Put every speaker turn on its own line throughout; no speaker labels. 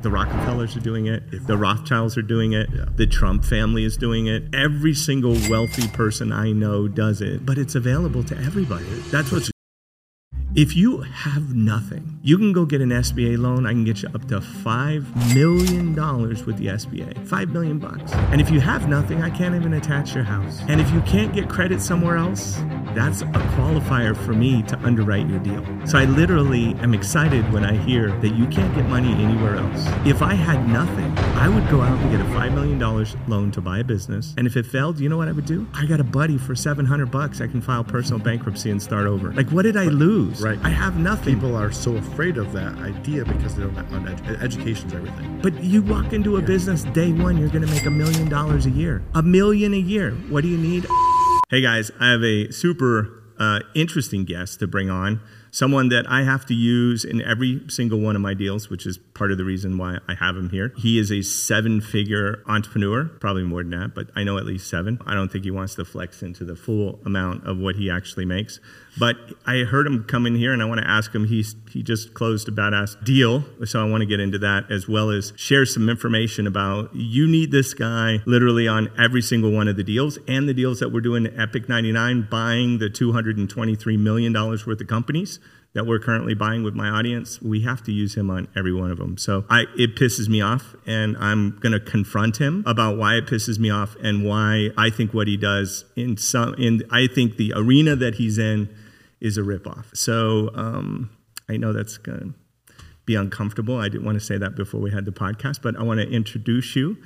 the Rockefellers are doing it, the Rothschilds are doing it, the Trump family is doing it. Every single wealthy person I know does it, but it's available to everybody. That's what's if you have nothing, you can go get an SBA loan. I can get you up to $5 million with the SBA. 5 million bucks. And if you have nothing, I can't even attach your house. And if you can't get credit somewhere else, that's a qualifier for me to underwrite your deal. So I literally am excited when I hear that you can't get money anywhere else. If I had nothing, I would go out and get a $5 million loan to buy a business. And if it failed, you know what I would do? I got a buddy for 700 bucks. I can file personal bankruptcy and start over. Like, what did I lose?
Right.
I have nothing.
People are so afraid of that idea because they don't have an edu- education's everything.
But you walk into a business day one, you're going to make a million dollars a year. A million a year. What do you need? Hey guys, I have a super uh, interesting guest to bring on. Someone that I have to use in every single one of my deals, which is part of the reason why I have him here. He is a seven figure entrepreneur, probably more than that, but I know at least seven. I don't think he wants to flex into the full amount of what he actually makes. But I heard him come in here and I want to ask him. He's, he just closed a badass deal. So I want to get into that as well as share some information about you need this guy literally on every single one of the deals and the deals that we're doing at Epic 99, buying the $223 million worth of companies that we're currently buying with my audience, we have to use him on every one of them. So I, it pisses me off, and I'm going to confront him about why it pisses me off and why I think what he does in some, in I think the arena that he's in is a ripoff. So um, I know that's going to be uncomfortable. I didn't want to say that before we had the podcast, but I want to introduce you,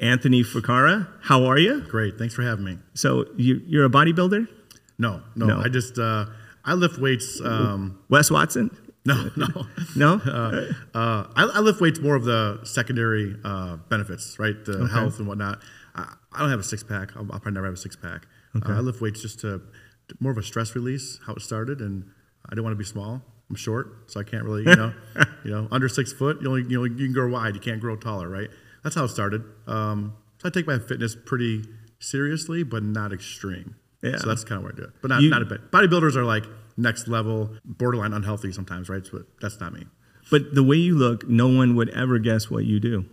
Anthony Ficara. How are you?
Great. Thanks for having me.
So you, you're a bodybuilder,
No, no.
No.
I just uh, I lift weights. Um,
Wes Watson?
no, no.
No.
Uh, uh, I, I lift weights more of the secondary uh, benefits, right? The health and whatnot. I, I don't have a six pack. I'll, I'll probably never have a six pack. Uh, I lift weights just to more of a stress release. How it started, and I didn't want to be small. I'm short, so I can't really, you know, you know, under six foot. You only, you only, you can grow wide. You can't grow taller, right? That's how it started. Um, so I take my fitness pretty seriously, but not extreme.
Yeah.
So that's kind of where I do it, but not
You-
not a bit. Bodybuilders are like next level, borderline unhealthy sometimes, right? So that's not me.
But the way you look, no one would ever guess what you do.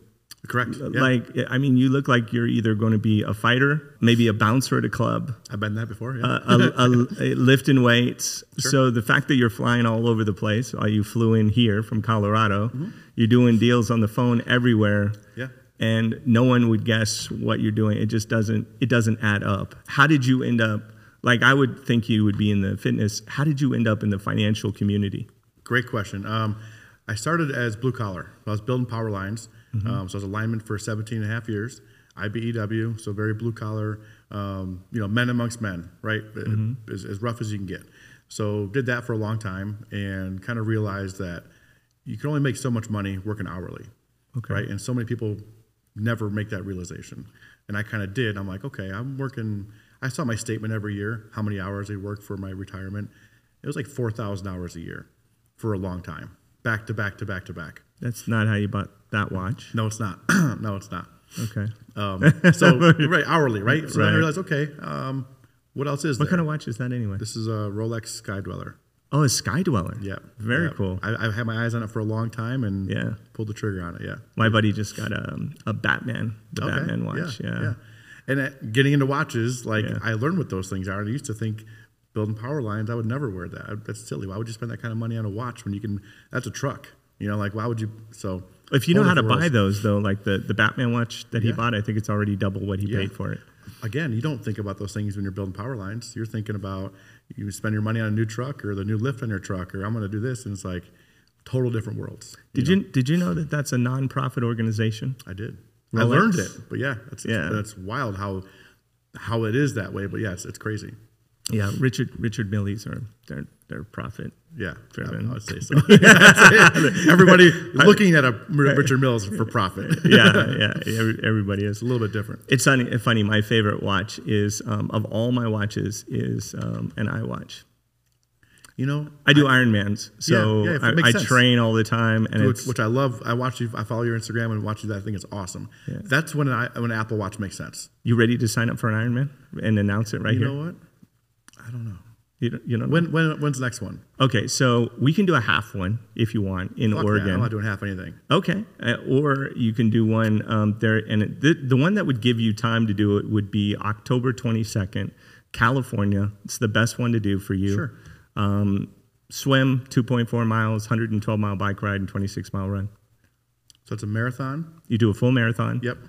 Correct. Yeah.
Like, I mean, you look like you're either going to be a fighter, maybe a bouncer at a club,
I've been that before. Yeah.
a, a, a lifting weights. So the fact that you're flying all over the place, uh, you flew in here from Colorado, you're doing deals on the phone everywhere.
Mm-hmm. Yeah.
And no one would guess what you're doing. It just doesn't. It doesn't add up. How did you end up? Like, I would think you would be in the fitness. How did you end up in the financial community?
Great question. Um, I started as blue collar. I was building power lines.
Mm-hmm.
Um, so I was a lineman for 17 and a half years. IBEW, so very blue collar, um, you know, men amongst men, right? Uh,
Mm-hmm.
As, as rough as you can get. So did that for a long time and kind of realized that you can only make so much money working hourly.
Okay.
Right. And so many people never make that realization. And I kind of did. I'm like, okay, I'm working. I saw my statement every year, how many hours I worked for my retirement. It was like 4,000 hours a year for a long time, back to back to back to back.
That's not how you bought that watch.
No, it's not. no, it's not.
Okay.
Um, so, right, hourly, right? So then
Right.
I realized, okay, um, what else is
What
there?
kind of watch is that anyway?
this is a Rolex Sky Dweller.
Oh, a Sky Dweller.
Yeah.
Very
yeah.
cool.
I, I've had my eyes on it for a long time and
Yeah.
pulled the trigger on it. Yeah.
My buddy just got a, a Batman, the
Okay,
Batman watch. Yeah.
And uh, getting into watches, like
Yeah.
I learned what those things are. And I used to think building power lines, I would never wear that. I- That's silly. Why would you spend that kind of money on a watch when you can? That's a truck. You know, like why would you? So
If you know how to
wonderful
buy
worlds.
those, though, like the, the Batman watch that he
Yeah.
bought, I think it's already double what he
Yeah.
paid for it.
again, you don't think about those things when you're building power lines. You're thinking about you spend your money on a new truck or the new lift on your truck or I'm going to do this, and it's like total different worlds.
Did you, did you know that that's a nonprofit organization?
I did. I
Rolex?
learned it, but yeah, that's
Yeah.
that's wild how how it is that way. But yes, it's crazy.
Yeah, Richard Richard Millie's are their their profit.
Yeah,
Fair
I-
enough.
I would say so. Everybody looking at a M- Richard Mills for profit.
Yeah, yeah, every- everybody is.
It's a little bit different.
It's funny. funny my favorite watch is um, of all my watches is um, an iWatch.
You know,
I do Ironmans, so
yeah, if it
I,
makes
I
sense.
train all the time, and
which,
it's
which I love. I watch you. I follow your Instagram and watch you. I think it's awesome. That's when I when an Apple Watch makes sense.
You ready to sign up for an Ironman and announce it right
You
here?
know what? I don't know.
You, don't- you know
When, when when's the next one?
Okay, so we can do a half one if you want in
Fuck that,
Oregon.
I'm not doing half anything.
Okay, uh, or you can do one um, there, and it, the, the one that would give you time to do it would be October 22nd, California. It's the best one to do for you.
Sure.
Um, swim 2.4 miles, 112 mile bike ride, and 26 mile run.
So it's a marathon.
You do a full marathon.
Yep.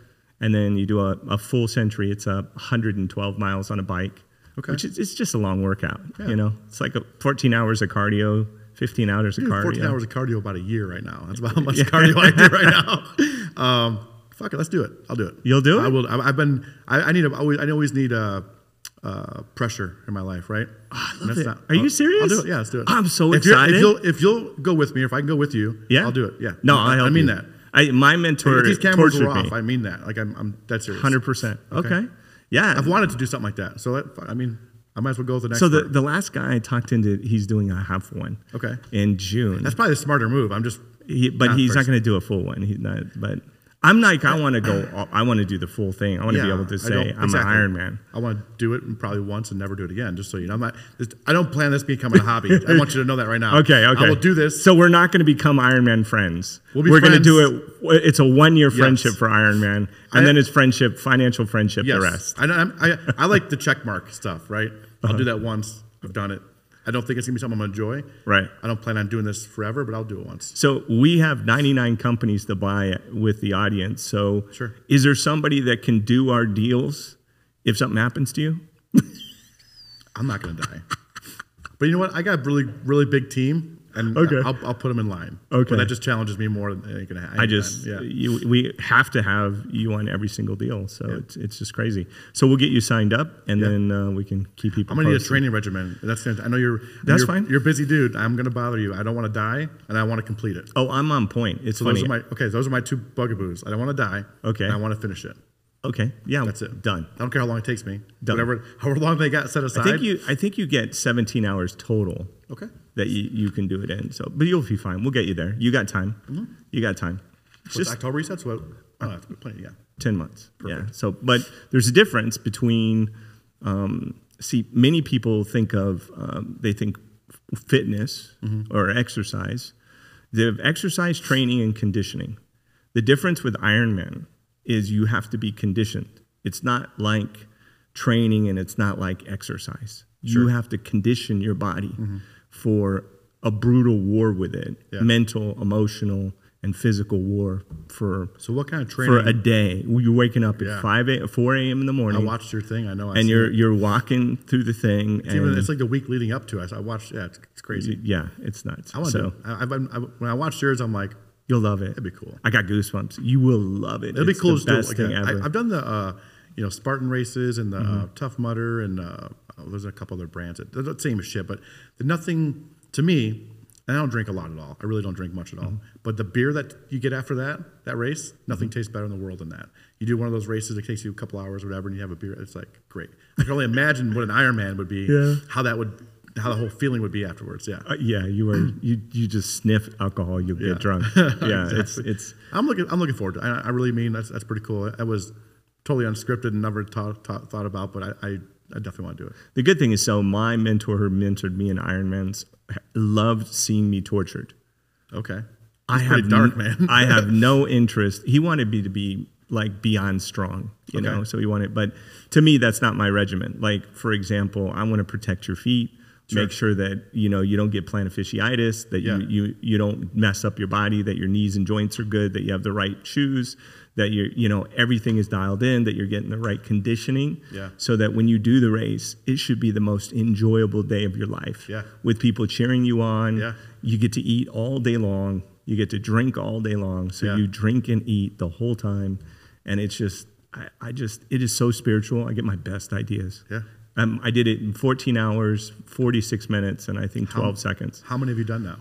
And then you do a, a full century. It's a 112 miles on a bike.
Okay.
Which is it's just a long workout.
Yeah.
You know, it's like a 14 hours of cardio, 15 hours of
Dude,
cardio.
14 Mm. hours of cardio about a year right now. That's about how much cardio I do right now. Um, fuck it, let's do it. I'll do it.
You'll do
I
it?
will. I, I've been. I, I need. A, I always, I always need uh uh, pressure in my life, right? I
Ah, love it. Are you serious?
I'll do it. Yeah, let's do it.
I'm so
if you're-
excited.
if you'll, if you'll go with me, or if I can go with you,
Yeah,
I'll do it. Yeah.
No,
I,
I, help
I mean
you.
that.
I my mentor
If these cameras
tortured
were off,
me.
I mean that. Like I'm, I'm that serious.
Hundred percent.
Okay.
Okay. Yeah.
I've wanted to do something like that. So that, I mean, I might as well go with the next.
so the,
one.
the last guy I talked into, he's doing a half one.
Okay.
In June,
that's probably the smarter move. I'm just.
he, but
not
he's not
first.
going to do a full one. He's not. But I'm like, I want to go. all- I want to do the full thing. I want to be
Yeah,
able to
I don't-
say I'm
exactly.
an Ironman.
I want to do it and probably once and never do it again. Just so you know, I'm not. Just, I don't plan this becoming a hobby. I want you to know that right now.
Okay. Okay.
I will do this.
So we're not going to become Ironman friends.
We'll be
are going to
friends.
do it. It's a one year friendship
Yes.
for Ironman, and
I-
then it's friendship, financial friendship,
yes,
the rest. Uh-huh.
I, know- I'm- I, I like the check mark stuff. Right. I'll do that once. I've done it. I don't think it's gonna be something I'm gonna enjoy.
Right.
I don't plan on doing this forever, but I'll do it once.
So we have 99 companies to buy with the audience. So
Sure.
is there somebody that can do our deals if something happens to you?
I'm not gonna die. But you know what? I got a really, really big team, and
Okay.
I'll, I'll put them in line.
Okay.
But that just challenges me more than anything. gonna-
I just
yeah.
you, we have to have you on every single deal. So it's it's just crazy. So we'll get you signed up and then uh, we can keep people.
I'm gonna need a
posted.
training regimen. That's gonna, I know you're.
That's
you're,
fine.
You're a busy, dude. I'm gonna bother you. I don't want to die, and I want to complete it.
Oh, I'm on point. It's
So
funny.
those are my okay. Those are my two bugaboos. I don't want to die.
Okay.
and I want to finish it.
okay, yeah,
That's it.
Done.
I don't care how long it takes me.
Done.
Whatever, however long they got set aside.
I think you I think you get 17 hours total
Okay.
that you, you can do it in. So, but you'll be fine. We'll get you there. You got time. You got time.
So it's October resets. So Oh, I don't have to plenty. Yeah.
10 months. Yeah. So, but there's a difference between, um, see, many people think of, um, they think f- fitness or exercise. They have exercise, training, and conditioning. The difference with Ironman is you have to be conditioned. It's not like training and it's not like exercise. You have to condition your body for a brutal war with it
Yeah.
mental, emotional, and physical war for
So what kind of
for
training?
a day. You're waking up at
Yeah.
five a, four a.m. in the
I
morning,
watched your thing. I know. I
and
see
you're
it.
you're walking through the thing.
It's even
and-
it's like the week leading up to it. I watched. Yeah, it's, it's crazy.
yeah, it's nuts.
I want
so
to. I, I've been, I, when I watched yours, I'm like,
you'll love it.
That'd be cool.
I got goosebumps. You will love it.
it'll be
It's
cool
The
to do. it
best
like
thing
that.
ever. Mm-hmm.
I, I've done the uh, you know Spartan races and the uh, Tough Mudder and uh, oh, there's a couple other brands. That, they're the same as shit, but nothing to me. And I don't drink a lot at all. I really don't drink much at all.
Mm-hmm.
But the beer that you get after that that race, nothing tastes better in the world than that. You do one of those races that takes you a couple hours or whatever, and you have a beer. It's like great. I can only imagine what an Ironman would be.
Yeah.
How that would, how the whole feeling would be afterwards. Yeah.
Uh, yeah, you are. You you just sniff alcohol, you'll
Yeah.
get drunk. Yeah, it's
Exactly.
it's.
I'm looking. I'm looking forward to. It. I, I really mean that's that's pretty cool. I was totally unscripted and never thought thought, thought about, but I, I I definitely want to do it.
The good thing is, so my mentor who mentored me in Ironman's loved seeing me tortured.
Okay.
I
It's
have
pretty dark,
n-
man.
I have no interest. He wanted me to be like beyond strong, you
Okay.
know. So he wanted, but to me, that's not my regimen. Like for example, I want to protect your feet, make sure that you know you don't get plantar fasciitis, that
Yeah.
you, you you don't mess up your body, that your knees and joints are good, that you have the right shoes, that you you know everything is dialed in, that you're getting the right conditioning,
Yeah.
so that when you do the race, it should be the most enjoyable day of your life,
Yeah.
with people cheering you on,
Yeah.
you get to eat all day long. You get to drink all day long. So
Yeah.
you drink and eat the whole time. And it's just, I, I just, it is so spiritual. I get my best ideas.
Yeah.
Um, I did it in 14 hours, 46 minutes, and I think 12 seconds.
How many have you done now?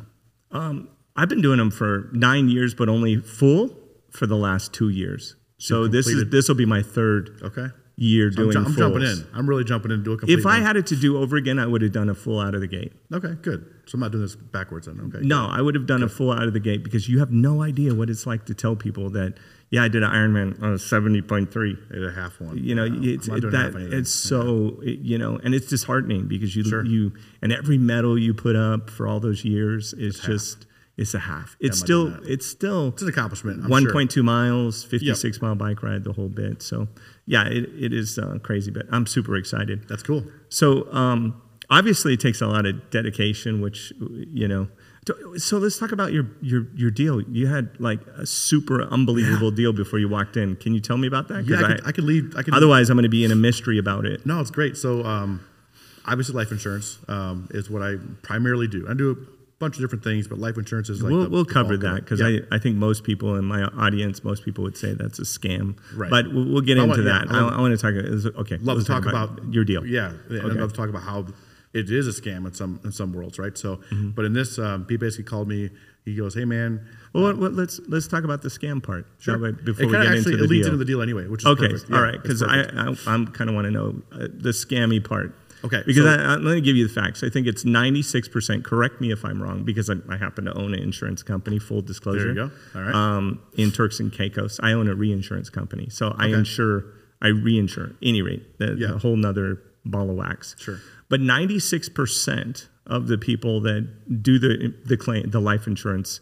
Um, I've been doing them for nine years, but only full for the last two years. So this is
completed-
this will be my third
Okay.
year
I'm,
doing
ju- I'm jumping
fulls.
in. I'm really jumping in to do a complete.
If I
run.
had it to do over again, I would have done a full out of the gate.
okay, good. So I'm not doing this backwards then. Okay.
No, I would have done a full out of the gate because you have no idea what it's like to tell people that, yeah, I did an Ironman on a 70.3.
good. I did a half one.
You know,
Yeah,
it's
I'm not doing half
that
anything.
it's so it- you know, and it's disheartening because you you and every medal you put up for all those years is just it's a half. It's
I'm not
still
doing that.
it's still
it's an accomplishment. I'm
one
sure.
point two miles, fifty six mile bike ride, the whole bit. So yeah, it, it is uh, crazy, but I'm super excited.
That's cool.
So um, obviously, it takes a lot of dedication, which you know. t- So let's talk about your your your deal. You had like a super unbelievable deal before you walked in. Can you tell me about that?
Yeah,
'Cause
I could, I could leave. I could
otherwise, I'm going to be in a mystery about it.
No, it's great. So, um, obviously, life insurance um, is what I primarily do. I do a bunch of different things, but life insurance is like
we'll
the,
we'll
the
cover
bulk of
that
it.
because
Yeah.
I, I think most people in my audience, most people would say that's a scam.
Right.
But we'll, we'll get
I
into
want- yeah,
that.
I
I,
want-
I want to talk. uh, is- Okay.
love
let's
to talk about,
your deal.
Yeah, and
Okay.
I'd love to talk about how it is a scam in some in some worlds, right? So,
Mm-hmm.
but in this, um, he basically called me. He goes, "Hey, man."
Well, what, what, let's let's talk about the scam part. That way, before
it
we
kinda
get
actually
into the
it leads
deal.
into the deal anyway, which is
Okay,
perfect.
all
Yeah,
right,
it's
because I,
perfect.
I I'm kind of want to know uh, the scammy part.
Okay,
because
so-
I, I, let me give you the facts. I think it's 96 percent. Correct me if I'm wrong, because I, I happen to own an insurance company. Full disclosure.
go. All right.
Um, in Turks and Caicos, I own a reinsurance company, so I insure, I reinsure. Any rate, the,
Yeah.
a whole nother ball of wax.
Sure.
But 96 percent of the people that do the the claim, the life insurance,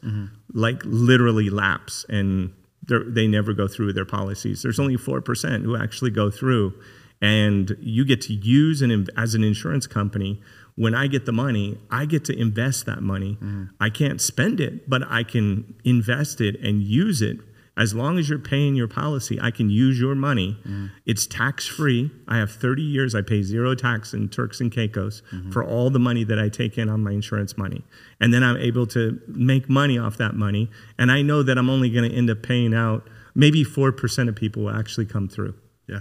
like literally lapse and they're- they never go through with their policies. There's only four percent who actually go through, and you get to use an in- as an insurance company. When I get the money, I get to invest that money. I can't spend it, but I can invest it and use it. As long as you're paying your policy, I can use your money. It's tax free. I have 30 years. I pay zero tax in Turks and Caicos for all the money that I take in on my insurance money. And then I'm able to make money off that money. And I know that I'm only going to end up paying out maybe 4% of people will actually come through
yeah.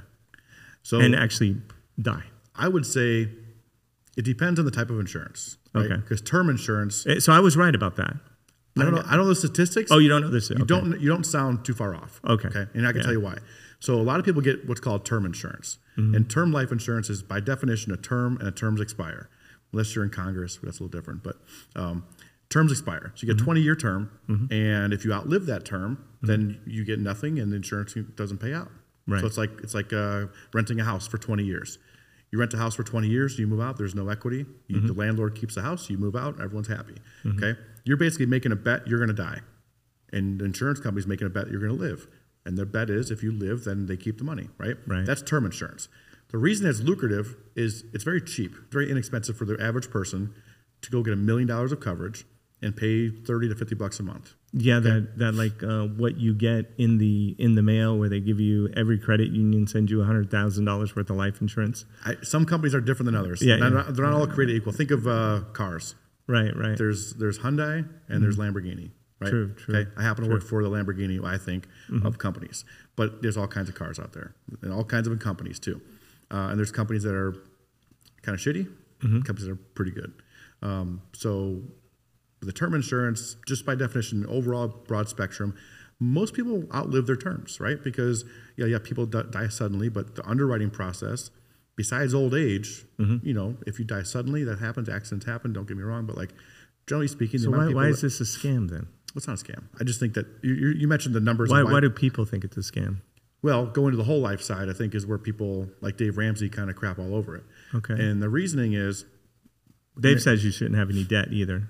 So
and actually die.
I would say it depends on the type of insurance. Right?
Okay.
Because term insurance,
Eh, So I was right about that.
I don't know. I don't know the statistics.
Oh, you don't know this?
You don't you don't sound too far off.
Okay.
And I can
Yeah. Mm-hmm.
tell you why. So a lot of people get what's called term insurance. And term life insurance is by definition a term and a terms expire. Unless you're in Congress, that's a little different. But um, terms expire. So you
Mm-hmm.
get a 20 year term, and if you outlive that term, then you get nothing, and the insurance doesn't pay out.
Right.
So it's like it's like uh, renting a house for 20 years. You rent a house for 20 years, you move out, there's no equity. You,
Mm-hmm.
The landlord keeps the house, you move out, everyone's happy. Okay? You're basically making a bet you're going to die. And the insurance company's making a bet you're going to live. And their bet is if you live, then they keep the money, right?
Right.
That's term insurance. The reason it's lucrative is it's very cheap, very inexpensive for the average person to go get a million dollars of coverage and pay 30 to 50 bucks a month.
Yeah, that that like uh, what you get in the in the mail, where they give you every credit union sends you hundred thousand dollars worth of life insurance.
I, some companies are different than others.
Yeah,
they're,
yeah.
Not, they're not all created equal. Think of uh, cars.
Right, right.
there's there's Hyundai and there's Lamborghini,
Mm-hmm.
right?
True, true,
Okay? I happen to work for the Lamborghini, I think,
Mm-hmm.
of companies, but there's all kinds of cars out there and all kinds of companies too. Uh, and there's companies that are kind of shitty,
Mm-hmm.
companies that are pretty good. Um, so the term insurance, just by definition, overall broad spectrum, most people outlive their terms, right? Because yeah, yeah, people di- die suddenly, but the underwriting process, besides old age,
Mm-hmm.
you know, if you die suddenly, that happens. Accidents happen. Don't get me wrong, but like generally speaking, the
so
amount
why,
of
why
people
is this a scam then?
that- it's not a scam. I just think that you, you, you mentioned the numbers.
Why,
of
why do people think it's a scam?
well, going to the whole life side, I think, is where people like Dave Ramsey kind of crap all over it.
Okay.
And the reasoning is,
Dave says you shouldn't have any debt either.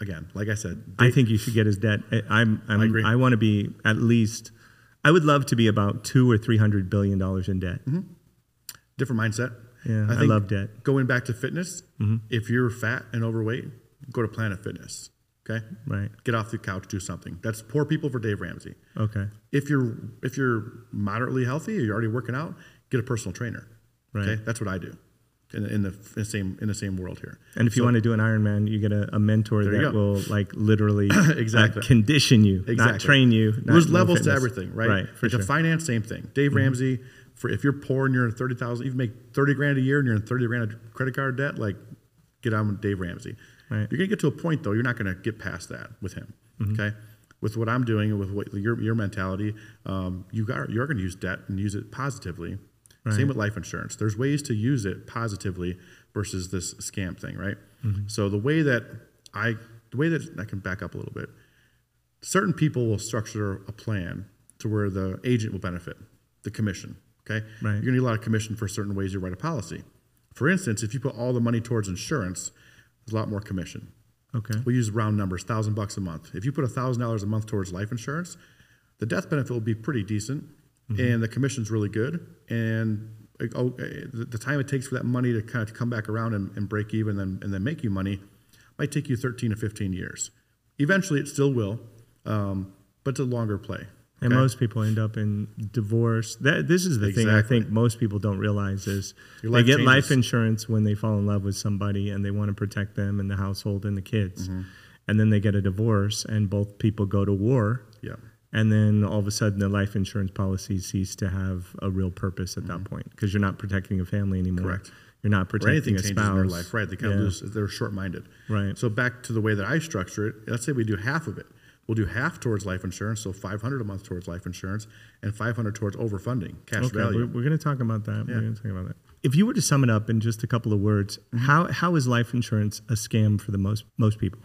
again, like I said,
I think you should get his debt. I, I'm, I'm, I,
agree.
want to be at least. I would love to be about two or three hundred billion dollars in debt.
Mm-hmm. different mindset.
Yeah, I Mm-hmm. love debt.
Going back to fitness, if you're fat and overweight, go to Planet Fitness. Okay,
Right.
Get off the couch, do something. That's poor people for Dave Ramsey.
Okay.
If you're if you're moderately healthy, you're already working out, get a personal trainer.
Right.
that's what I do. In, in the in the same in the same world here.
And if you want to do an Ironman, you get a, a mentor
you
that
go.
will like literally
Exactly.
uh, condition you,
Exactly.
not train you. not
There's
know
levels to
fitness.
everything, right?
Right. For sure.
Like
Mm-hmm.
The finance, same thing. Dave Ramsey, for if you're poor and you're in thirty thousand, you make thirty grand a year and you're in thirty grand of credit card debt, like get on with Dave Ramsey.
Right. Mm-hmm.
You're gonna get to a point though. You're not gonna get past that with him. Okay. With what I'm doing and with what your your mentality, um, you got you're gonna use debt and use it positively Same with life insurance. There's ways to use it positively versus this scam thing, right?
Mm-hmm.
So the way that I the way that I can back up a little bit, certain people will structure a plan to where the agent will benefit, the commission. Okay,
Right.
you're gonna need a lot of commission for certain ways you write a policy. For instance, if you put all the money towards insurance, there's a lot more commission.
Okay.
We'll use round numbers, thousand bucks a month. If you put a thousand dollars a month towards life insurance, the death benefit will be pretty decent,
Mm-hmm.
and the commission's really good. And like, oh, eh, the the time it takes for that money to kind of come back around and, and break even, and, and then make you money, might take you 13 to 15 years. Eventually, it still will, um, but it's a longer play.
And
okay?
most people end up in divorce. That, this is the thing I
Exactly.
think most people don't realize is
Your
they
life
get life
changes.
insurance when they fall in love with somebody and they want to protect them and the household and the kids.
Mm-hmm.
And then they get a divorce and both people go to war.
Yeah.
And then all of a sudden the life insurance policy cease to have a real purpose at that point because you're not protecting a family anymore.
Mm-hmm. Correct.
You're not
or
protecting
anything
a
changes
spouse.
in their life, right? They kind
Yeah.
of lose, they're short-minded.
Right.
So back to the way that I structure it, let's say we do half of it. We'll do half towards life insurance, so 500 a month towards life insurance, and 500 towards overfunding, cash
Okay,
value.
we're, we're going to talk about that. We're going to talk about that. Mm-hmm. If you were to sum it up in just a couple of words, how how is life insurance a scam for the most most people?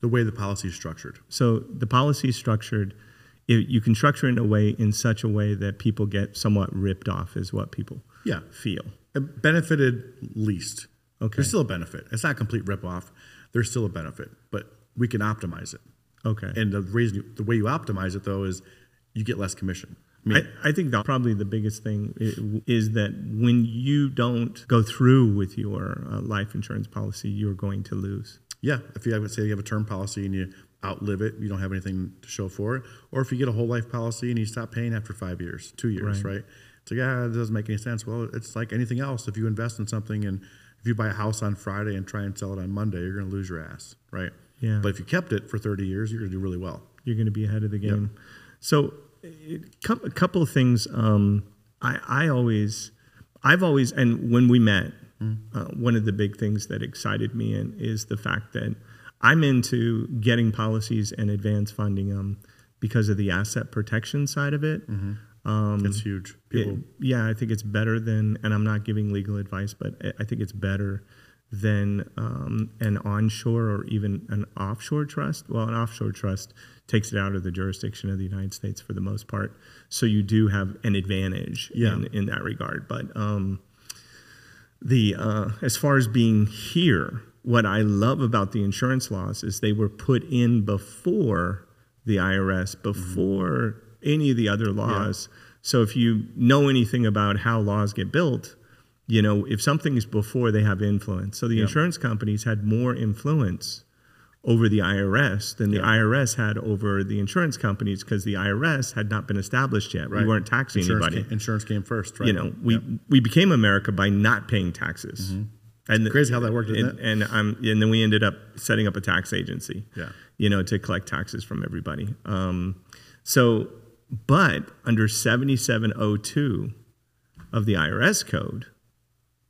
the way the policy is structured.
So the policy is structured. It, you can structure it in a way in such a way that people get somewhat ripped off, is what people
Yeah.
feel.
It benefited least.
Okay.
There's still a benefit. It's not a complete ripoff. There's still a benefit, but we can optimize it.
Okay.
And the reason, you, the way you optimize it though, is you get less commission. I mean,
I, I think the, probably the biggest thing i- is that when you don't go through with your uh, life insurance policy, you're going to lose.
Yeah, if you have, say you have a term policy and you outlive it, you don't have anything to show for it. Or if you get a whole life policy and you stop paying after five years, two years,
Right.
right? It's like, ah, it doesn't make any sense. Well, it's like anything else. If you invest in something and if you buy a house on Friday and try and sell it on Monday, you're going to lose your ass, right?
Yeah.
But if you kept it for 30 years, you're going to do really well.
you're going to be ahead of the game. So, it, cou- a couple of things. Um, I I always, I've always, and when we met, uh, one of the big things that excited me in is the fact that I'm into getting policies and advance funding them because of the asset protection side of it.
it's huge.
It-
People,
Um, yeah, I think it's better than, and I'm not giving legal advice, but I- I think it's better than um, an onshore or even an offshore trust. Well, an offshore trust takes it out of the jurisdiction of the United States for the most part. So you do have an advantage
Yeah.
in, in that regard. But um, the uh, as far as being here, what I love about the insurance laws is they were put in before the IRS,
Mm-hmm.
before any of the other laws. So if you know anything about how laws get built, you know if something's before they have influence. So the insurance companies had more influence over the IRS than the IRS had over the insurance companies because the IRS had not been established yet.
right?
We weren't taxing
insurance
anybody
Came, insurance came first, right? Mm-hmm.
you know we we became america by not paying taxes and
Crazy how that worked, isn't
and, and i'm and then we ended up setting up a tax agency
Yeah.
you know to collect taxes from everybody um so but under 7702 of the irs code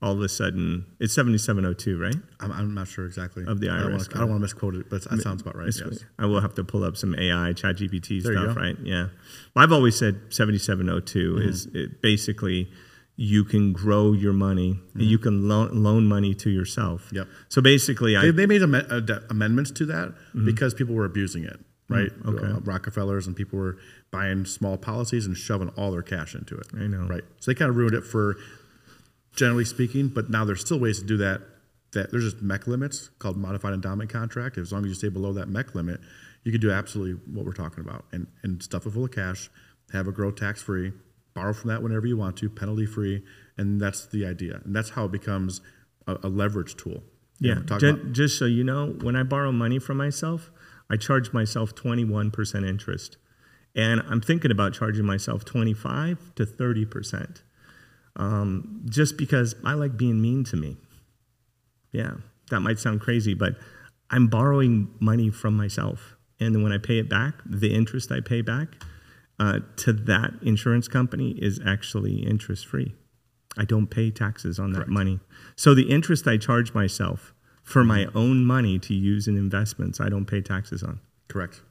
all of a sudden it's 7702 right
I'm, I'm not sure exactly.
Of the
I don't wanna-
IRS
I don't want to misquote it, but that sounds about right.
It's-
Yes.
I will have to pull up some AI, chat GPT
you
stuff,
go. Mm-hmm.
right? Yeah. Well, I've always said 7702 is it basically you can grow your money, you can loan, loan money to yourself.
Mm-hmm. Yep.
So basically,
They,
I,
they made am- ad- amendments to that because people were abusing it,
Mm-hmm.
right? Uh, Rockefellers and people were buying small policies and shoving all their cash into it.
I know.
right? So they kind of ruined it for, generally speaking. But now there's still ways to do that. That there's just MEC limits called modified endowment contract. As long as you stay below that MEC limit, you can do absolutely what we're talking about and and stuff it full of cash, have it grow tax free, borrow from that whenever you want to, penalty free, and that's the idea. And that's how it becomes a, a leverage tool. You
yeah,
know, talk
ju-
about-
just so you know, when I borrow money from myself, I charge myself 21% interest. And I'm thinking about charging myself 25 to 30% um, just because I like being mean to me. Yeah, that might sound crazy, but I'm borrowing money from myself. And then when I pay it back, the interest I pay back uh, to that insurance company is actually interest free. I don't pay taxes on that money. So the interest I charge myself for my own money to use in investments, I don't pay taxes on.
Correct.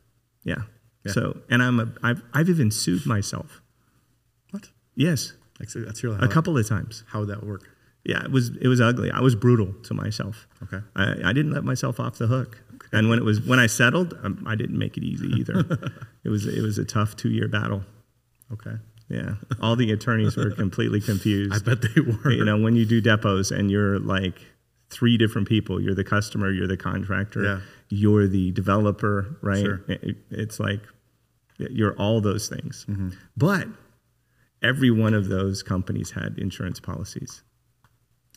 Yeah. So, and I'm a, I've, I've even sued myself.
What?
Yes.
Ex- Let's hear how,
a couple of times.
how would that work?
Yeah, it was it was ugly. I was brutal to myself.
Okay.
I, I didn't let myself off the hook. And when it was when I settled, um, I didn't make it easy either. it was it was a tough two year battle.
Okay.
Yeah, all the attorneys were completely
I
confused.
bet they were.
You know, when you do depots and you're like three different people, you're the customer, you're the contractor,
Yeah.
you're the developer, right?
Sure.
It- it's like you're all those things.
Mm-hmm.
But every one of those companies had insurance policies,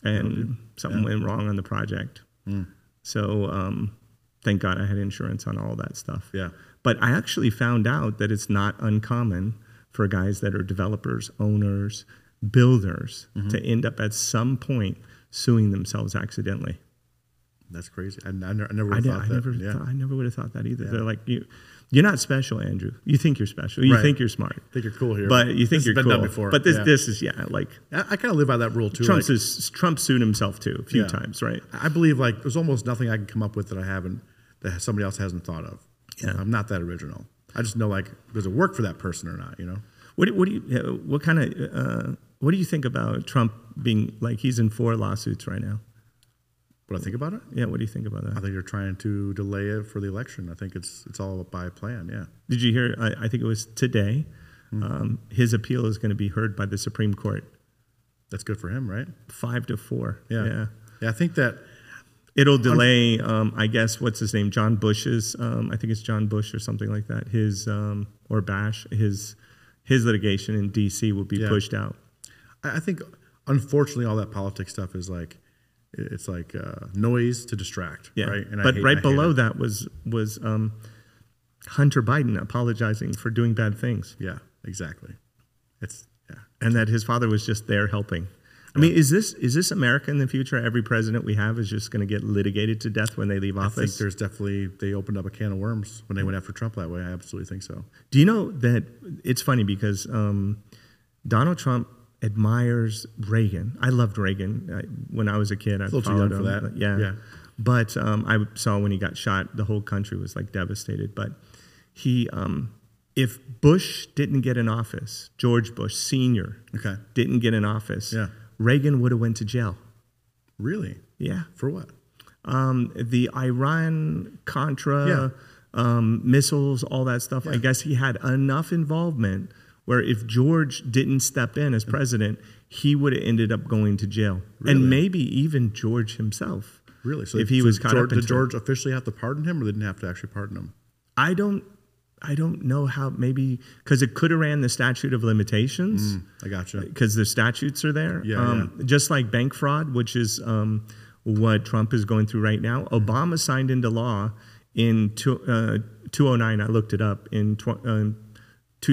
and something went wrong on the project.
Mm.
So um, thank God I had insurance on all that stuff.
Yeah.
But I actually found out that it's not uncommon for guys that are developers, owners, builders
Mm-hmm.
to end up at some point suing themselves accidentally.
That's crazy. I, I, ne- I never
I,
would
did, I
have thought that.
never,
yeah.
thought, I never would have thought that either. They're like, you, you're not special, Andrew. You think you're special. You
Right.
think you're smart.
think you're cool here.
But you think
This has
you're
been
cool.
done before.
But this,
Yeah.
this is yeah, like
I, I kind of live by that rule too.
Trump's
like,
is, Trump sued himself too a few
Yeah.
times, right?
I believe like there's almost nothing I can come up with that I haven't that somebody else hasn't thought of.
Yeah.
I'm not that original. I just know like does it work for that person or not? You know.
What do, what do you what kind of uh, what do you think about Trump being like he's in four lawsuits right now?
What I think about it,
Yeah, what do you think about
I
that?
think they're trying to delay it for the election. I think it's it's all by plan. Yeah.
Did you hear? I, I think it was today.
Mm-hmm.
Um, his appeal is going to be heard by the Supreme Court,
That's good for him, right?
five to four.
Yeah. I think that
It'll delay, um, I guess, what's his name, John Bush's. Um, I think it's John Bush or something like that. His um, or Bash, his his litigation in D.C. will be
Yeah.
pushed out.
I I think unfortunately all that politics stuff is like it- it's like uh, noise to distract.
Yeah.
Right. I
but
hate- I
right
hate
below
it.
that was was um, Hunter Biden apologizing for doing bad things,
Yeah. Exactly. It's yeah.
and that his father was just there helping. I mean, is this is this America in the future? Every president we have is just going to get litigated to death when they leave
I think
office.
there's definitely they opened up a can of worms when they went after Trump that way. I absolutely think so.
Do you know that it's funny because um, Donald Trump admires Reagan. I loved Reagan I, when I was a kid. I
little too
followed
young
him.
for that.
Yeah.
Yeah.
But um, I saw when he got shot, the whole country was like devastated. But he, um, if Bush didn't get in office, George Bush Senior
Okay.
didn't get in office,
Yeah.
Reagan would have went to jail.
Really?
Yeah
For what?
um, the Iran Contra um, missiles, all that stuff. I guess he had enough involvement where if George didn't step in as president, he would have ended up going to jail, and maybe even George himself.
Really?
if he was caught
George,
up in
did George officially have to pardon him, or they didn't have to actually pardon him?
I don't, I don't know how. Maybe because it could have ran the statute of limitations.
I gotcha.
because the statutes are there.
Yeah,
um, Just like bank fraud, which is um, what Trump is going through right now. Obama signed into law in two, uh, 209. I looked it up in tw- um,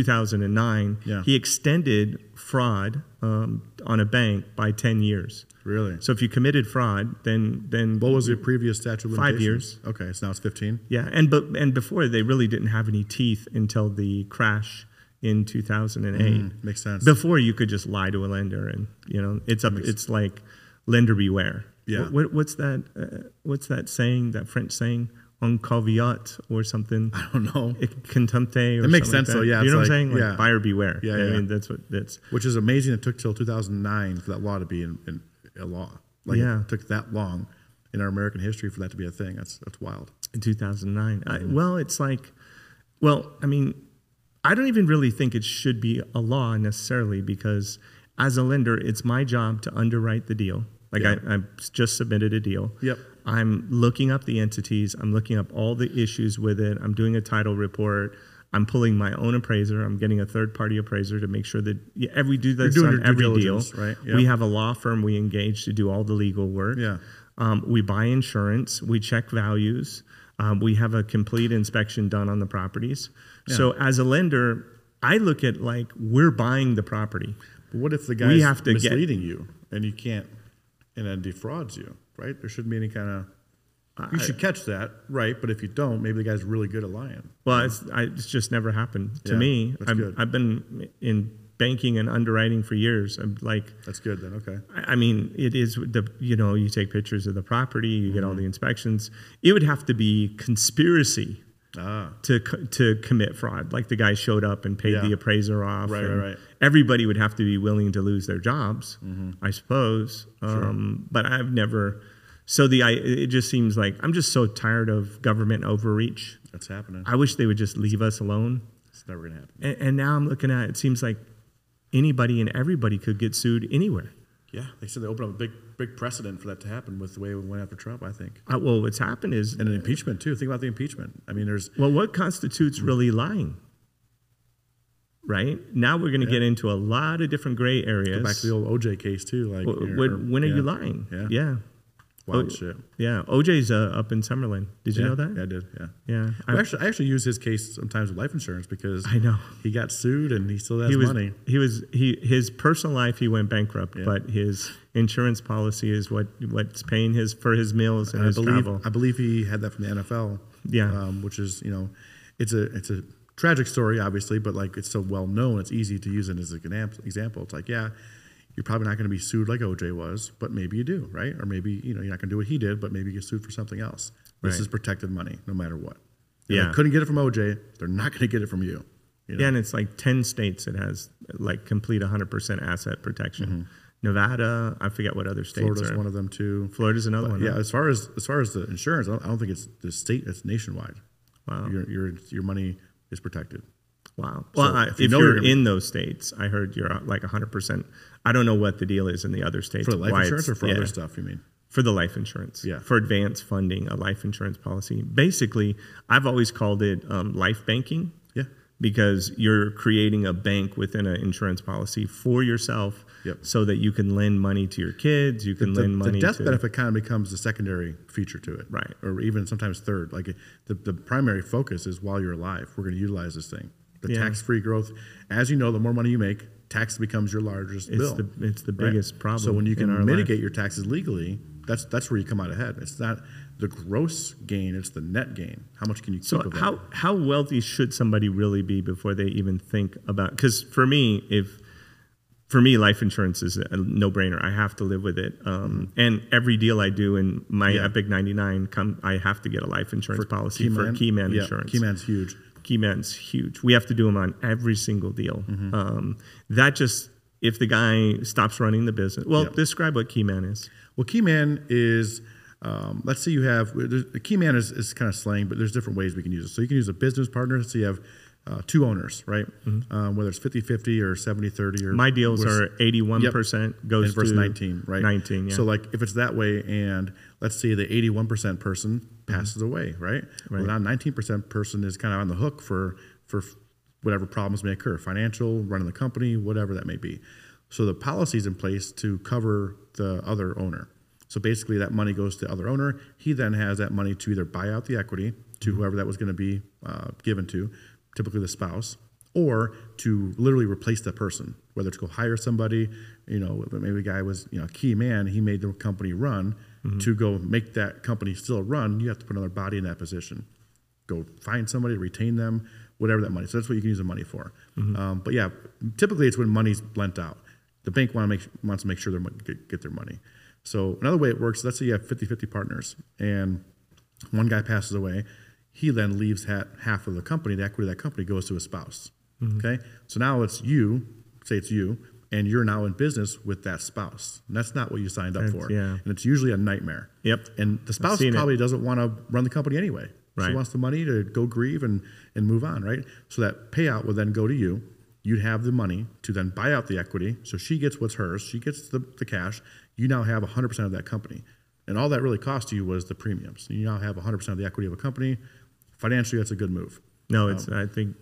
2009.
Yeah.
He extended fraud um, on a bank by 10 years.
Really?
So if you committed fraud, then then
What was the previous statute of
Five
limitations? Five years. Okay, so now it's fifteen.
yeah, and but and before they really didn't have any teeth until the crash in 2008.
Hmm, Makes sense.
Before you could just lie to a lender, and you know it's up. It's like lender beware.
Yeah.
What, what, what's that? Uh, what's that saying? That French saying, "En caveat" or something.
I don't know.
Contempte. Or
It
something like
makes sense, though,
that.
yeah,
You know
it's
what I'm
like-
saying? Like
yeah.
buyer beware.
Yeah,
I
yeah.
mean that's what that's.
Which is amazing. It took till two thousand nine for that law to be in, in a law. Like
Yeah.
it took that long in our American history for that to be a thing. That's that's wild.
in 2009. I,
Mm-hmm.
well, it's like, well, I mean, I don't even really think it should be a law necessarily because as a lender, it's my job to underwrite the deal. Like I, I just submitted a deal.
Yep.
I'm looking up the entities. I'm looking up all the issues with it. I'm doing a title report. I'm pulling my own appraiser. I'm getting a third party appraiser to make sure that yeah, every do that's
doing your
on
due
every deal.
diligence, right?
We
Yeah.
have a law firm we engage to do all the legal work.
Yeah.
Um, we buy insurance. We check values. Um, we have a complete inspection done on the properties. So as a lender, I look at like we're buying the property.
But what if the guy's
have to get-
misleading you and you can't and then defrauds you, right? There shouldn't be any kind of you should catch that, right? But if you don't, maybe the guy's really good at lying.
Well, it's, I, it's just never happened to
Yeah,
me.
that's
I've,
good.
I've been in banking and underwriting for years. I'm like,
That's good then, okay.
I I mean, it is the you know
Mm-hmm.
you take pictures of the property, you get all the inspections. It would have to be conspiracy
Ah.
to co- to commit fraud. Like the guy showed up and paid
Yeah.
the appraiser off.
Right,
and
right, right.
Everybody would have to be willing to lose their jobs,
Mm-hmm.
I suppose. Um, but I've never. So the I, it just seems like I'm just so tired of government overreach.
That's happening.
I wish they would just leave us alone.
It's never gonna happen.
And, and now I'm looking at it seems like anybody and everybody could get sued anywhere.
Yeah, they said they opened up a big, big precedent for that to happen with the way we went after Trump. I think,
Uh, well, what's happened is
and an impeachment too. Think about the impeachment. I mean, there's
Well, what constitutes really lying? Right now, we're going to get into a lot of different gray areas.
back to the old OJ case too. Like,
W-
or-
when,
or-
when are
yeah,
you lying?
Yeah.
yeah,
Wild
Oh,
shit.
yeah. OJ's uh, up in Summerlin. Did you
yeah,
know that?
Yeah, I did. Yeah.
Yeah,
I
I,
actually, I actually use his case sometimes with life insurance because
I know.
he got sued and he still has
he was
money.
he was he his personal life he went bankrupt,
Yeah.
but his insurance policy is what what's paying his for his meals and
I
his
believe
travel.
I believe he had that from the NFL.
Yeah.
um, which is you know, it's a it's a tragic story, obviously, but like it's so well known, it's easy to use it as an exam- example. It's like, yeah, you're probably not going to be sued like OJ was, but maybe you do, right? Or maybe you know you're not going to do what he did, but maybe you get sued for something else. This
Right.
is protected money, no matter what. If
Yeah.
they couldn't get it from OJ. They're not going to get it from you. you know?
Yeah, and it's like 10 states that has like complete 100% asset protection. Nevada, I forget what other states
Mm-hmm. Florida's
are.
one of them too.
Florida's another one. huh?
Yeah, as far as as far as the insurance, I don't, I don't think it's the state; it's nationwide.
Wow.
your your your money is protected.
Wow. Well, I, if,
if you know
you're,
you're gonna be-
in those states, I heard you're uh, like 100%. I don't know what the deal is in the other states.
For the life
why
insurance or
it's-
for
yeah,
other stuff, you mean?
For the life insurance.
Yeah.
For advanced funding, a life insurance policy. Basically, I've always called it um, life banking
Yeah.
because you're creating a bank within an insurance policy for yourself
Yep.
so that you can lend money to your kids, you can
The,
lend
the
money
death
to
benefit kind of becomes the secondary feature to it.
Right.
Or even sometimes third. Like the, the primary focus is while you're alive, we're going to utilize this thing. The
Yeah.
tax free growth, as you know, the more money you make, tax becomes your largest
It's
bill.
the- it's the
right?
biggest problem
So when you
in
can
our life.
mitigate your taxes legally, that's that's where you come out ahead. It's not the gross gain, it's the net gain. How much can you
So
keep of it?
how how wealthy should somebody really be before they even think about? Because for me, if for me, life insurance is a no brainer. I have to live with it, um, and every deal I do in my
Yeah.
Epic ninety nine, come I have to get a life insurance policy for Keyman
yeah,
insurance.
Keyman's huge.
Keyman's huge. We have to do them on every single deal.
Mm-hmm.
Um, that just if the guy stops running the business. Well,
Yeah.
describe what Keyman is.
Well, key man is, um, let's say you have, there's- the key man is, is kind of slang, but there's different ways we can use it. So you can use a business partner. So you have uh, two owners, right? Um, whether it's 50 50 or 70 30 or.
Mm-hmm. My deals
Where's-
are eighty one percent goes
and verse
to
19, right?
Nineteen. Yeah.
So like if it's that way, and let's say the 81% person passes away, right? Well,
Mm-hmm. Right.
now 19% person is kind of on the hook for for whatever problems may occur, financial, running the company, whatever that may be. So the policy is in place to cover the other owner. So basically, that money goes to the other owner. He then has that money to either buy out the equity to whoever that was going to be uh, given to, typically the spouse, or to literally replace that person, whether to go hire somebody, you know, but maybe a guy was, you know, a key man, he made the company run. To go make that company still run, you have to put another body in that position. Go find somebody, retain them, whatever that money. So that's what you can use the money for.
Mm-hmm.
Um, but yeah, typically it's when money's lent out. The bank want to make, wants to make sure they get, get their money. So another way it works, let's say you have 50 50 partners and one guy passes away, he then leaves ha- half of the company, the equity of that company goes to his spouse.
Mm-hmm.
Okay, so now it's you, say it's you, and you're now in business with that spouse. And that's not what you signed up for.
yeah.
And it's usually a nightmare.
Yep.
And the spouse
seen it.
probably doesn't want to run the company anyway.
Right.
She wants the money to go grieve and, and move on, right? So that payout would then go to you. You'd have the money to then buy out the equity. So she gets what's hers. She gets the, the cash. You now have 100% of that company. And all that really cost you was the premiums. You now have 100% of the equity of a company. Financially, that's a good move.
No, it's. I think.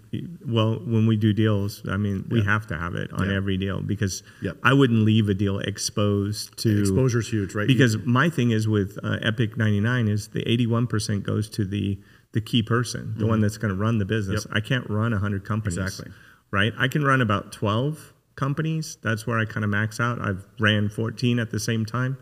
Well, when we do deals, I mean, we have to have it on
Yeah.
every deal because
Yep.
I wouldn't leave a deal exposed to
Exposure is huge, right?
Because my thing is with uh, Epic ninety nine is the eighty one percent goes to the the key person, the one that's going to run the business. I can't run hundred companies,
Mm-hmm. Exactly.
Right? I can run about twelve companies. That's where I kind of max out. I've ran fourteen at the same time,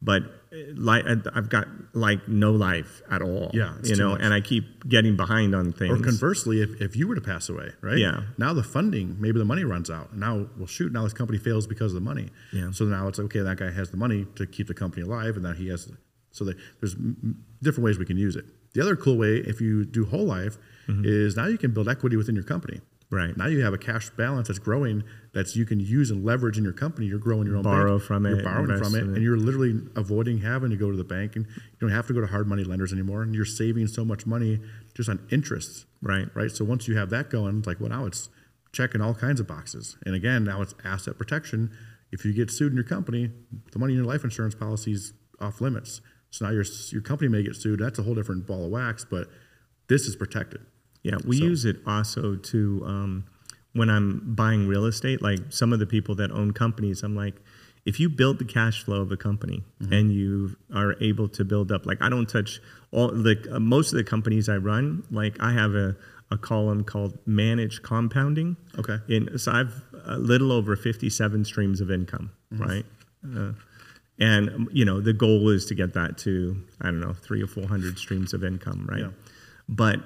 but eh, like I've got like no life at all.
Yeah, it's
you
too
know,
much.
and I keep getting behind on things.
Or conversely, if, if you were to pass away, right?
Yeah.
Now the funding, maybe the money runs out. Now, well, shoot, now this company fails because of the money.
Yeah.
So now it's okay, that guy has the money to keep the company alive, and now he has. So that there's m- m- different ways we can use it. The other cool way, if you do whole life, is now you can build equity within your company.
Mm-hmm. Right.
Now you have a cash balance that's growing that's you can use and leverage in your company. You're growing your own
Borrow
bank.
from
You're
it,
borrowing
invest
from it,
in it.
and you're literally avoiding having to go to the bank and you don't have to go to hard money lenders anymore. And you're saving so much money just on interest.
Right.
Right. So once you have that going, it's like well now it's checking all kinds of boxes. And again, now it's asset protection. If you get sued in your company, the money in your life insurance policy is off limits. So now your your company may get sued. That's a whole different ball of wax, but this is protected.
Yeah, we
So-
use it also to um, when I'm buying real estate. Like some of the people that own companies, I'm like, if you build the cash flow of a company
Mm-hmm.
and you are able to build up, like I don't touch all the uh, most of the companies I run. Like I have a a column called manage compounding.
Okay.
In so I've a little over 57 streams of income,
Mm-hmm.
right? Uh, and um, you know the goal is to get that to I don't know three or four hundred streams of income, right?
Yeah.
But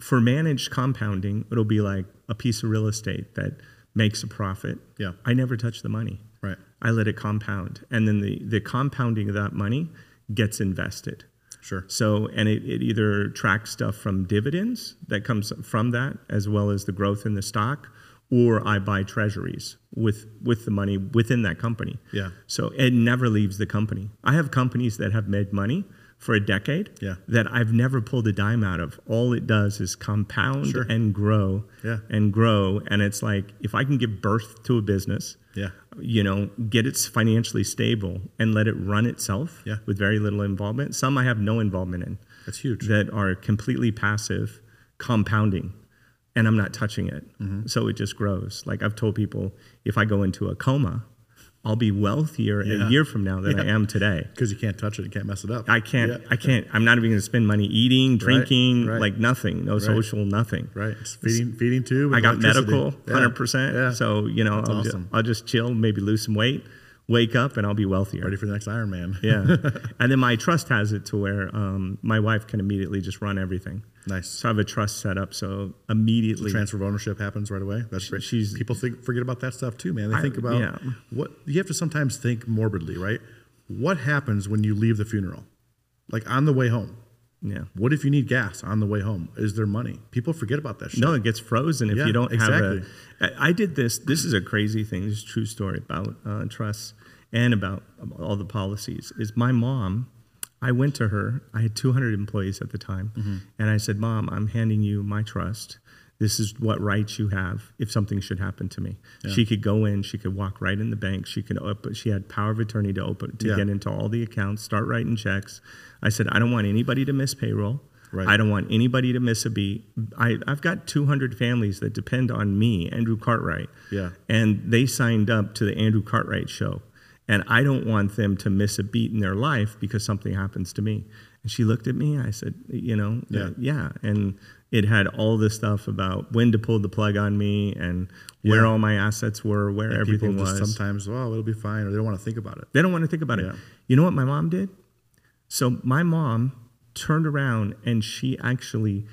for managed compounding, it'll be like a piece of real estate that makes a profit.
Yeah.
I never touch the money.
Right.
I let it compound. And then the, the compounding of that money gets invested.
Sure.
So, and it, it either tracks stuff from dividends that comes from that, as well as the growth in the stock, or I buy treasuries with, with the money within that company.
Yeah.
So it never leaves the company. I have companies that have made money for a decade
Yeah.
that I've never pulled a dime out of. All it does is compound
Sure.
and grow
Yeah.
and grow. And it's like if I can give birth to a business,
Yeah.
you know, get it financially stable and let it run itself
Yeah.
with very little involvement. Some I have no involvement in
That's huge.
that are completely passive, compounding, and I'm not touching it.
Mm-hmm.
So it just grows. Like I've told people, if I go into a coma, I'll be wealthier
Yeah.
a year from now than I am today.
Because you can't touch it, you can't mess it up.
I can't.
Yeah.
I can't. I'm not even going to spend money eating, drinking,
right.
like nothing. No social, nothing.
Right. It's feeding feeding tube.
I
and
got
electricity.
medical,
Yeah.
hundred percent. So you know, I'll, ju-
awesome.
I'll just chill, maybe lose some weight, wake up, and I'll be wealthier.
Ready for the next Iron Man.
yeah. And then my trust has it to where um, my wife can immediately just run everything.
Nice.
So I have a trust set up. So immediately,
Transfer of ownership happens right away. That's great.
she's-
People think forget about that stuff too, man. They
I-
think about
yeah.
what you have to sometimes think morbidly, right? What happens when you leave the funeral? Like on the way home.
yeah.
What if you need gas on the way home? Is there money? People forget about that shit.
No, it gets frozen if
Yeah,
you don't
exactly.
have a. I I did this. This is a crazy thing. This is a true story about uh, trusts and about all the policies. Is my mom? I went to her. I had 200 employees at the time,
Mm-hmm.
and I said, "Mom, I'm handing you my trust. This is what rights you have if something should happen to me." She could go in. She could walk right in the bank. She could open. She had power of attorney to open to
Yeah.
get into all the accounts, start writing checks. I said, "I don't want anybody to miss payroll.
Right.
I don't." I don't want anybody to miss a beat. I, I've got 200 families that depend on me, Andrew Cartwright.
Yeah.
And they signed up to the Andrew Cartwright show. And I don't want them to miss a beat in their life because something happens to me. And she looked at me. I said, you know,
Yeah.
uh, yeah. And it had all this stuff about when to pull the plug on me and where all my assets were, where
People
everything
just
was.
sometimes, oh, it'll be fine, or they don't want to think about it.
They don't want to think about
Yeah.
it. You know what my mom did? So my mom turned around and she actually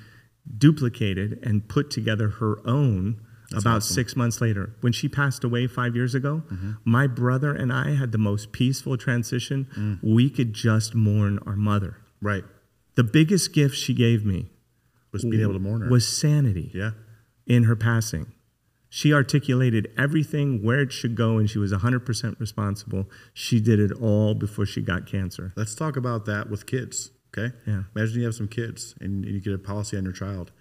duplicated and put together her own about six months later. When she passed away five years ago,
Mm-hmm.
my brother and I had the most peaceful transition.
Mm.
We could just mourn our mother.
Right.
The biggest gift she gave me
Was being able to mourn her.
was sanity
yeah.
in her passing. She articulated everything where it should go, and she was 100% responsible. She did it all before she got cancer.
Let's talk about that with kids. Okay.
Yeah.
Imagine you have some kids and you get a policy on your child.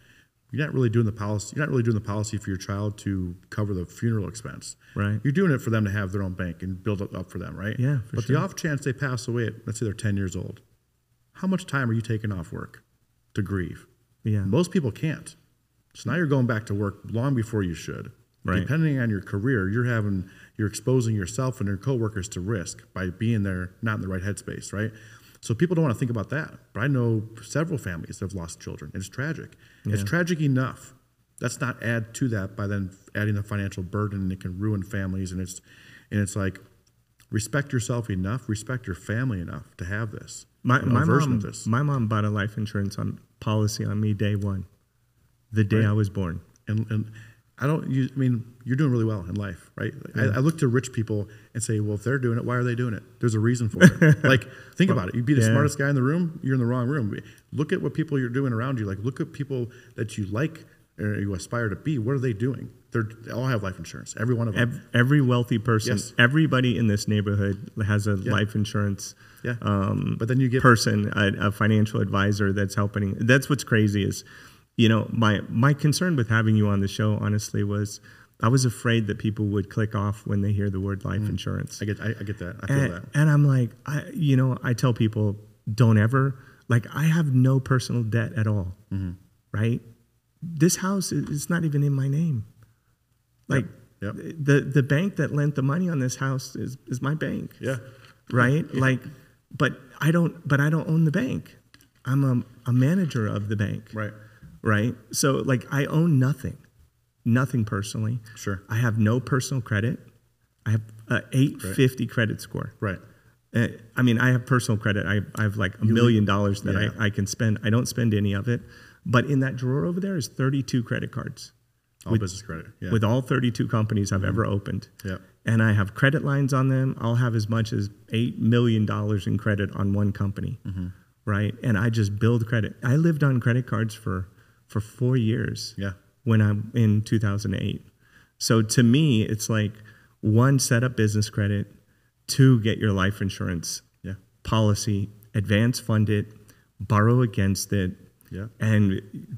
You're not really doing the policy. You're not really doing the policy for your child to cover the funeral expense.
Right.
You're doing it for them to have their own bank and build it up for them, right?
Yeah, for
but
sure.
the off chance they pass away at let's say they're 10 years old, how much time are you taking off work to grieve?
Yeah.
Most people can't. So now you're going back to work long before you should.
Right.
Depending on your career, you're having you're exposing yourself and your coworkers to risk by being there not in the right headspace, right? So people don't want to think about that. But I know several families that have lost children. It's tragic. It's tragic enough. Let's not add to that by then adding the financial burden and it can ruin families and it's and it's like respect yourself enough, respect your family enough to have this.
My,
a
my,
version
mom,
of this.
my mom bought a life insurance on, policy on me day one, the day I was born.
and, and I don't. You, I mean, you're doing really well in life, right? Like, I, I look to rich people and say, well, if they're doing it, why are they doing it? There's a reason for it. like, think about it. You'd be the
yeah.
smartest guy in the room. You're in the wrong room. Look at what people you're doing around you. Like, look at people that you like or you aspire to be. What are they doing? They're, they all have life insurance. Every one of them.
Ev- every wealthy person,
Yes.
everybody in this neighborhood has a life insurance
yeah.
um,
but then you get
person, a, a financial advisor that's helping. That's what's crazy is, you know, my my concern with having you on the show, honestly, was I was afraid that people would click off when they hear the word life insurance.
I get. I, I get that. I feel
and,
that.
and I'm like, I, you know, I tell people, don't ever, like, I have no personal debt at all, right?
Mm-hmm.
This house is it's not even in my name. Like,
Yep.
the the bank that lent the money on this house is is my bank.
Yeah.
Right. Like, but I don't, but I don't own the bank. I'm a, a manager of the bank
Right.
right? So like I own nothing, nothing personally.
Sure.
I have no personal credit. I have a 850 credit score.
Right.
Uh, I mean, I have personal credit. I, I have like a million dollars that
Yeah.
I, I can spend. I don't spend any of it. But in that drawer over there is 32 credit cards
All business credit. Yeah. Mm-hmm.
with all 32 companies I've ever opened.
Yep.
And I have credit lines on them. I'll have as much as $8 million in credit on one company,
Mm-hmm.
right? And I just build credit. I lived on credit cards for, for four years
Yeah.
when I'm in 2008. So to me, it's like one, set up business credit, two, get your life insurance
Yeah.
policy, advance fund it, borrow against it,
Yeah.
and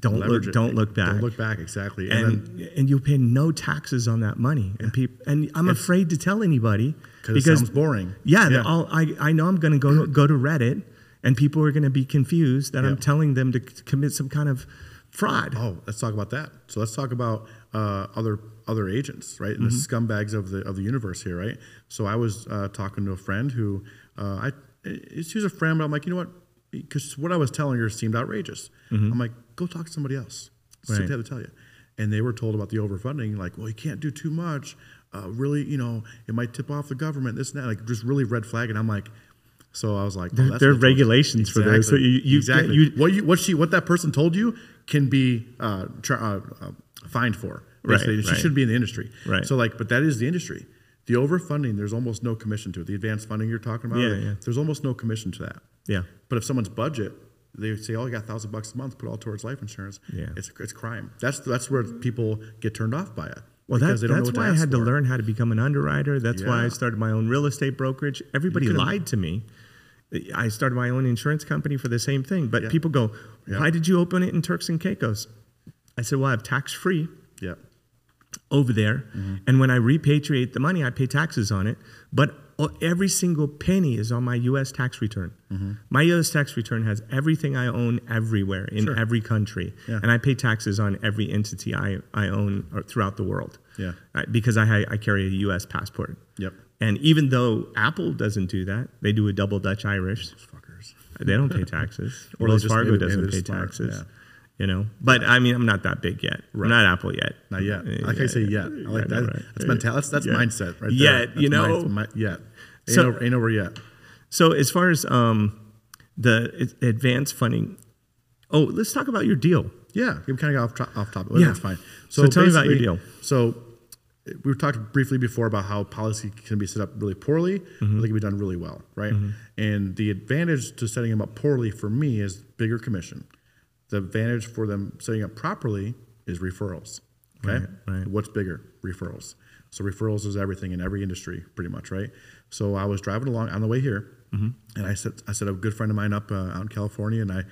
don't
Leverage
look,
it.
don't look back
Don't look back. Exactly. And, then
and and you pay no taxes on that money. And people and I'm afraid to tell anybody
because it sounds boring.
yeah,
Yeah.
I'll, I I know I'm going to go go to Reddit, and people are going to be confused that I'm
Yeah.
telling them to c- commit some kind of fraud.
Oh, let's talk about that. So let's talk about uh, other other agents, right?
Mm-hmm.
And the scumbags of the of the universe here, right? So I was uh, talking to a friend who uh, I she was a friend, but I'm like, you know what? Because what I was telling her seemed outrageous. I'm like, go talk to somebody else.
Mm-hmm.
See
Right.
what they have to tell you. And they were told about the overfunding, like, well, you can't do too much. Uh, really, you know, it might tip off the government. This and that, like, just really red flag. And I'm like, so I was like, well, that's
there are
what they told us.
regulations for those. So you- you-
exactly.
you-
what you what she what that person told you can be uh, tra- uh, uh, fined for.
Right,
Basically, she
right.
should be in the industry.
Right.
So like, but that is the industry. The overfunding, there's almost no commission to it. The advanced funding you're talking about,
Yeah, yeah.
there's almost no commission to that.
Yeah.
But if someone's budget, they say, "Oh, I got a thousand bucks a month, put it all towards life insurance."
Yeah.
It's it's crime. That's that's where people get turned off by it.
Well, that,
because they don't
that's
know what
why
to
I
ask
had to
for.
learn how to become an underwriter. That's why I
Yeah.
started my own real estate brokerage. Everybody lied to me. I started my own insurance company for the same thing. But people go,
Yeah.
"Why did you open it in Turks and Caicos?" I said, "Well, I have tax free."
Yeah.
over there.
Mm-hmm.
And when I repatriate the money, I pay taxes on it. But o- every single penny is on my US tax return.
Mm-hmm.
My US tax return has everything I own everywhere in every country.
Yeah.
And I pay taxes on every entity I, I own or- throughout the world.
Yeah.
Uh, because I, ha- I carry a US passport.
Yep.
And even though Apple doesn't do that, they do a double Dutch Irish.
Fuckers.
They don't pay taxes.
Or
Wells
they just-
Fargo
maybe- maybe
doesn't
they're
pay
smart,
taxes.
yeah.
You know, but I mean, I'm not that big yet. I'm not Apple yet.
Not yet.
Uh,
Like I say, yet. I like
know,
that.
right?
That's mental. That's that's
Yeah.
mindset, right?
Yet,
there.
you
That's
know?
mi- mi- yet. Ain't,
So-
over, ain't over yet.
So as far as um, the ad- advanced funding, oh, let's talk about your deal.
Yeah, we kind of got off, to- off topic.
Yeah.
that's fine.
So tell me about your
basically-
deal.
So we've talked briefly before about how policy can be set up really poorly,
Mm-hmm.
or they can be done really well, right? And the advantage to setting them up poorly for me is bigger commission. The advantage for them setting up properly is referrals. Okay,
Right, right.
what's bigger? Referrals. So referrals is everything in every industry, pretty much, right? So I was driving along on the way here,
Mm-hmm.
and I set I set a good friend of mine up uh, out in California, and I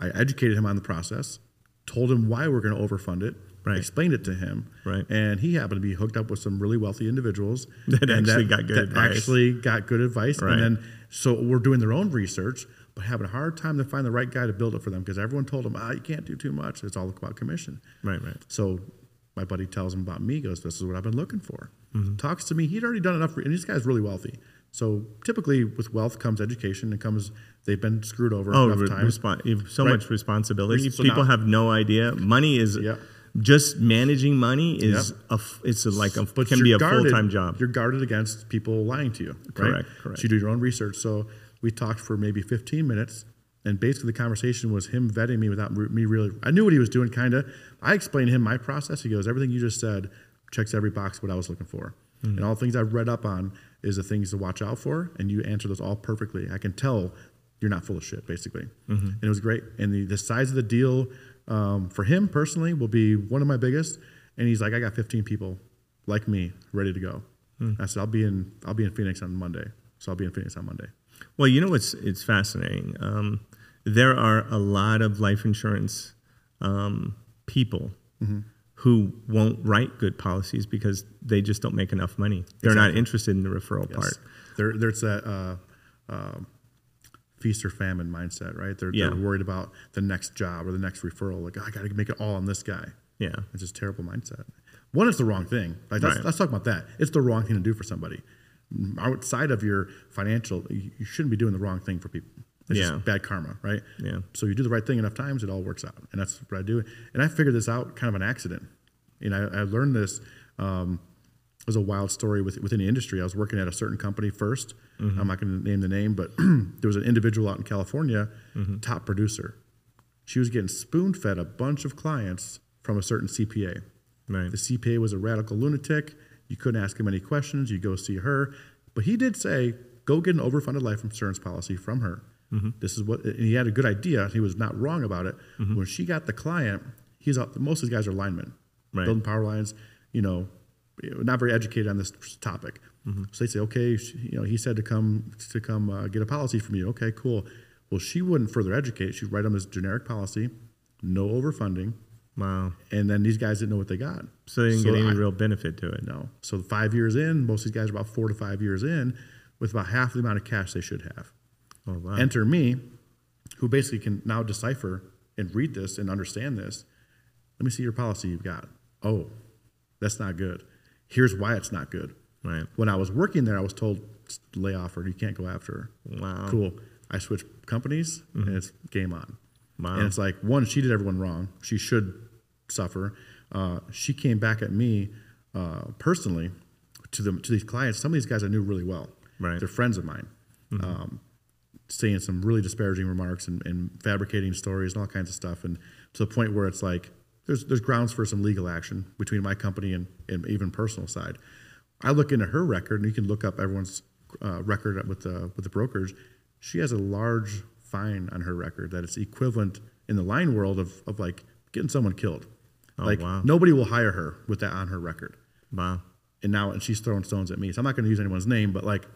I educated him on the process, told him why we're going to overfund it,
Right.
explained it to him,
Right.
and he happened to be hooked up with some really wealthy individuals
That
and
actually got good
that
advice.
Actually got good advice,
Right.
and then so we're doing their own research. But having a hard time to find the right guy to build it for them because everyone told them, ah, you can't do too much. It's all about commission.
Right, right.
So my buddy tells him about me, goes, This is what I've been looking for.
Mm-hmm.
Talks to me. He'd already done enough, re- and this guy's really wealthy. So typically with wealth comes education and comes, they've been screwed over
Oh,
enough
re-
times.
respon- you have so
Right.
much responsibility.
Res- so
People
now-
have no idea. Money is
Yeah.
just managing money is
Yeah.
a f- it's a, like a
but
can
you're
be a full
guarded-
time job.
You're guarded against people lying to you. Right?
Correct, correct.
So you do your own research. So we talked for maybe 15 minutes And basically, the conversation was him vetting me without re- me really. I knew what he was doing, kind of. I explained to him my process. He goes, "Everything you just said checks every box what I was looking for,
Hmm.
and all the things I've read up on is the things to watch out for." And you answer those all perfectly. I can tell you're not full of shit, basically.
Mm-hmm.
And it was great. And the, the size of the deal um, for him personally will be one of my biggest. And he's like, "I got 15 people like me ready to go." I said, "I'll be in. I'll be in Phoenix on Monday. So I'll be in Phoenix on Monday."
Well, you know what's it's fascinating. Um, there are a lot of life insurance um, people
Mm-hmm.
who won't write good policies because they just don't make enough money. They're not interested in the referral part.
There, there's that uh, uh, feast or famine mindset, right? They're,
Yeah.
they're worried about the next job or the next referral. Like, "Oh, I got to make it all on this guy.
Yeah.
It's just terrible mindset. One, it's the wrong thing. Like, that's,
Right.
let's talk about that. It's the wrong thing to do for somebody. Outside of your financial, you you shouldn't be doing the wrong thing for people. It's
Yeah.
just bad karma, right?
Yeah.
So you do the right thing enough times, it all works out, and that's what I do. And I figured this out kind of an accident. You know, I, I learned this. Um, it was a wild story with, within the industry. I was working at a certain company 1st i I'm not going to name the name, but there was an individual out in California, top producer. She was getting spoon fed a bunch of clients from a certain CPA.
Right.
The CPA was a radical lunatic. You couldn't ask him any questions. You go see her. But he did say, go get an overfunded life insurance policy from her. This is what, and he had a good idea. He was not wrong about it. When she got the client, he's out, most of these guys are linemen,
Right.
building power lines, you know, not very educated on this topic. So they say, okay, she, you know, he said to come to come uh, get a policy from you. Okay, cool. Well, she wouldn't further educate. She'd write him this generic policy, no overfunding,
Wow.
and then these guys didn't know what they got.
So they didn't get any
I-
real benefit to it.
no. So five years in, most of these guys are about four to five years in, with about half the amount of cash they should have.
Oh, wow.
Enter me, who basically can now decipher and read this and understand this. Let me see your policy you've got. Oh, that's not good. Here's why it's not good.
Right.
When I was working there, I was told lay off her. You can't go after her.
Wow. Mm-hmm.
Cool. I switched companies, and it's game on.
Wow.
And it's like one, she did everyone wrong. She should suffer. Uh, she came back at me uh, personally to the to these clients. Some of these guys I knew really well.
Right. Mm-hmm.
They're friends of mine. Um, saying some really disparaging remarks and, and fabricating stories and all kinds of stuff, and to the point where it's like there's there's grounds for some legal action between my company and, and even personal side. I look into her record, and you can look up everyone's uh, record with the with the brokers. She has a large fine on her record that it's equivalent in the line world of of like getting someone killed. like
Oh, wow.
nobody will hire her with that on her record
Wow.
and now and she's throwing stones at me. So I'm not going to use anyone's name, but like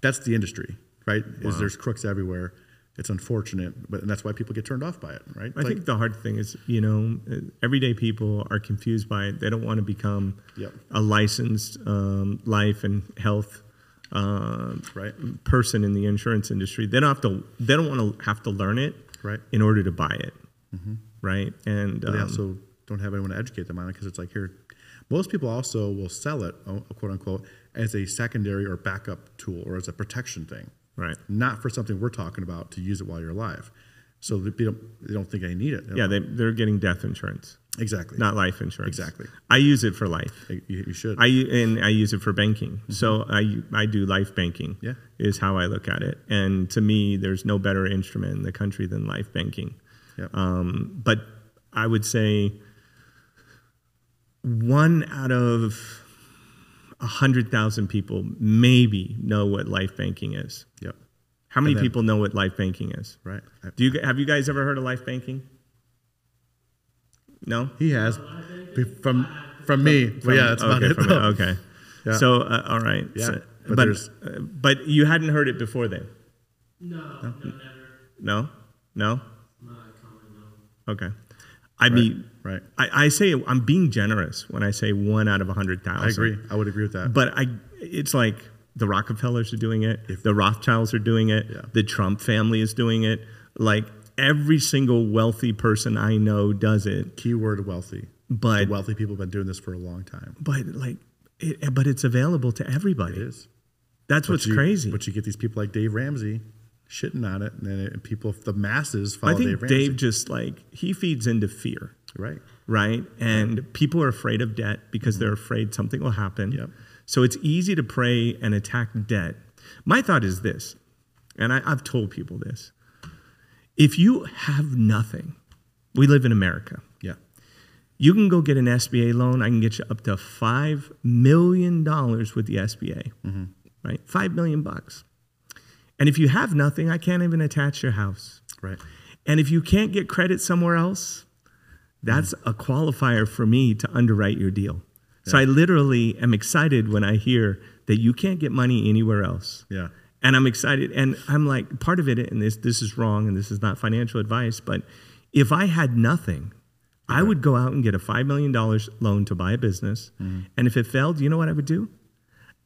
that's the industry, right? Is there's crooks everywhere. It's unfortunate, but and that's why people get turned off by it, right?
I think the hard thing is, you know, uh, everyday people are confused by it. They don't want to become
Yep.
a licensed um, life and health uh,
Right.
person in the insurance industry. They don't have to. They don't want to have to learn it
Right. Mm-hmm.
in order to buy it, right? And
they
um,
also don't have anyone to educate them on it because it's like here, most people also will sell it, oh, quote unquote, as a secondary or backup tool or as a protection thing,
right.
not for something we're talking about to use it while you're alive. So they don't, they don't think they need it.
Yeah, they, they're getting death insurance,
exactly.
not life insurance.
Exactly.
I use it for life.
you, you should.
I and I use it for banking. So I I do life banking.
Mm-hmm. Yeah.
is how I look at it. And to me, there's no better instrument in the country than life banking.
Yep.
Um, but I would say one out of a hundred thousand people maybe know what life banking is.
yep.
How many
And then-
people know what life banking is?
Right. I-
Do you g- have you guys ever heard of life banking? No.
He has Be- from from me. but yeah, that's
okay,
about it.
from
though.
okay.
Yeah.
So uh, all right.
Yeah,
So- but
but there's-
uh, but you hadn't heard it before then.
No, no, never.
No, no.
Not a common no.
Okay. I mean,
right.
I, I say I'm being generous when I say one out of a hundred thousand.
I agree. I would agree with that.
But I, it's like the Rockefellers are doing it, the Rothschilds are doing it,
Yeah.
the Trump family is doing it. Like every single wealthy person I know does it,
Keyword wealthy. The
but
wealthy people have been doing this for a long time.
but like, it, but it's available to
It
everybody.
is.
That's
But
what's
you-
crazy.
But you get these people like Dave Ramsey shitting on it, and then it, people, the masses, follow
I think
Dave
Dave,
Ramsey.
just like he feeds into fear,
right.
right? And people are afraid of debt because they're afraid something will happen.
Yep.
So it's easy to pray and attack debt. My thought is this, and I, I've told people this If you have nothing, we live in America.
Yeah.
You can go get an SBA loan. I can get you up to five million dollars with the SBA, right? Five million bucks. And if you have nothing, I can't even attach your house.
Right.
And if you can't get credit somewhere else, that's a qualifier for me to underwrite your deal. So I literally am excited when I hear that you can't get money anywhere else.
Yeah.
And I'm excited. And I'm like, part of it, and this, this is wrong and this is not financial advice, but if I had nothing, I would go out and get a $5 million loan to buy a business. And if it failed, you know what I would do?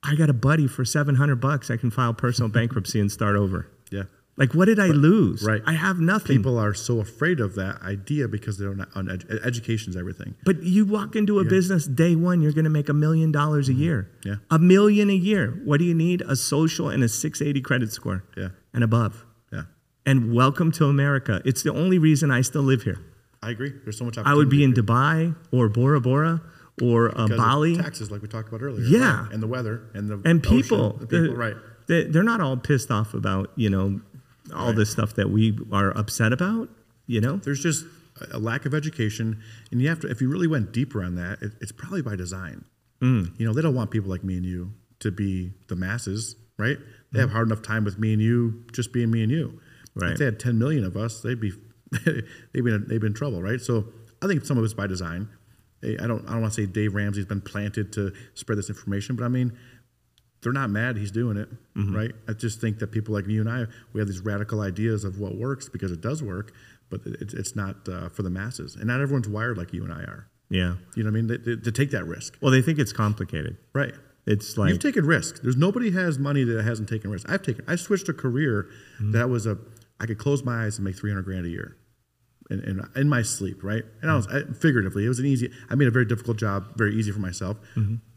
I got a buddy for 700 bucks. I can file personal bankruptcy and start over.
Yeah.
Like, what did I lose?
right.
I have nothing.
People are so afraid of that idea because they're not on ed- education's everything.
But you walk into a business day one, you're going to make a million dollars a year.
Mm-hmm. Yeah.
A million a year. What do you need? A social and a 680 credit score.
Yeah.
And above.
Yeah.
And welcome to America. It's the only reason I still live here.
I agree. There's so much
I
opportunity.
would be in
here
Dubai or Bora Bora or uh,
because of
Bali.
Taxes, like we talked about earlier.
Yeah.
right? And the weather and the
and
ocean,
people, uh,
the people,
the-
right?
They, they're not all pissed off about, you know, all
Right.
this stuff that we are upset about, you know?
There's just a a lack of education, and you have to. If you really went deeper on that, it, it's probably by design. You know, they don't want people like me and you to be the masses, right? They have hard enough time with me and you just being me and you.
Right.
If they had 10 million of us, they'd be they'd be in, they'd be in trouble, right? So I think some of it's by design. They- I don't I don't want to say Dave Ramsey's been planted to spread this information, but I mean, they're not mad he's doing it, right? I just think that people like you and I, we have these radical ideas of what works because it does work, but it, it's not uh, for the masses. And not everyone's wired like you and I are.
Yeah.
You know what I mean? They, they, to take that risk,
Well, they think it's complicated.
right?
It's like,
You've taken risks. There's nobody has money that hasn't taken risks. I've taken. I switched a career that was a. I could close my eyes and make 300 grand a year, in in, in my sleep, right? And I was I, figuratively. It was an easy. I made a very difficult job very easy for myself,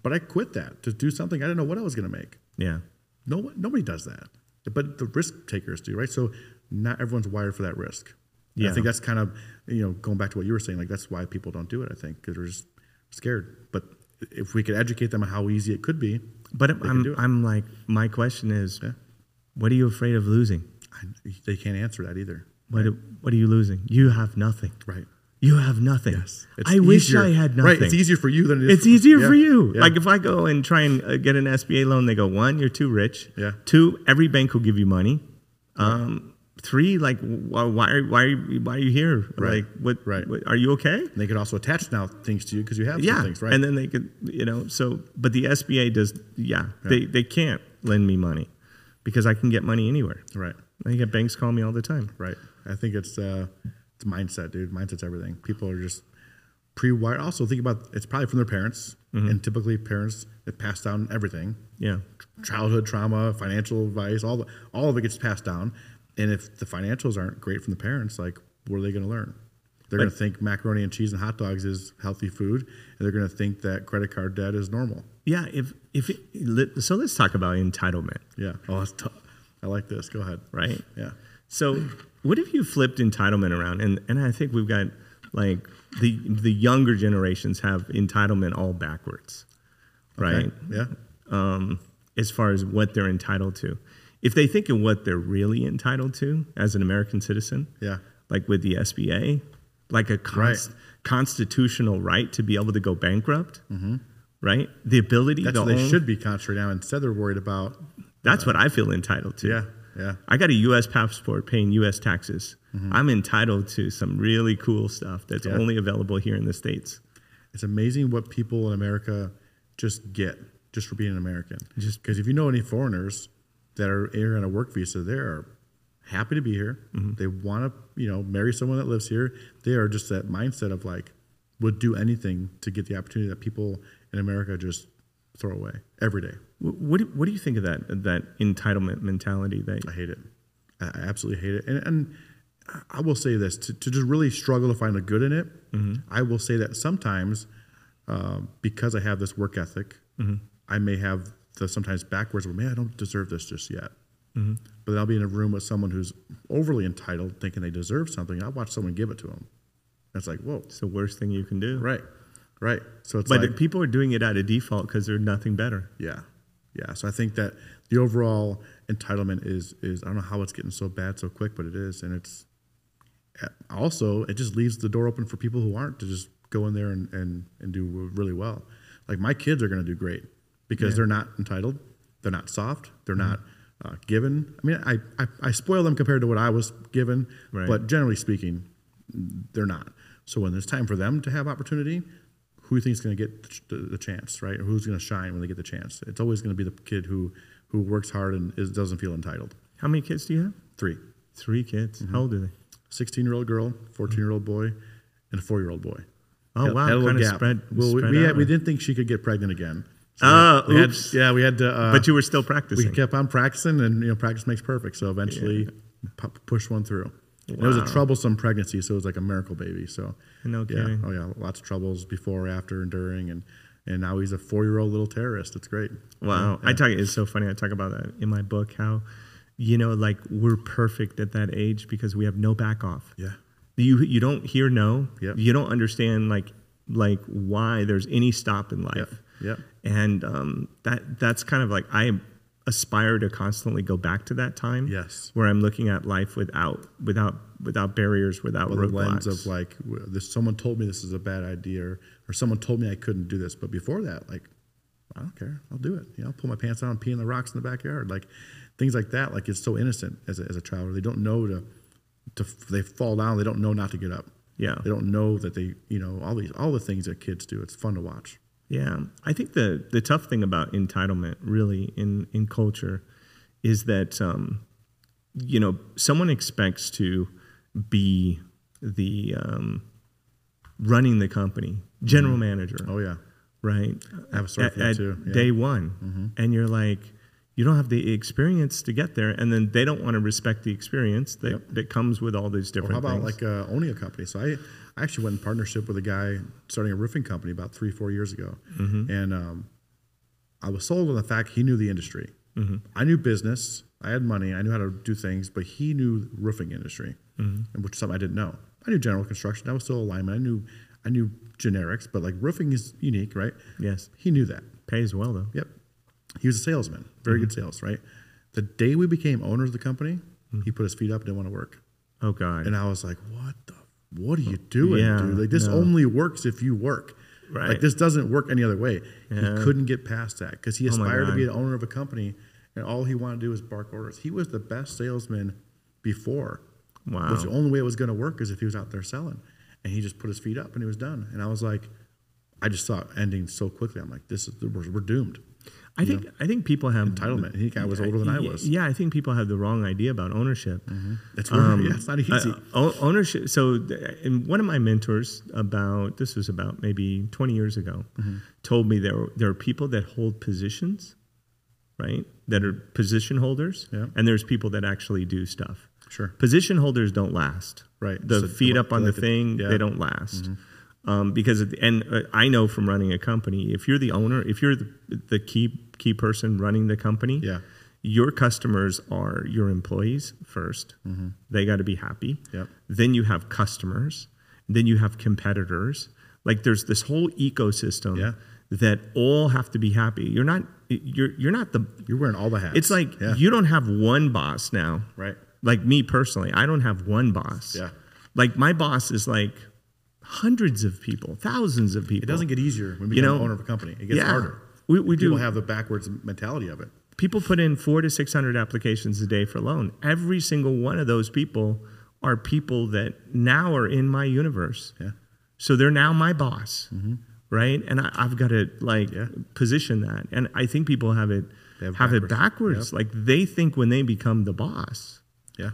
but I quit that to do something I didn't know what I was going to make.
yeah.
No, one- nobody does that, but the risk takers do, right? So not everyone's wired for that risk. Yeah. I
Yeah.
think that's kind of you know going back to what you were saying, like that's why people don't do it. I think because they're just scared. But if we could educate them on how easy it could be,
But I'm,
can do
I'm,
it.
I'm like, my question is,
Yeah.
what are you afraid of losing?
I, they can't answer that either.
What, what are you losing? You have nothing.
Right.
You have nothing.
Yes. It's
I wish I
easier-
had nothing.
Right. It's easier for you than it is.
It's easier
yeah,
for you.
yeah.
Like if I go and try and uh, get an SBA loan, they go one, you're too rich.
Yeah.
Two, every bank will give you money. Um, three, like why, why, are- why, are you- why are you here?
Right.
Like what,
Right.
what? Are you okay?
And they can also attach now things to you because you have
yeah.
some things, right?
And then they could, you know, so, but the SBA does, yeah, They, they can't lend me money because I can get money anywhere.
right.
I get banks call me all the time.
Right. I think it's uh, it's mindset, dude. Mindset's everything. People are just pre-wired. Also, think about it's probably from their parents,
Mm-hmm.
and typically parents that pass down everything,
Yeah.
childhood trauma, financial advice, all the, all of it gets passed down. And if the financials aren't great from the parents, like what are they going to learn? They're going to think macaroni and cheese and hot dogs is healthy food, and they're going to think that credit card debt is normal.
Yeah. If, if, it, let- so let's talk about entitlement,
Yeah. Oh, that's tough. I like this. Go ahead.
right?
Yeah.
So, what if you flipped entitlement around? And and I think we've got like the the younger generations have entitlement all backwards, right?
Yeah.
Um, as far as what they're entitled to, if they think of what they're really entitled to as an American citizen,
Yeah.
like with the SBA, like a const-
Right.
constitutional right to be able to go bankrupt, right? The ability
Mm-hmm. That's
to
what they
own-
should be contrary now. Instead, they're worried about.
That's what I feel entitled to.
Yeah. Yeah. Mm-hmm.
I got a U.S. passport paying U.S. taxes. I'm entitled to some really cool stuff that's
Yeah.
only available here in the States.
It's amazing what people in America just get just for being an American.
Just-
because if you know any foreigners that are here on a work visa, they are happy to be here. They want to, you know, marry someone that lives here. They are just that mindset of like would do anything to get the opportunity that people in America just throw away every day.
Wh- What do, what do you think of that that entitlement mentality? That
I hate it. I I absolutely hate it. And, and I- I will say this to, to just really struggle to find the good in it. I will say that sometimes um, because I have this work ethic, I may have the sometimes backwards where, man, I don't deserve this just yet. But then I'll be in a room with someone who's overly entitled, thinking they deserve something. I watch someone give it to them. That's like, whoa,
it's the worst thing you can do.
right, right. So it's
But
like,
people are doing it out of default because there's nothing better.
yeah, yeah. So I think that the overall entitlement is is I don't know how it's getting so bad so quick, but it is, and it's uh, also it just leaves the door open for people who aren't to just go in there and, and, and do really well. Like my kids are going to do great because they're not entitled, they're not soft, they're not uh, given. I mean, I, I, I spoil them compared to what I was given,
Right.
but generally speaking, they're not. So when there's time for them to have opportunity, who you think is going to get the, ch- the, the chance, right? Or who's going to shine when they get the chance? It's always going to be the kid who who works hard and is, doesn't feel entitled.
How many kids do you have?
Three.
Three kids.
Mm-hmm.
How old are they?
16 year old girl, 14 year old boy, and a four year old boy.
Oh, wow,
little
kinda
gap.
spread-
Well, we,
spread
we,
out,
had, we
huh?
didn't think she could get pregnant again. So
Ah,
we had-
oops.
yeah, we had to. Uh,
But you were still
we
practicing.
kept on practicing, and you know, practice makes perfect. So eventually, pu- push one through. And It was a
Wow.
troublesome pregnancy, so it was like a miracle baby. So
No
yeah,
kidding.
oh yeah, lots of troubles before, after, and during, and and now he's a four year old little terrorist. It's great.
Wow. I talk, it's so funny. I talk about that in my book how, you know, like we're perfect at that age because we have no back off.
Yeah.
You, you don't hear no.
Yep.
You don't understand like like why there's any stop in life.
Yep.
And um, that that's kind of like I aspire to constantly go back to that time.
Yes.
Where I'm looking at life without without without barriers, without
With the
roadblocks.
lens of like, w- this someone told me this is a bad idea, or, or someone told me I couldn't do this. But before that, like, I don't care. I'll do it. You know, I'll pull my pants down and pee in the rocks in the backyard. Like things like that. Like it's so innocent as a, as a child. They don't know to, to f- they fall down. They don't know not to get up.
Yeah.
They don't know that they, you know, all these, all the things that kids do. It's fun to watch.
Yeah, I think the the tough thing about entitlement, really, in in culture, is that um, you know someone expects to be the um, running the company, general manager,
Oh yeah.
right?
I have a story
at,
for that
at
too, yeah. Mm-hmm.
Day one, and you're like, you don't have the experience to get there, and then they don't want to respect the experience that, that comes with all these different.
How about
things.
like uh, owning a company? So I, I actually went in partnership with a guy starting a roofing company about three, four years ago,
Mm-hmm.
and um, I was sold on the fact he knew the industry.
Mm-hmm.
I knew business. I had money. I knew how to do things, but he knew the roofing industry,
Mm-hmm.
and which is something I didn't know. I knew general construction. I was still alignment. I knew, I knew generics, but like roofing is unique, right?
Yes.
He knew that.
pays well though?
Yep. He was a salesman, very
Mm-hmm.
good sales, right? The day we became owners of the company,
Mm-hmm.
he put his feet up and didn't want to work.
Oh God,
And I was like, what the, what are you doing,
Yeah,
dude? Like, this
no.
only works if you work.
Right.
Like, this doesn't work any other way.
Yeah.
He couldn't get past that because he
Oh my
aspired to
God.
be an owner of a company and all he wanted to do was bark orders. He was the best salesman before.
Wow.
Which the only way it was going to work is if he was out there selling. And he just put his feet up and he was done. And I was like, I just saw it ending so quickly. I'm like, this is, we're, we're doomed.
I think I think people have
Entitlement. He guy was older than I
Y-
was.
Yeah, I think people have the wrong idea about ownership.
It's, yeah, it's not easy.
Uh, o- ownership. So, th- and one of my mentors about this was about maybe 20 years ago,
Mm-hmm.
told me there there are people that hold positions, right? That are position holders,
Yeah.
and there's people that actually do stuff.
Sure.
Position holders don't last.
Right.
The
So
feet
the-
up on the
like the-
thing,
yeah. Mm-hmm.
they don't last. Um, because at the, and uh, I know from running a company, if you're the owner, if you're the, the key key person running the company,
Yeah.
your customers are your employees 1st They got to be happy.
Mm-hmm. Yep.
Then you have customers. Then you have competitors. Like there's this whole ecosystem
Yeah.
that all have to be happy. You're not. You're you're not the.
You're wearing all the hats.
It's like
yeah.
you don't have one boss now.
Right.
Like me personally, I don't have one boss.
Yeah.
Like my boss is like hundreds of people, thousands of people.
It doesn't get easier when you
You
become
know,
owner of a company. It gets
yeah.
harder.
We- we
People
do.
have the backwards mentality of it.
people put in four to 600 applications a day for loan. Every single one of those people are people that now are in my universe.
Yeah.
So they're now my boss, right? And I, I've got to like
Yeah.
position that. And I think people have it
They
have,
have
it backwards. Like they think when they become the boss
Yeah.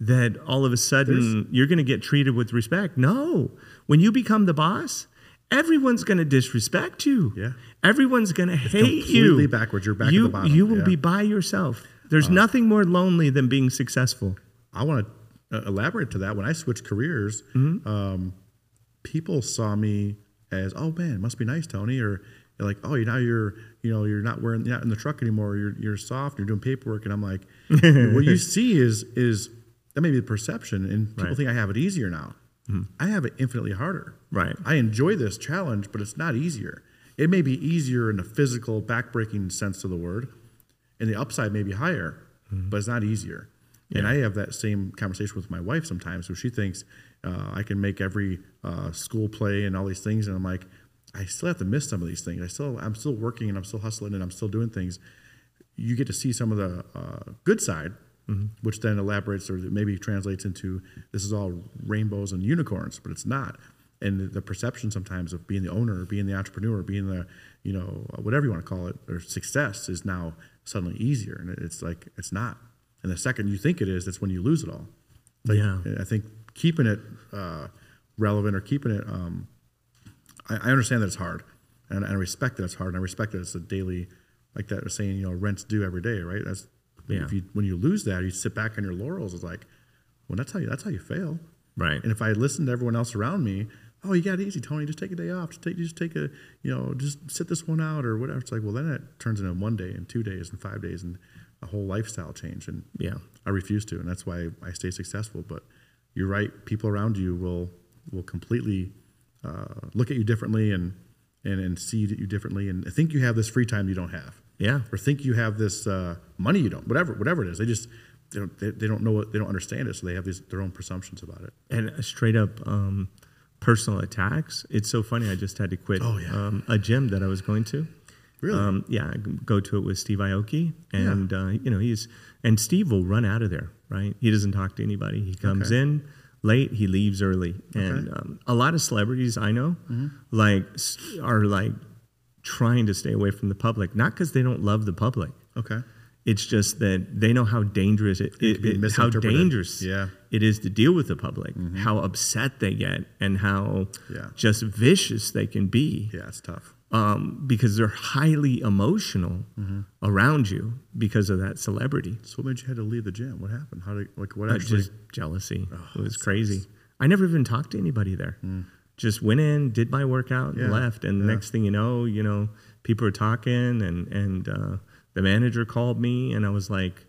that all of a sudden you're going to get treated with respect. No, when you become the boss, everyone's going to disrespect you.
Yeah.
everyone's going to hate you.
completely backwards. You're back at
you,
the bottom.
You will
Yeah. Uh-huh.
be by yourself. There's nothing more lonely than being successful.
I want to elaborate to that. When I switched careers,
Mm-hmm.
um, people saw me as, oh man, must be nice, Tony, or they're like, oh, you now you're, you know, you're not wearing, you're not in the truck anymore. You're, you're soft. You're doing paperwork, and I'm like, what you see is, is that may be the perception, and people
Right. Mm-hmm.
think I have it easier now. I have it infinitely harder.
Right.
I enjoy this challenge, but it's not easier. It may be easier in the physical backbreaking sense of the word, and the upside may be higher, but it's not easier. And
Yeah.
I have that same conversation with my wife sometimes, where she thinks uh, I can make every uh, school play and all these things, and I'm like, I still have to miss some of these things. I still, I'm still working and I'm still hustling and I'm still doing things. You get to see some of the uh, good side, which then elaborates or maybe translates into this is all rainbows and unicorns, but it's not. And the, the perception sometimes of being the owner, or being the entrepreneur, or being the you know whatever you want to call it, or success is now suddenly easier, and it- it's like it's not. And the second you think it is, that's when you lose it all. It's Like,
Yeah.
I think keeping it uh, relevant or keeping it um, I, I understand that it's hard, and, and I respect that it's hard, and I respect that it's a daily, like that saying, you know, rent's due every day, right? That's
Yeah.
if you when you lose that, you sit back on your laurels. It's like, well, that's how you that's how you fail,
Right.
And if I had listened to everyone else around me, oh, you got it easy, Tony. Just take a day off. Just take just take a you know just sit this one out or whatever. It's like, well, then that turns into one day and two days and five days and a whole lifestyle change. And
Yeah.
I refuse to, and that's why I stay successful. But you're right; people around you will will completely uh, look at you differently and and and see you differently, and think you have this free time you don't have.
Yeah.
or think you have this uh, money you don't. Whatever, whatever it is, they just they don't they, they don't know what they don't understand it, so they have these their own presumptions about it.
and uh, straight up um, personal attacks. It's so funny. I just had to quit
Oh, yeah.
um, a gym that I was going to.
Really?
Um, yeah, I go to it with Steve Ioki, and uh, you know he's and Steve will run out of there. Right? He doesn't talk to anybody. He comes
Okay.
in late. He leaves early. And um, a lot of celebrities I know
Mm-hmm.
like s- are like trying to stay away from the public, not because they don't love the public.
Okay,
It's just that they know how dangerous it, it,
be
it- how
misinterpreted.
dangerous
Yeah. Mm-hmm.
it is to deal with the public, how upset they get, and how
Yeah.
just vicious they can be
yeah, it's tough.
um, because they're highly emotional
Mm-hmm.
around you because of that celebrity.
So what made you had to leave the gym? What happened? How did like what
Uh,
actually?
just jealousy. it was
that
crazy. I never even talked to anybody there. Just went in, did my workout, and
Hmm. Yeah,
left. And the
yeah.
next thing you know, you know, people are talking, and and uh, the manager called me, and I was like,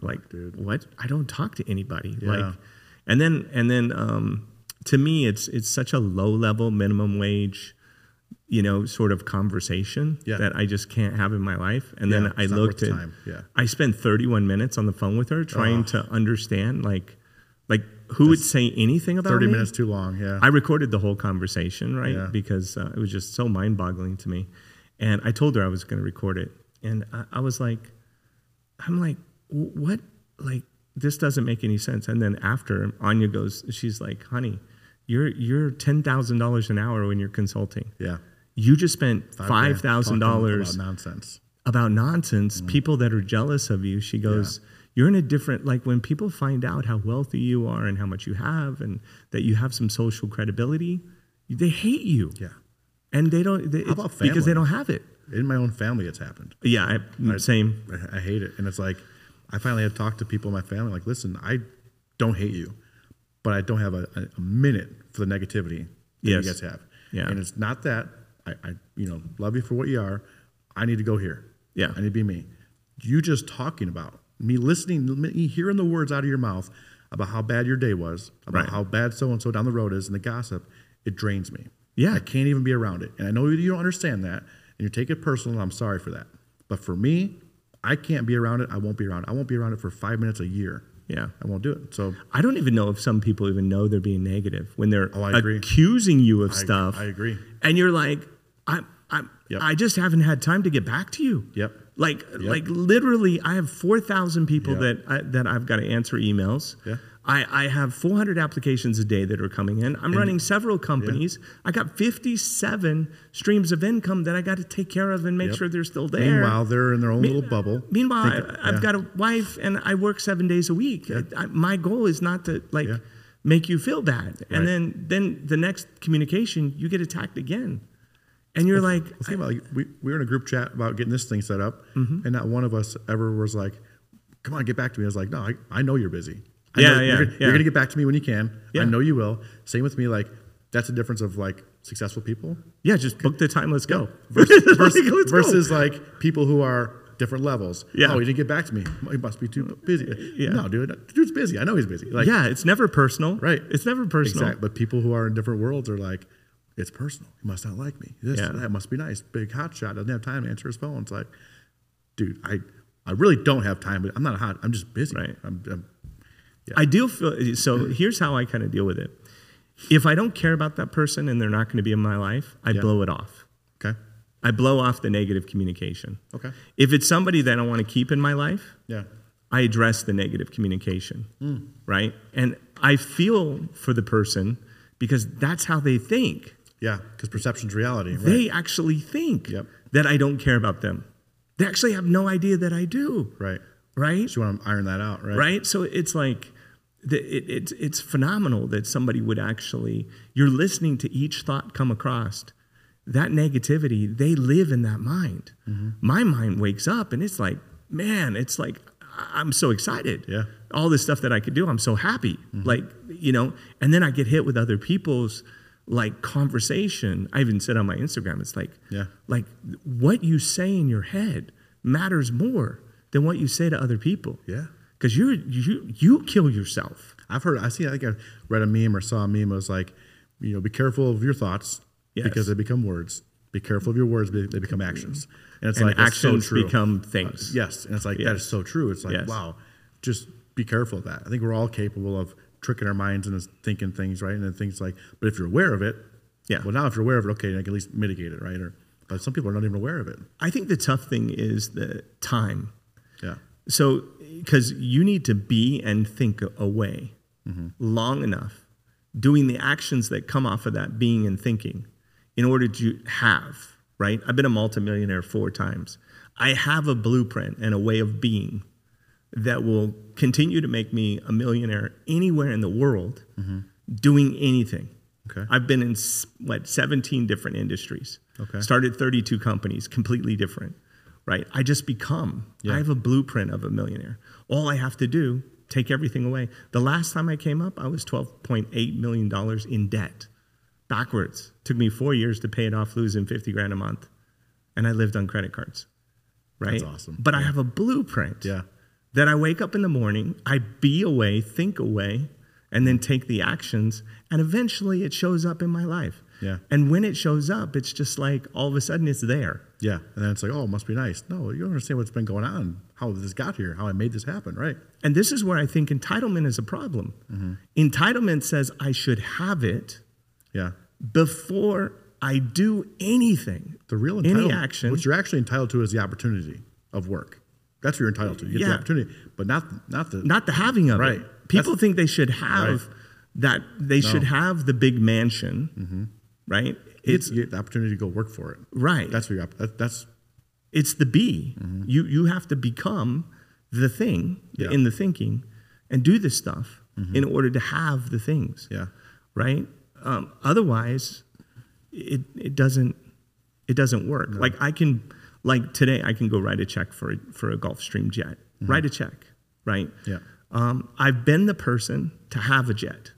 like,
dude.
what? I don't talk to anybody.
Yeah.
Like, and then and then um, to me, it's it's such a low level minimum wage. You know, sort of conversation
Yeah.
that I just can't have in my life. And
Yeah,
then I
it's not worth
looked
the
at,
time. Yeah.
I spent 31 minutes on the phone with her trying
Ugh.
to understand, like, like who would say anything about
Thirty
me?
minutes too long. Yeah,
I recorded the whole conversation, right?
Yeah.
Because uh, it was just so mind-boggling to me, and I told her I was going to record it, and I, I was like, I'm like, "W- what? Like this doesn't make any sense. And then after Anya goes, she's like, honey, you're you're ten thousand dollars an hour when you're consulting.
yeah.
You just spent
grand
five thousand
talking
dollars
about nonsense.
about
Mm.
nonsense, people that are jealous of you, she goes, You're in a different, like when people find out how wealthy you are and how much you have and that you have some social credibility, they hate you.
Yeah.
And they don't, they,
about
it's because
family?
they don't have it.
In my own family, it's happened.
Yeah, I, same.
I- I hate it. And it's like, I finally have talked to people in my family, like, listen, I don't hate you, but I don't have a, a- a minute for the negativity that
Yes.
you guys have.
Yeah.
And it's not that I, I, you know, love you for what you are. I need to go here.
Yeah.
I need to be me. You just talking about me listening, me hearing the words out of your mouth about how bad your day was, about
Right.
how bad so and so down the road is, and the gossip, it drains me.
Yeah.
I can't even be around it. And I know you don't understand that, and you take it personal, and I'm sorry for that. But for me, I can't be around it. I won't be around it. I won't be around it for five minutes a year.
Yeah.
I won't do it. So
I don't even know if some people even know they're being negative when they're
Oh, I agree.
accusing you of
I-
stuff.
I agree.
And you're like, I, I,
Yep.
I just haven't had time to get back to you.
Yep.
Like, like literally, I have four thousand people
Yeah.
that I, that I've got to answer emails.
Yeah.
I, I have 400 applications a day that are coming in. I'm running several companies. I got 57 streams of income that I got to take care of and make
Yep.
sure they're still there.
meanwhile, they're in their own little bubble.
Meanwhile,
Think-
I, I've
yeah.
got a wife and I work seven days a week. I, my goal is not to like
Yeah.
make you feel bad.
Right.
And then then the next communication, you get attacked again, and you're like,
Well, think about it. Like, we, we were in a group chat about getting this thing set up,
Mm-hmm.
and not one of us ever was like, "Come on, get back to me." I was like, "No, I, I know you're busy. I
Yeah,
know,
yeah,
you're,
yeah.
You're gonna get back to me when you can. I
Yeah.
know you will." Same with me. Like that's the difference of like successful people
yeah, just book the time. Let's go.
versus
Like,
versus,
let's go.
versus, like people who are different levels.
Yeah.
Oh, he didn't get back to me. He must be too busy.
Yeah.
No, dude, dude's busy. I know he's busy. Like
yeah, it's never personal.
Right.
It's never personal.
Exact- But people who are in different worlds are like, it's personal. He must not like me. This
Yeah.
that must be nice. Big hot shot doesn't have time to answer his phone. It's like, dude, I I really don't have time. But I'm not hot. I'm just busy.
Right.
I'm, I'm
I do feel so. Here's how I kind of deal with it. If I don't care about that person and they're not going to be in my life, I
Yeah.
blow it off.
Okay.
I blow off the negative communication.
Okay.
If it's somebody that I want to keep in my life,
Yeah.
I address the negative communication,
Mm.
right? And I feel for the person because that's how they think.
Yeah. Because perception's reality, right?
They actually think
Yep.
that I don't care about them. They actually have no idea that I do,
right.
right?
So you want to iron that out, right?
right? So it's like the, it, it's it's phenomenal that somebody would actually you're listening to each thought come across. That negativity, they live in that mind.
Mm-hmm.
My mind wakes up and it's like, man, it's like I- I'm so excited.
Yeah. Mm-hmm.
All this stuff that I could do, I'm so happy. Like, you know, and then I get hit with other people's like conversation. I even said on my Instagram, it's like,
Yeah.
like what you say in your head matters more than what you say to other people.
Yeah.
Because you you you kill yourself.
I've heard, I see, I think I read a meme or saw a meme. It was like, you know, be careful of your thoughts
Yes.
because they become words. Be careful of your words, they they become actions. And it's
And
like, that's so
actions
true.
become things.
Yes. And it's like, that is so true. It's like,
Yes.
wow, just be careful of that. I think we're all capable of tricking our minds into thinking things, right? And then things like, but if you're aware of it,
Yeah.
Well, now if you're aware of it, okay, I can at least mitigate it, right? Or, but some people are not even aware of it.
I think the tough thing is the time.
Yeah.
So because you need to be and think away long enough, doing the actions that come off of that being and thinking, in order to have right. I've been a multimillionaire four times. I have a blueprint and a way of being that will continue to make me a millionaire anywhere in the world doing anything.
Okay.
I've been in s- what 17 different industries.
Okay.
Started 32 companies, completely different, right? I just become. I have a blueprint of a millionaire. All I have to do, take everything away. The last time I came up, I was 12.8 million dollars in debt. Backwards. Took me 4 years to pay it off, losing 50 grand a month. And I lived on credit cards. Right?
That's awesome.
But I have a blueprint
Yeah.
that I wake up in the morning, I be away, think away, and then take the actions, and eventually it shows up in my life.
Yeah.
And when it shows up, it's just like all of a sudden it's there.
Yeah. And then it's like, oh, it must be nice. No, you don't understand what's been going on, how this got here, how I made this happen, right?
And this is where I think entitlement is a problem.
Mm-hmm.
Entitlement says I should have it
Yeah.
before I do anything.
The real
any
entitlement,
action.
what you're actually entitled to is the opportunity of work. That's what you're entitled to. You get
Yeah.
the opportunity, but not not the
not the having of
Right.
it. People
That's-
think they should have
Right.
that. They should have the big mansion, right?
it's
It's
Mm-hmm. you get the opportunity to go work for it.
right.
That's what you're. That, that's
it's the be. You you have to become the thing
Mm-hmm. Yeah. Mm-hmm.
in the thinking, and do this stuff in order to have the things.
yeah.
Right. Um, otherwise, it it doesn't it doesn't work. Like I can like today I can go write a check for a, for a Gulfstream jet. Write a check. Right.
Mm-hmm. Yeah.
Um, I've been the person to have a jet,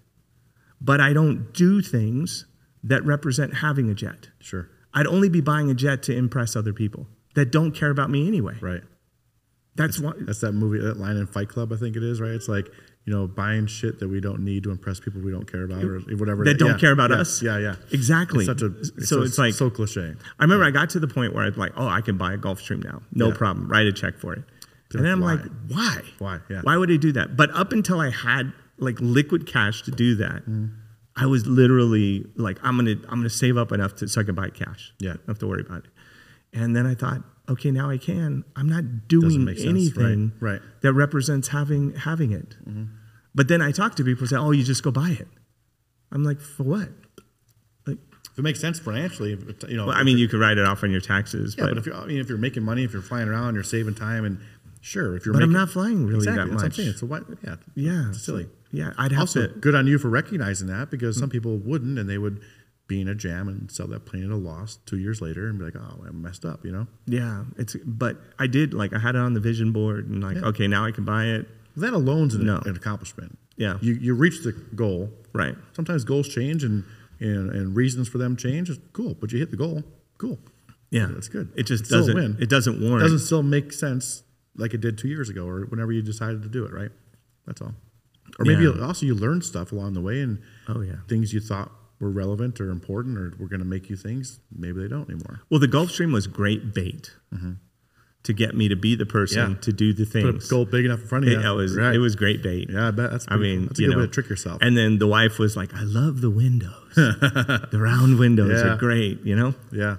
but I don't do things that represent having a jet.
Sure.
I'd only be buying a jet to impress other people that don't care about me anyway.
Right.
That's why.
That's that movie, that line in Fight Club, I think it is. Right. It's like you know buying shit that we don't need to impress people we don't care about or whatever.
That don't
yeah,
care about
yeah,
us.
Yeah. Yeah.
Exactly.
It's such a. It's so, it's like so cliche.
I remember I got to the point where I'd like, oh, I can buy a Gulfstream now, no
Yeah.
problem. Write a check for it, and then I'm
why?
like, why?
Why? Yeah.
Why would I do that? But up until I had like liquid cash to do that,
Mm-hmm.
I was literally like, I'm gonna I'm gonna save up enough to so I can buy cash.
Yeah.
I don't have to worry about it. And then I thought, okay, now I can. I'm not doing
make sense, right,
anything
right. Mm-hmm.
that represents having having it. But then I talk to people who say, oh, you just go buy it. I'm like, for what? Like,
If it makes sense financially, if it- you know.
well, I mean, you could write it off on your taxes,
yeah, but,
but
if you're, I mean, if you're making money, if you're flying around, you're saving time, and sure, if you're.
But I'm
making,
not flying really
exactly,
that
that's what I'm
much.
saying. So why? Yeah.
yeah,
It's silly.
so- Yeah, I'd have
also
to.
good on you for recognizing that because some people wouldn't and they would be in a jam and sell that plane at a loss two years later and be like oh i messed up you know
Yeah, it's. But I did like I had it on the vision board and like, okay, now I can buy it.
that alone's an,
No.
an accomplishment
Yeah.
you you reach the goal
Right.
sometimes goals change and and, and reasons for them change it's cool but you hit the goal cool
Yeah,
that's good
It just
It's still a
doesn't.
win.
It doesn't
it
warrant.
doesn't still make sense like it did two years ago or whenever you decided to do it right that's all or maybe
Yeah.
also you learn stuff along the way and
Oh, yeah.
things you thought were relevant or important or were going to make you things maybe they don't anymore
Well, the Gulfstream was great bait to get me to be the person
Mm-hmm. Yeah.
to do the
Put a
things.
goal big enough in front of
It,
you.
that was
Right.
it was great bait.
Yeah, I bet. That's
I
pretty-
mean,
that's a
you
good
know,
way to trick yourself.
And then the wife was like, "I love the windows. the round windows
Yeah.
are great." You know,
yeah.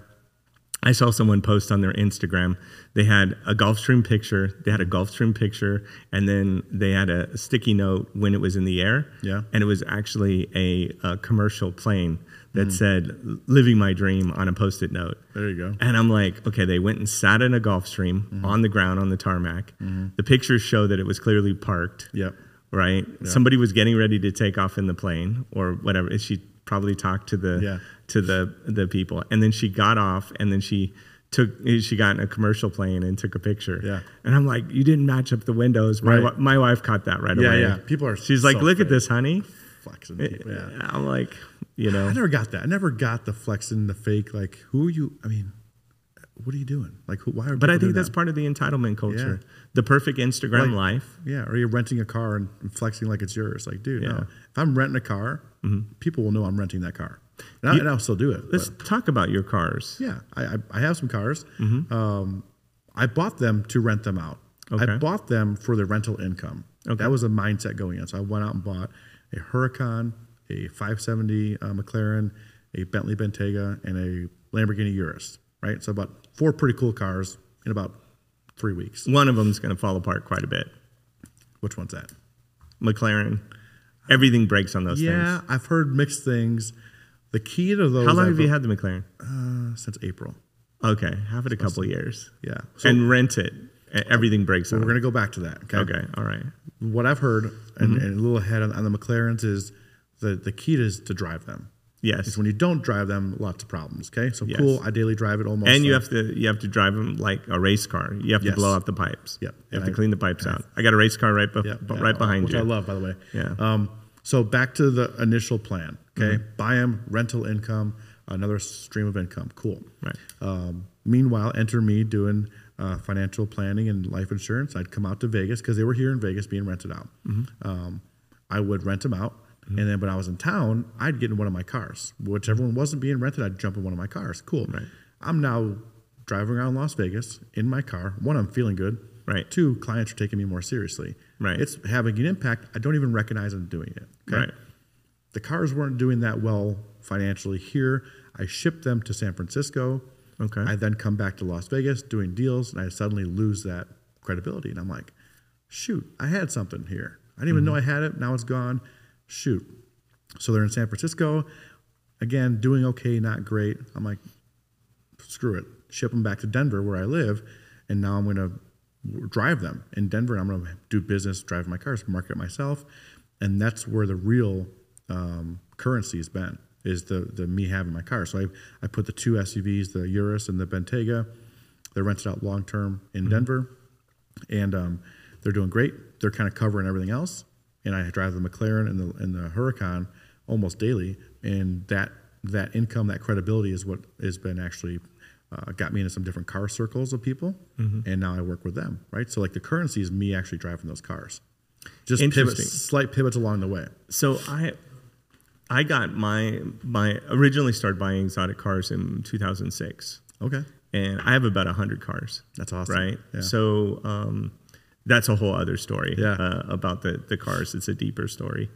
I saw someone post on their Instagram. They had a Gulfstream picture. They had a Gulfstream picture, and then they had a sticky note when it was in the air.
Yeah.
and it was actually a, uh commercial plane that said "Living My Dream" on a post-it note.
Hmm. There you go. Mm-hmm.
And I'm like, okay, they went and sat in a Gulfstream on the ground on the tarmac. The pictures show that it was clearly parked
Yep.
right? Somebody was getting ready to take off in the plane or whatever. and She probably talked to the
Yeah.
to the the people, and then she got off, and then she took she got in a commercial plane and took a picture.
Yeah.
and I'm like, you didn't match up the windows. My
Right.
wi- my wife caught that right
Yeah,
away.
yeah. People are
She's
so
like, look at
afraid."
this, honey.
Flexing. people, Yeah.
I'm like, you know,
I never got that. I never got the flexing, the fake. Like, who are you? I mean, what are you doing? Like, who, why are?
but I
people doing
think that's
that?
part of the entitlement culture. The perfect Instagram life.
Yeah, or you're renting a car and and flexing like it's yours. Like, dude, no.
Yeah. Mm-hmm.
if I'm renting a car, people will know I'm renting that car, and, I,
You-
and I'll still do it.
Let's talk about your cars.
Yeah, I, I, I have some cars.
Mm-hmm.
Um, I bought them to rent them out. I
Okay.
bought them for the rental income.
Okay.
That was a mindset going in. So I went out and bought a Huracan, a 570 uh, McLaren, a Bentley Bentayga, and a Lamborghini Urus. Right. So I bought four pretty cool cars in about three weeks.
One of them's going to fall apart quite a bit.
Which one's that?
McLaren. Everything breaks on those
Yeah,
things.
I've heard mixed things. The key to those.
How long
I
have you
bought-
had the McLaren?
uh, since April?
Okay, have it a couple years.
Yeah. So
and rent it. E- Everything breaks
we're
on.
gonna go back to that. Okay.
Okay, all right.
what I've heard and,
Mm-hmm.
and a little ahead on, on the McLarens is the, the key is to drive them.
Yes.
It's when you don't drive them, lots of problems. Okay, so
Yes.
cool. I daily drive it almost.
And you
uh,
have to you have to drive them like a race car. You have to
Yes.
blow out the pipes. You
Yep.
have
And
to
I-
clean the pipes out. I got a race car right, bef-
yeah,
bu-
yeah,
right behind
which
you.
I love, by the way.
Yeah.
Um, so back to the initial plan. Okay,
Mm-hmm.
buy them, rental income, another stream of income. Cool.
Right.
Um, meanwhile, enter me doing uh, financial planning and life insurance. I'd come out to Vegas because they were here in Vegas being rented out.
Mm-hmm.
Um, I would rent them out. And then when I was in town, I'd get in one of my cars. Whichever one wasn't being rented, I'd jump in one of my cars. Cool.
Right.
I'm now driving around Las Vegas in my car. One, I'm feeling good.
Right.
Two, clients are taking me more seriously.
Right.
It's having an impact. I don't even recognize I'm doing it.
Right.
The cars weren't doing that well financially here. I shipped them to San Francisco.
Okay.
I then come back to Las Vegas doing deals and I suddenly lose that credibility. And I'm like, shoot, I had something here. I didn't even know I had it. Now it's gone. Shoot. So they're in San Francisco. Again, doing okay, not great. I'm like, screw it, ship them back to Denver where I live, and now I'm gonna w- drive them in Denver. I'm gonna do business, drive my cars, market it myself, and that's where the real um, currency has been is the the me having my car. So I I put the two SUVs, the Urus and the Bentayga, they're rented out long term in Denver, and um, they're doing great. They're kind of covering everything else, and I drive the McLaren and the and the Huracan almost daily, and that that income, that credibility is what has been actually uh, got me into some different car circles of people, and now I work with them, right? So like the currency is me actually driving those cars, just
Interesting.
pivots, slight pivots along the way.
so I I got my my originally started buying exotic cars in 2006.
Okay,
and I have about 100 cars.
That's awesome.
Right?
Yeah.
So um, that's a whole other story
Yeah.
uh, about the, the cars. It's a deeper story.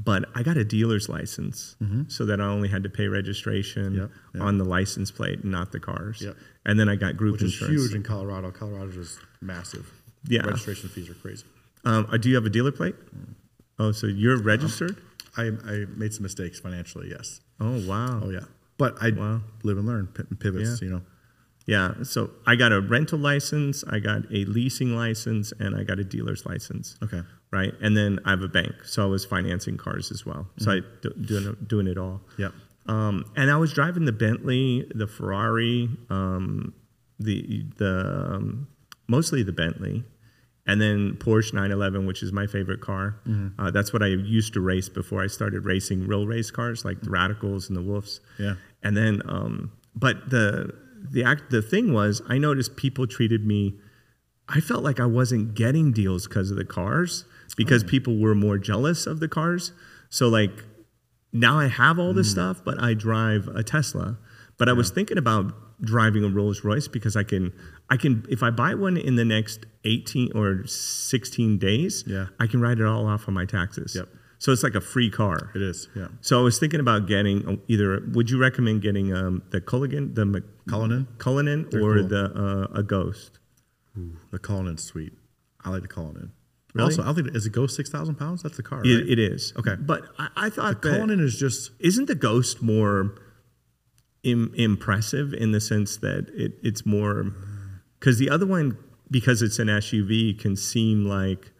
But I got a dealer's license so that I only had to pay registration
Mm-hmm. Yep, yep.
on the license plate, not the cars.
Yep.
And then I got group
which is
insurance.
huge in Colorado. Colorado is massive.
Yeah.
registration fees are crazy.
Um, uh, do you have a dealer plate?
Mm.
Oh, so you're registered?
I I made some mistakes financially. Yes.
Oh, wow.
Oh yeah, but I
Wow.
live and learn pi- pivots.
Yeah.
You know,
Yeah. So I got a rental license, I got a leasing license, and I got a dealer's license.
Okay.
Right. And then I have a bank. So I was financing cars as well. So I
Mm-hmm.
d- doing, doing it all.
Yep.
Um, and I was driving the Bentley, the Ferrari, um, the, the, um, mostly the Bentley. And then Porsche 911, which is my favorite car. Uh, that's what I used to race before I started racing real race cars like the Radicals and the Wolves.
Yeah.
And then, um, but the the act the thing was, I noticed people treated me. I felt like I wasn't getting deals because of the cars, because
Oh.
people were more jealous of the cars. So like
Mm.
now I have all this stuff, but I drive a Tesla. But I was thinking about driving a Rolls Royce because I can, I can, if I buy one in the next 18 or 16 days,
Yeah.
I can write it all off on my taxes.
Yep.
So it's like a free car.
It is, yeah.
So I was thinking about getting uh, either, would you recommend getting um, the Culligan, the Mc-
Cullinan?
Cullinan
They're
or
cool.
the uh, a Ghost?
The Cullinan's sweet. I like the Cullinan.
Really?
Also, I don't think is it go six thousand pounds? That's the car, right?
It, it is.
Okay.
But I, I thought that,
Cullinan is just
isn't the Ghost more Im- impressive in the sense that it, it's more, because the other one, because it's an SUV, can seem like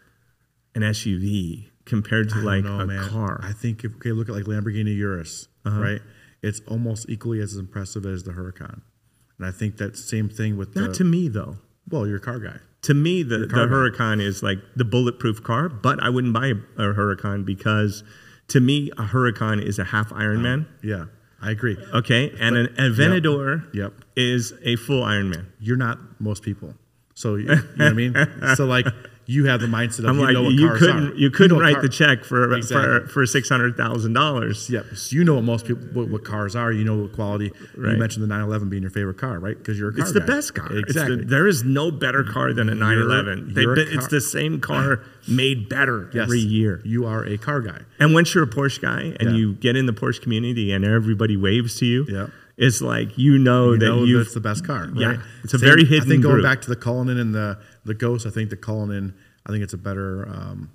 an SUV compared to like
know,
a
man.
car. Uh-huh.
I think if, okay, look at like Lamborghini Urus, right? It's almost equally as impressive as the Huracan, and I think that same thing with
Not
the,
to me though.
well, you're a car guy.
To me, the, the
car guy.
Huracan is like the bulletproof car, but I wouldn't buy a, a Huracan because to me, a Huracan is a half
Oh.
Ironman.
Yeah, I agree.
Uh, Okay, and an Aventador
Yep.
is a full Ironman.
You're not most people, so you, you know what I mean. So like, you have the mindset of
I'm
you
like,
know what
you
cars
couldn't,
are.
you couldn't
know
write
car-
the check for for,
Exactly.
for six hundred thousand dollars.
Yep. So you know what most people what, what cars are. You know what quality.
Right.
You mentioned the 911 being your favorite car, right? Because you're a car.
It's the
guy.
best car. It's the-
Exactly.
there is no better car than a 911. They've
you're a
been- it's
car-
the same car made better
Yes.
every year.
You are a car guy.
And once you're a Porsche guy and
Yeah.
you get in the Porsche community and everybody waves to you,
Yeah.
it's like you know
you
that
know
you've
that's the best car. Right?
Yeah, it's a very
I
hidden
think going
group.
back to the Cullinan and the the Ghost, I think the Cullinan, I think it's a better. Um,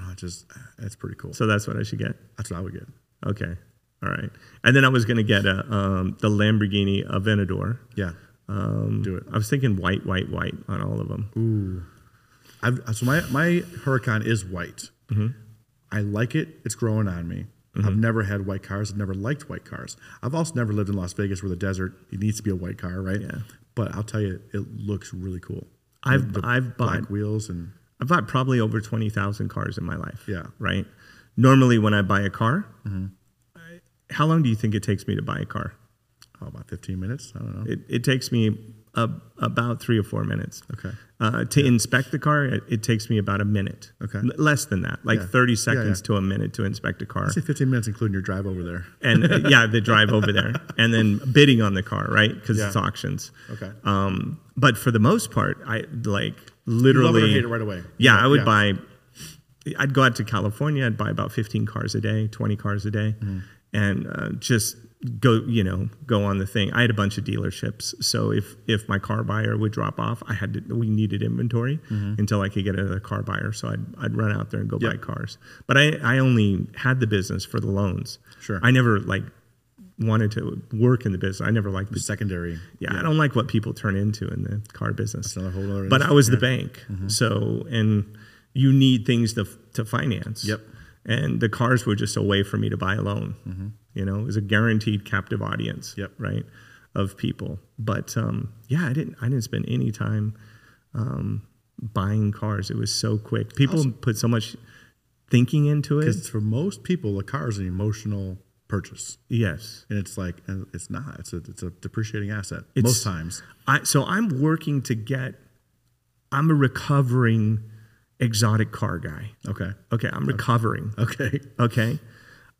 oh, it just it's pretty cool.
so that's what I should get.
that's what I would get.
Okay, all right. And then I was gonna get a um, the Lamborghini Aventador.
Yeah, do it.
I was thinking white, white, white on all of them.
I've, so my my Huracan is white.
Mm-hmm.
I like it. It's growing on me. I've never had white cars. I've never liked white cars. I've also never lived in Las Vegas, where the desert it needs to be a white car, right?
Yeah.
But I'll tell you, it looks really cool.
I've I've bought
Black wheels and
I've bought probably over 20,000 cars in my life.
Yeah. Mm-hmm.
Right? Normally, when I buy a car, I, how long do you think it takes me to buy a car?
oh, about 15 minutes. I don't know.
It, it takes me a, about three or four minutes.
Okay.
Uh, to inspect the car, it, it takes me about a minute.
Okay.
L- less than that, like
Yeah.
30
Yeah, yeah.
seconds to a minute to inspect a car.
Say 15 minutes, including your drive over there.
and uh, yeah, the drive over there and then bidding on the car, right? Because
Yeah.
it's auctions.
Okay.
Um, but for the most part, I like
You
literally
love it or hate it right away.
Yeah, I would buy. I'd go out to California. I'd buy about 15 cars a day, 20 cars a day,
Mm.
and uh, just go. You know, go on the thing. I had a bunch of dealerships, so if if my car buyer would drop off, I had to, we needed inventory until I could get another car buyer. So I'd I'd run out there and go buy
Mm-hmm. Yep.
cars. But I I only had the business for the loans.
Sure.
I never like wanted to work in the business. I never liked
secondary.
yeah, I don't like what people turn into in the car business.
another whole other
but I was the
industry,
bank, so and you need things to to finance.
Yep.
And the cars were just a way for me to buy a loan. You know, it was a guaranteed captive audience.
Mm-hmm. Yep.
Right, of people. But um, yeah, I didn't I didn't spend any time um, buying cars. It was so quick. People put so much thinking into it.
Because for most people, a car is an emotional purchase,
Yes.
and it's like and it's not. It's a it's a depreciating asset
It's-
most times.
I, so I'm working to get. I'm a recovering exotic car guy.
Okay.
Okay, I'm recovering.
Okay.
Okay,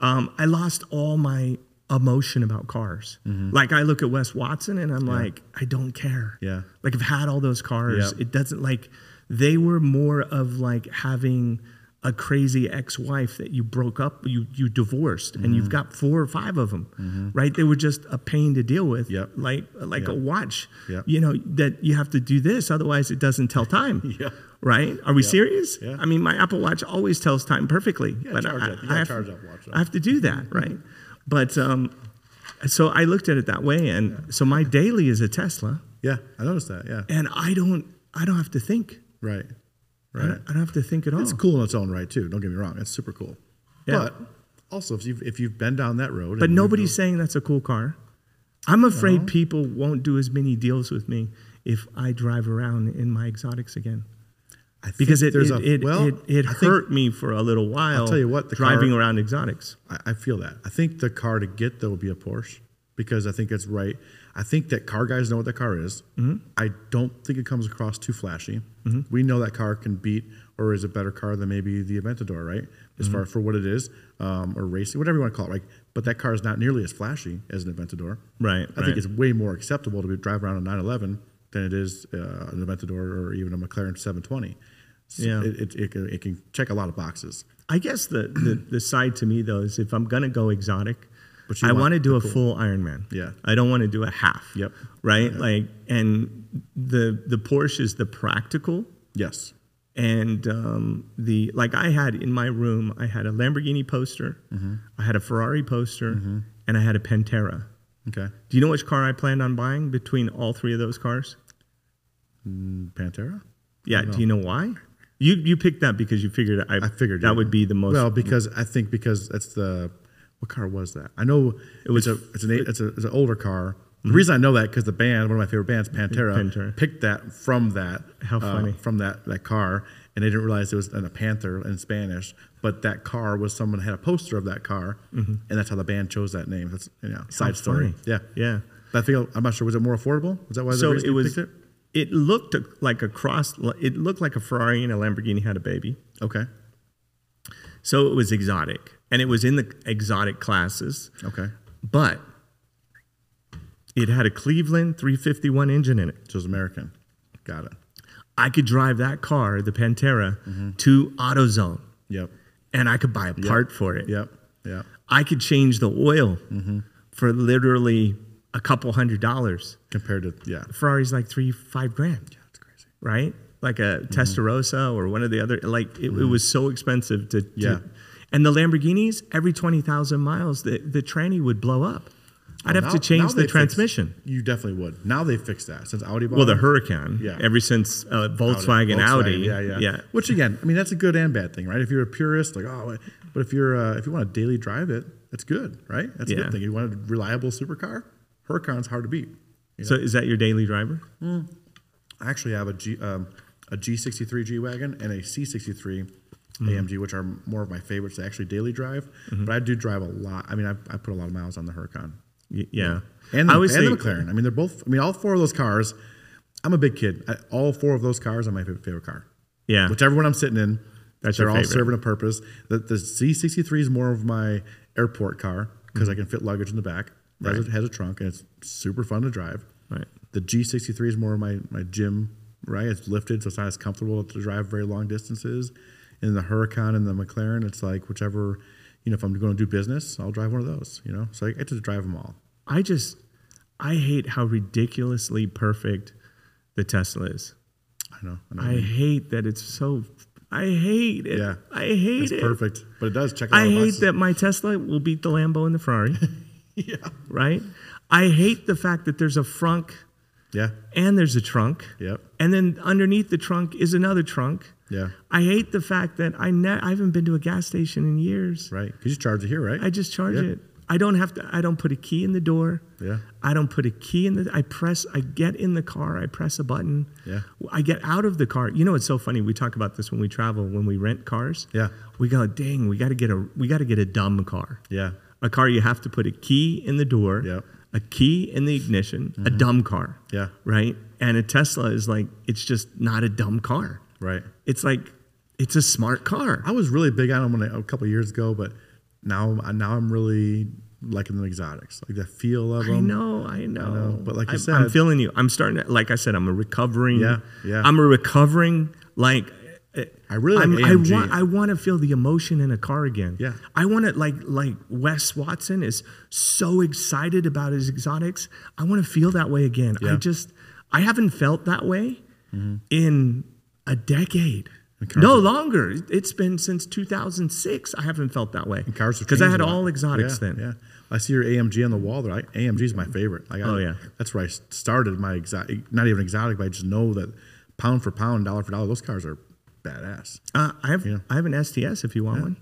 um, I lost all my emotion about cars.
Mm-hmm.
Like I look at Wes Watson and I'm like, I don't care.
Yeah.
Like I've had all those cars.
Yep.
It doesn't like they were more of like having a crazy ex-wife that you broke up, you you divorced, and you've
Mm-hmm.
got four or five of them, right? They were just a pain to deal with.
Yep.
Like like a
Yep.
watch.
Yep.
You know that you have to do this, otherwise it doesn't tell time.
Yeah.
Right? Are we serious?
Yeah.
I mean, my Apple Watch always tells time perfectly, but
charge
I,
up. You
I
gotta
have,
charge up, Mm-hmm. watch it.
I have to do that, right? But um, so I looked at it that way, and so my daily is a Tesla,
Yeah. I noticed that. Yeah.
and I don't, I don't have to think.
Right.
I,
Right.
don't, I don't have to think at all.
It's cool in its own right too. Don't get me wrong. It's super cool.
Yeah.
But also, if you've if you've been down that road,
But
and you've-
nobody's saying that's a cool car. I'm afraid people won't do as many deals with me if I drive around in my exotics again.
I think
Because it,
there's
it,
a-
it,
well,
it, it
I think-
hurt me for a little while
tell you what, the car-
driving around exotics.
I, I feel that. I think the car to get though would be a Porsche because I think it's right. I think that car guys know what that car is.
Mm-hmm.
I don't think it comes across too flashy. We know that car can beat or is a better car than maybe the Aventador, right? As
Mm-hmm.
far for what it is, um, or racing, whatever you want to call it. Like, but that car is not nearly as flashy as an Aventador.
Right,
I
right.
think it's way more acceptable to be drive around a 911 than it is uh, an Aventador or even a McLaren 720. So
Yeah.
It, it, it, can, it can check a lot of boxes.
I guess the, the, the side to me though is if I'm gonna go exotic,
But you
I
want
want to
the
do a full Ironman.
Yeah.
I don't want to do a half.
Yep.
Right. Like, and the the Porsche is the practical,
Yes.
and um, the like I had in my room, I had a Lamborghini poster,
Mm-hmm.
I had a Ferrari poster, and I had a Pantera.
Okay.
Do you know which car I planned on buying between all three of those cars?
Pantera.
Yeah. Do you know why? You you picked that because you figured I,
I figured
that
it.
would be the most.
Well, because I think because that's the what car was that? I know it was
was-
a it's an eight- it's, a, it's an older car. The reason I know that because the band, one of my favorite bands, Pantera,
Mm-hmm. Pantera.
picked that from that. uh,
How funny.
from that that car, and they didn't realize it was a Panther in Spanish. But that car was someone had a poster of that car, and that's how the band chose that name. That's you know side story.
Mm-hmm. funny.
Yeah,
Yeah.
But I think I'm not sure. Was it more affordable? Is that why the
so
reason
it
you
was.
picked
It?
it?
looked like a cross. It looked like a Ferrari and a Lamborghini had a baby.
Okay.
So it was exotic, and it was in the exotic classes.
Okay.
But it had a Cleveland 351 engine in it.
So it was American. Got it.
I could drive that car, the Pantera, to AutoZone,
Yep.
and I could buy a part for it.
Yep. Yep.
I could change the oil for literally a couple hundred dollars.
Compared to yeah.
Ferrari's like three, five grand.
That's crazy.
right? Like a
Mm-hmm.
Testarossa or one of the other. Like it, it was so expensive to, to-
Yeah.
And the Lamborghinis, every twenty thousand miles, the the tranny would blow up. I'd have
Oh, Now-
to
now
change
they
the
fixed-
transmission.
you definitely would. Now they fixed that since Audi bought.
Well, the
it.
Hurricane.
Oh. Yeah.
Ever since uh, Volkswagen, Audi.
Volkswagen, Yeah, yeah, Which again, I mean, that's a good and bad thing, right? If you're a purist, like oh, but if you're uh, if you want to daily drive it, that's good, right? That's a
Yeah.
good thing. You want a reliable supercar, Huracan's hard to beat. You
So is that your daily driver?
I actually have a G um, a G63 G wagon and a C63
Mm-hmm.
AMG, which are more of my favorites to actually daily drive. But I do drive a lot. I mean, I, I put a lot of miles on the Huracan.
Y- yeah.
and, the,
I always
and the
say-
McLaren. I mean, they're both. I mean, all four of those cars. I'm a big kid. I, all four of those cars are my favorite, favorite car.
Yeah.
Whichever one I'm sitting in,
That's
they're
your
all
favorite.
serving a purpose. The, the Z63 is more of my airport car
Mm-hmm.
because I can fit luggage in the back. It has, a, has a trunk and it's super fun to drive.
Right.
The G63 is more of my my gym. Right. It's lifted, so it's not as comfortable to drive very long distances. And the Huracan and the McLaren, it's like whichever. You know, if I'm going to do business, I'll drive one of those. You know, so I get to drive them all.
I just, I hate how ridiculously perfect the Tesla is.
I know. I know.
I hate that it's so. I hate it.
Mm-hmm. Yeah.
I hate
It's
it.
perfect, but it does check. a lot
I
of
hate
boxes.
that my Tesla will beat the Lambo and the Ferrari. yeah. Right? I hate the fact that there's a frunk
Yeah,
and there's a trunk.
Yep.
And then underneath the trunk is another trunk.
Yeah.
I hate the fact that I ne- I haven't been to a gas station in years.
right. Because you charge it here, right?
I just charge
Yeah.
it. I don't have to I don't put a key in the door.
Yeah.
I don't put a key in the I press I get in the car, I press a button.
Yeah.
I get out of the car. You know it's so funny. We talk about this when we travel, when we rent cars.
Yeah.
We go, dang, we gotta get a we gotta get a dumb car.
Yeah.
A car you have to put a key in the door,
Yep.
a key in the ignition, a dumb car.
Mm-hmm. Yeah.
Right? And a Tesla is like it's just not a dumb car.
Right.
It's like it's a smart car.
I was really big on them when I, a couple years ago, but now I- now I'm really liking the exotics, like the feel of them.
I know, I know.
Mm-hmm. know, but like you
I'm-
said-
I'm feeling you. I'm starting to, like I said, I'm a recovering.
Yeah, yeah.
I'm a recovering, like, eh,
I really like
I'm-
AMG.
I want, I want to feel the emotion in a car again.
Yeah.
I want to, like, like Wes Watson is so excited about his exotics. I want to feel that way again. I
Yeah. Mm-hmm.
just, I haven't felt that way in a decade.
cars
No longer. It's been since 2006. I haven't felt that way.
Cars have
Because I
changed
had
a lot.
all exotics
Yeah,
then.
Yeah, I see your AMG on the wall. There, I, AMG's my favorite. Like, I,
Oh, yeah.
that's where I started my exotic. Not even exotic, but I just know that pound for pound, dollar for dollar, those cars are badass.
Uh, I have I have an STS if you want one.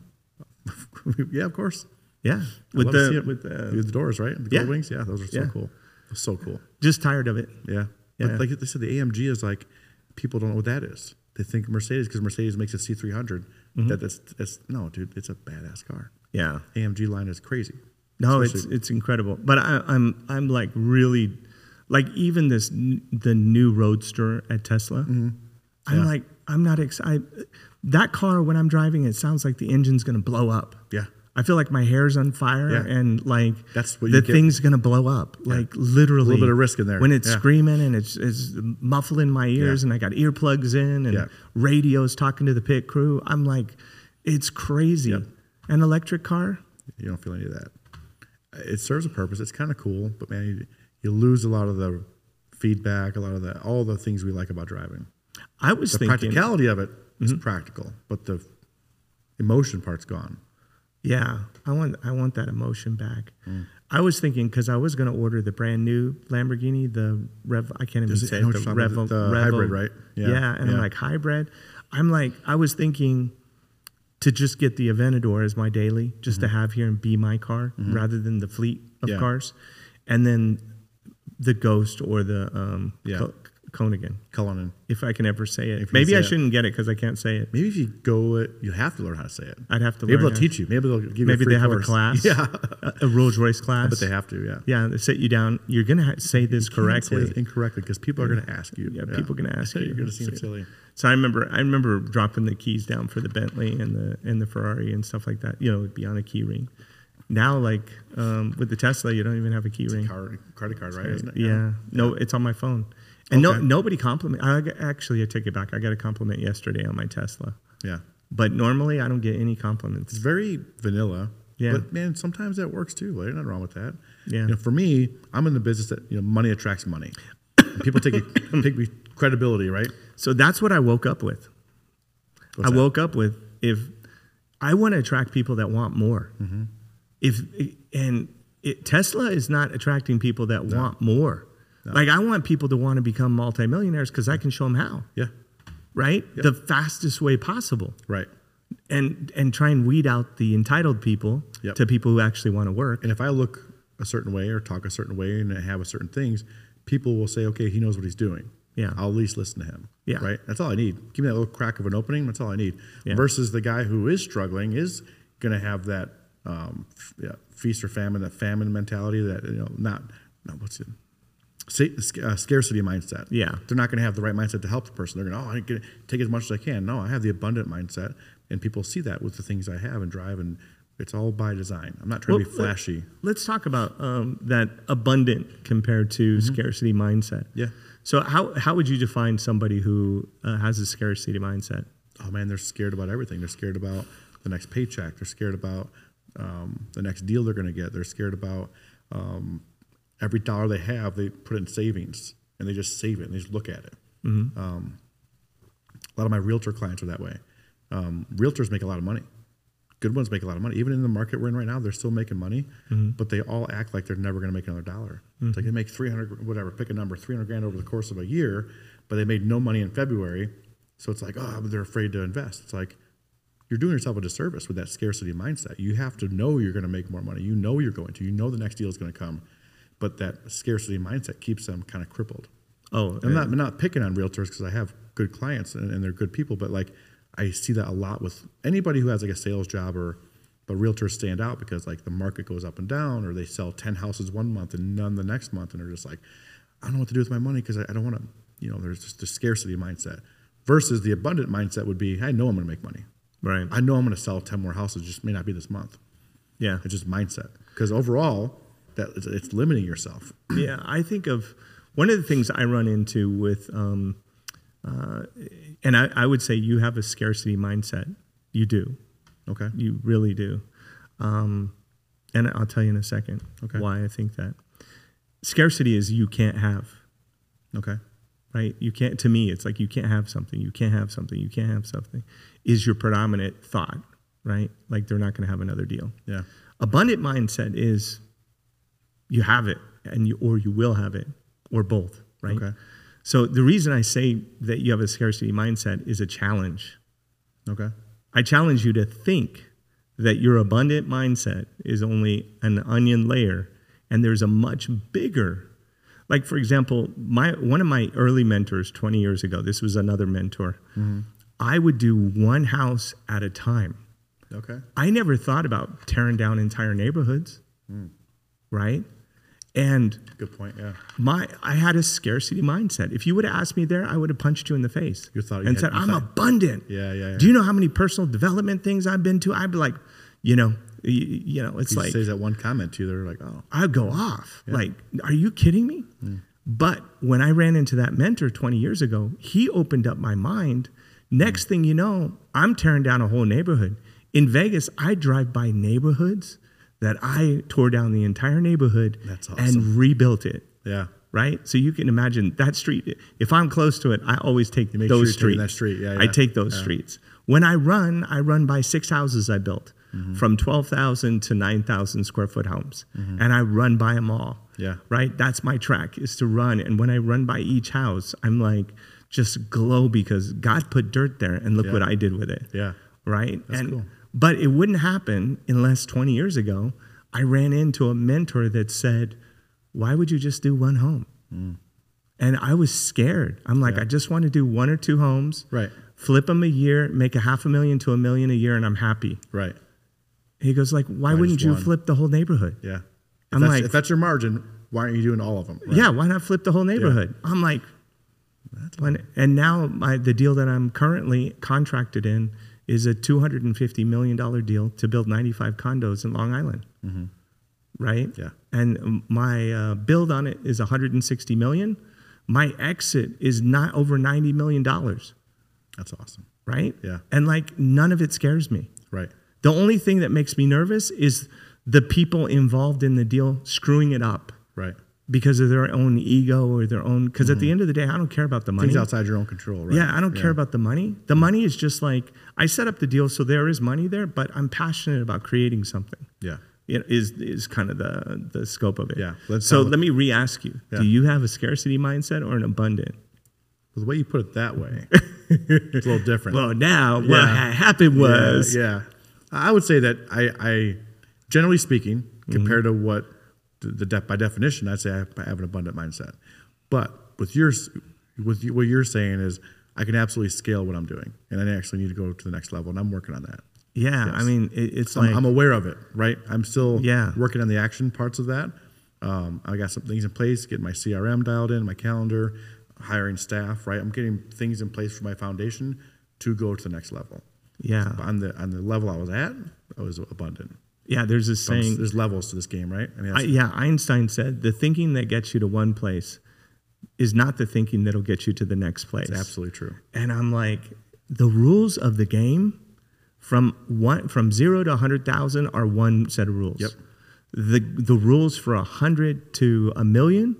yeah, of course.
Yeah,
I
with
love to see
the
it.
with the
With the doors, right? The
Yeah.
gold wings. Yeah, those are so
Yeah.
cool. They're so cool.
just tired of it.
Yeah.
Yeah.
But like they said, the AMG is like people don't know what that is. They think Mercedes because Mercedes makes a C three hundred. That that's that's no, dude. It's a badass car.
Yeah,
AMG line is crazy.
no,
Especially-
it's it's incredible. But I, I'm I'm like really Like even this n- the new Roadster at Tesla. I'm
Mm-hmm. Yeah.
like I'm not excited. That car when I'm driving it sounds like the engine's going to blow up.
Yeah.
I feel like my hair's on fire
Yeah.
and like
That's what
the
you get.
thing's going to blow up. Like literally
little bit of risk in there.
When it's
Yeah.
screaming and it's it's muffling my ears
Yeah.
and I got earplugs in and
Yeah.
radios talking to the pit crew. I'm like it's crazy. An electric car?
You don't feel any of that. It serves a purpose. It's kind of cool, but man, you, you lose a lot of the feedback, a lot of the all the things we like about driving.
I was
The
thinking
practicality of it is practical, but the emotion part's gone.
Yeah, I want I want that emotion back.
Mm.
I was thinking because I was going to order the brand new Lamborghini, the Rev. I can't even
Does it- I
say
know
it,
what
the
you're talking
Revo,
about, the
Revo-
hybrid, right?
Yeah,
Yeah,
and I'm
yeah.
like hybrid. I'm like I was thinking to just get the Aventador as my daily, just to have here and be my car rather than the fleet of
Mm-hmm. Yeah.
cars, and then the Ghost or the um,
Yeah.
Co- Conegan,
Cullinan.
if I can ever say it.
If you can
Maybe
say
I
it.
shouldn't get it because I can't say it.
Maybe if you go it, you have to learn how to say it.
I'd have to
Maybe
learn
they'll
how-
teach you. Maybe they'll give you.
Maybe
a free
they have
course.
a class,
Yeah,
a, a Rolls Royce class.
but they have to. Yeah.
Yeah, they sit you down. You're gonna ha- say this
Can't say
correctly.
this incorrectly because people are going to ask you.
Yeah, people are gonna ask you.
You're going to seem silly.
So I remember, I remember dropping the keys down for the Bentley and the and the Ferrari and stuff like that. You know, it'd be on a key ring. Now, like um, with the Tesla, you don't even have a key ring.
Card, credit card, right? Isn't it?
Yeah. no, it's on my phone, and no,
Okay.
nobody compliment. I g- actually, I take it back. I got a compliment yesterday on my Tesla,
Yeah.
but normally I don't get any compliments.
It's very vanilla.
Yeah.
But man, sometimes that works too. There's nothing wrong with that.
Yeah.
You know, for me, I'm in the business that you know money attracts money. And people take it, take me credibility, right?
So that's what I woke up with.
What's
I
that?
woke up with if I want to attract people that want more.
Mm-hmm.
If and it, Tesla is not attracting people that want more. Like I want people to want to become multimillionaires because I can show them how,
Yeah.
right? The fastest way possible,
Right.
and and try and weed out the entitled people
Yep.
to people who actually want to work.
And if I look a certain way or talk a certain way and have a certain things, people will say, okay, he knows what he's doing.
Yeah.
I'll at least listen to him.
Yeah.
Right. That's all I need. Give me that little crack of an opening. That's all I need.
Yeah.
Versus the guy who is struggling is going to have that um, f- yeah, feast or famine, that famine mentality, that, you know, not, not what's it? sa- sc- uh, scarcity mindset.
Yeah.
They're not going to have the right mindset to help the person. They're going to, oh, I can take as much as I can. No, I have the abundant mindset. And people see that with the things I have and drive. And it's all by design. I'm not trying to be
Well, let-
flashy.
Let's talk about um, that abundant compared to scarcity mindset.
Mm-hmm. Yeah.
So how how would you define somebody who uh, has a scarcity mindset?
Oh man, they're scared about everything. They're scared about the next paycheck. They're scared about um, the next deal they're going to get. They're scared about um, every dollar they have. They put in savings and they just save it and they just look at it. Um, a lot of my realtor clients are that way. Um, realtors make a lot of money. Good ones make a lot of money. Even in the market we're in right now, they're still making money, but they all act like they're never going to make another dollar. It's like they make 300, gr- whatever, pick a number, 300 grand over the course of a year, but they made no money in February. So it's like, oh, but they're afraid to invest. It's like, you're doing yourself a disservice with that scarcity mindset. You have to know you're going to make more money. You know you're going to. You know the next deal is going to come, but that scarcity mindset keeps them kind of crippled.
Oh,
I'm not I'm not picking on realtors because I have good clients and, and they're good people, but like I see that a lot with anybody who has like a sales job or but realtors stand out because like the market goes up and down or they sell 10 houses one month and none the next month and they're just like I don't know what to do with my money because I, I don't want to you know there's just the scarcity mindset versus the abundant mindset would be I know I'm going to make money.
Right.
I know I'm going to sell 10 more houses just may not be this month.
yeah.
It's just mindset because overall that it's, it's limiting yourself.
yeah. I think of one of the things I run into with, um, uh, and I, I would say you have a scarcity mindset. You do.
Okay.
You really do. Um, and I'll tell you in a second
Okay.
why I think that. Scarcity is you can't have.
Okay.
right? You can't, to me, it's like you can't have something, you can't have something, you can't have something is your predominant thought, right? Like they're not going to have another deal.
Yeah.
Abundant mindset is you have it and you, or you will have it or both, right?
Okay.
So the reason I say that you have a scarcity mindset is a challenge.
Okay.
I challenge you to think that your abundant mindset is only an onion layer and there's a much bigger like for example my one of my early mentors 20 years ago this was another mentor i would do one house at a time
Okay. Hmm.
i never thought about tearing down entire neighborhoods right And
Good point. Yeah.
my I had a scarcity mindset. If you would have asked me there, I would have punched you in the face
You thought you
and
had-
said,
you
"I'm
thought-
abundant."
Yeah, yeah, yeah.
Do you know how many personal development things I've been to? I'd be like, you know, you, you know, it's
He
like
says that one comment to you. They're like, oh,
I'd go off. Like, are you kidding me? But when I ran into that mentor 20 years ago, he opened up my mind. Next thing you know, I'm tearing down a whole neighborhood. In Vegas, I drive by neighborhoods that I tore down the entire neighborhood
That's
and rebuilt it.
yeah.
Right? So you can imagine that street. If I'm close to it, I always take those
make sure you're
streets.
taking that street. Yeah,
I
yeah.
take those streets. When I run, I run by six houses I built
Mm-hmm.
from 12,000 to 9,000 square foot homes. And I run by them all.
Mm-hmm. Yeah.
Right? That's my track is to run. And when I run by each house, I'm like, just glow because God put dirt there and look
Yeah.
what I did with it
Yeah.
right? and
cool.
but it wouldn't happen unless 20 years ago I ran into a mentor that said, "Why would you just do one home?"
Mm.
And I was scared. I'm like, "I just want to do one or two homes,
Right.
Flip them a year, make a half a million to a million a year, and I'm happy."
Right.
He goes, "Like, why,
just
wouldn't you
one?
flip the whole neighborhood?"
Yeah. If
I'm
that's,
like-
if that's your margin, why aren't you doing all of them?
Yeah, why not flip the whole neighborhood? I'm like, when, and now my, the deal that I'm currently contracted in is a $250 million deal to build 95 condos in Long Island. Right?
Mm-hmm. Yeah.
And my uh, build on it is 160 million. My exit is not over $90 million.
That's awesome.
Right?
Yeah.
And like none of it scares me.
Right.
The only thing that makes me nervous is the people involved in the deal screwing it up
Right.
because of their own ego or their own because at the end of the day i don't care about the money
Mm-hmm. Things outside your own control. Right.
yeah i don't care about the money the money is just like i set up the deal so there is money there but i'm passionate about creating something
Yeah.
it is is kind of the the scope of it
Yeah, let's
so
solve it.
let me re-ask you
Yeah.
do you have a scarcity mindset or an abundant
Well, the way you put it that way, it's a little different.
well now what
Yeah.
ha- happened
Yeah,
was
Yeah, I would say that I, I generally speaking,
Mm-hmm.
compared to what the, the def, by definition, I'd say I have an abundant mindset. But with yours, with you, what you're saying is, I can absolutely scale what I'm doing, and I actually need to go to the next level, and I'm working on that.
Yeah, i
Yes.
mean it, it's
I'm,
like
I'm aware of it, right? I'm still
Yeah.
working on the action parts of that. Um, I got some things in place, getting my CRM dialed in, my calendar, hiring staff, right? I'm getting things in place for my foundation to go to the next level.
yeah
But on the on the level I was at, I was abundant.
yeah there's this saying
There's levels to this game, right? I mean,
I,
that's,
yeah, Einstein said the thinking that gets you to one place is not the thinking that'll get you to the next place.
that's absolutely true.
And I'm like, the rules of the game from one from zero to hundred thousand are one set of rules.
Yep.
The the rules for a hundred to a million,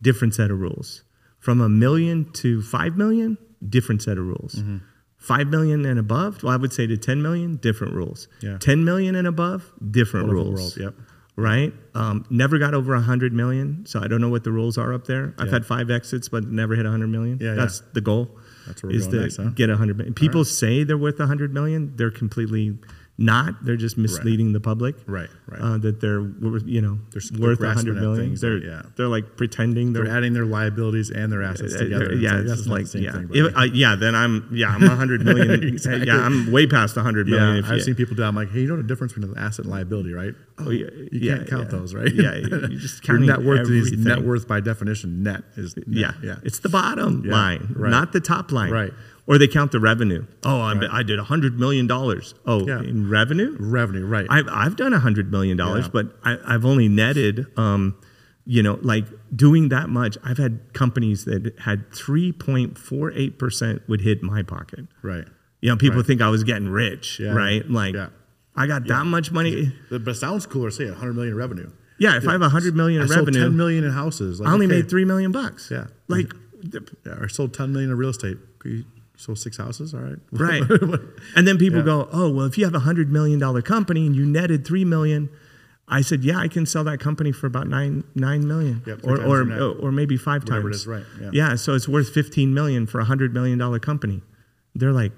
different set of rules. From a million to five million, different set of rules.
Mm-hmm.
Five million and above, well, I would say to ten million, different rules.
Yeah.
Ten million and above, different
Wonderful
rules.
world, yep.
Right. Um, never got over hundred million, so I don't know what the rules are up there. I've
Yeah.
had five exits, but never hit hundred million.
Yeah, yeah.
That's the goal
That's where we're
is
going
to
next, huh?
get 100 million. People say they're worth 100 million. They're completely not. They're just misleading the public.
Right, right.
Uh, that they're worth, you know,
They're s- they're
worth
grasping
100
at
million.
things that-
they're,
yeah.
they're like pretending they're,
They're adding their liabilities and their assets
uh,
together.
they're-
It's
yeah,
like,
it's
that's
just
not
like,
the same
yeah.
thing. but-
If- uh, yeah, then I'm, yeah, I'm 100 million.
Exactly.
Yeah, I'm way past 100 million.
yeah,
if
I've
you,
seen people do. I'm like, hey, you know the difference between an asset and liability, right?
oh, yeah,
You
yeah,
can't count
yeah.
those, right?
Yeah, you just
Your
counting
net worth is
everything.
net worth by definition. Net is net,
Yeah.
yeah.
It's the bottom
Yeah,
line,
right.
not the top line.
Right.
Or they count the revenue. Oh, I, I did $100 million. Oh,
Yeah.
in revenue?
revenue, right?
I've, I've done $100 million,
Yeah.
but I, I've only netted, um, you know, like doing that much. I've had companies that had 3.48% would hit my pocket.
right.
You know, people
Right.
think I was getting rich,
Yeah.
right? Like,
Yeah.
I got that much money.
But it sounds cooler. Say 100 million in revenue.
Yeah, if I have 100 million
I
in
sold
revenue,
10 million in houses. Like,
I only
okay,
made 3 million bucks.
Yeah. Mm-hmm.
Like, th-
Yeah, or sold 10 million in real estate. You sold six houses. All right.
Right. and then people
Yeah.
go, "Oh, well, if you have a hundred million dollar company and you netted three million, I said, "Yeah, I can sell that company for about nine nine million,
Yep, three
or
times
or,
your net.
or maybe five
Whatever it
times."
is, right, yeah.
so it's worth fifteen million for a hundred million dollar company. They're like,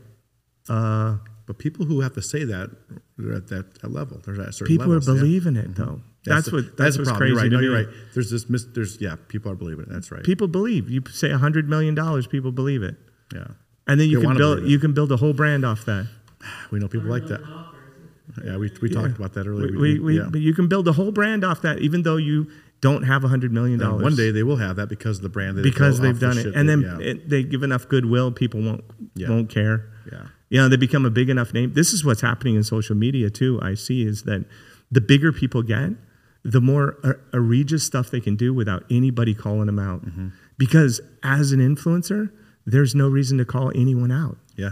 uh,
But people who have to say that, they're at that, that level. They're at certain
people
levels,
are
yeah. Mm-hmm.
believing it though. That's,
the-
what that's,
the
what's
problem.
crazy
You're right.
to
No,
me.
you're right. There's this. Mis- there's yeah. People are believing it. That's right.
People believe. You say a hundred million dollars, people believe it,
yeah.
and then you
They
can
wanna
build
believe it.
you can build a whole brand off that.
We know people like that. Yeah. We, we talked about that earlier.
We, we, we,
yeah.
But you can build a whole brand off that, even though you don't have $100 million.
And one day they will have that because of the brand. They
because
built
they've
off the
done it.
shit
And
that-
then
yeah.
it, they give enough goodwill, people won't
Yeah.
won't care.
Yeah.
You know, they become a big enough name. This is what's happening in social media too. I see is that the bigger people get, the more er- egregious stuff they can do without anybody calling them out.
Mm-hmm.
Because as an influencer, there's no reason to call anyone out
yeah.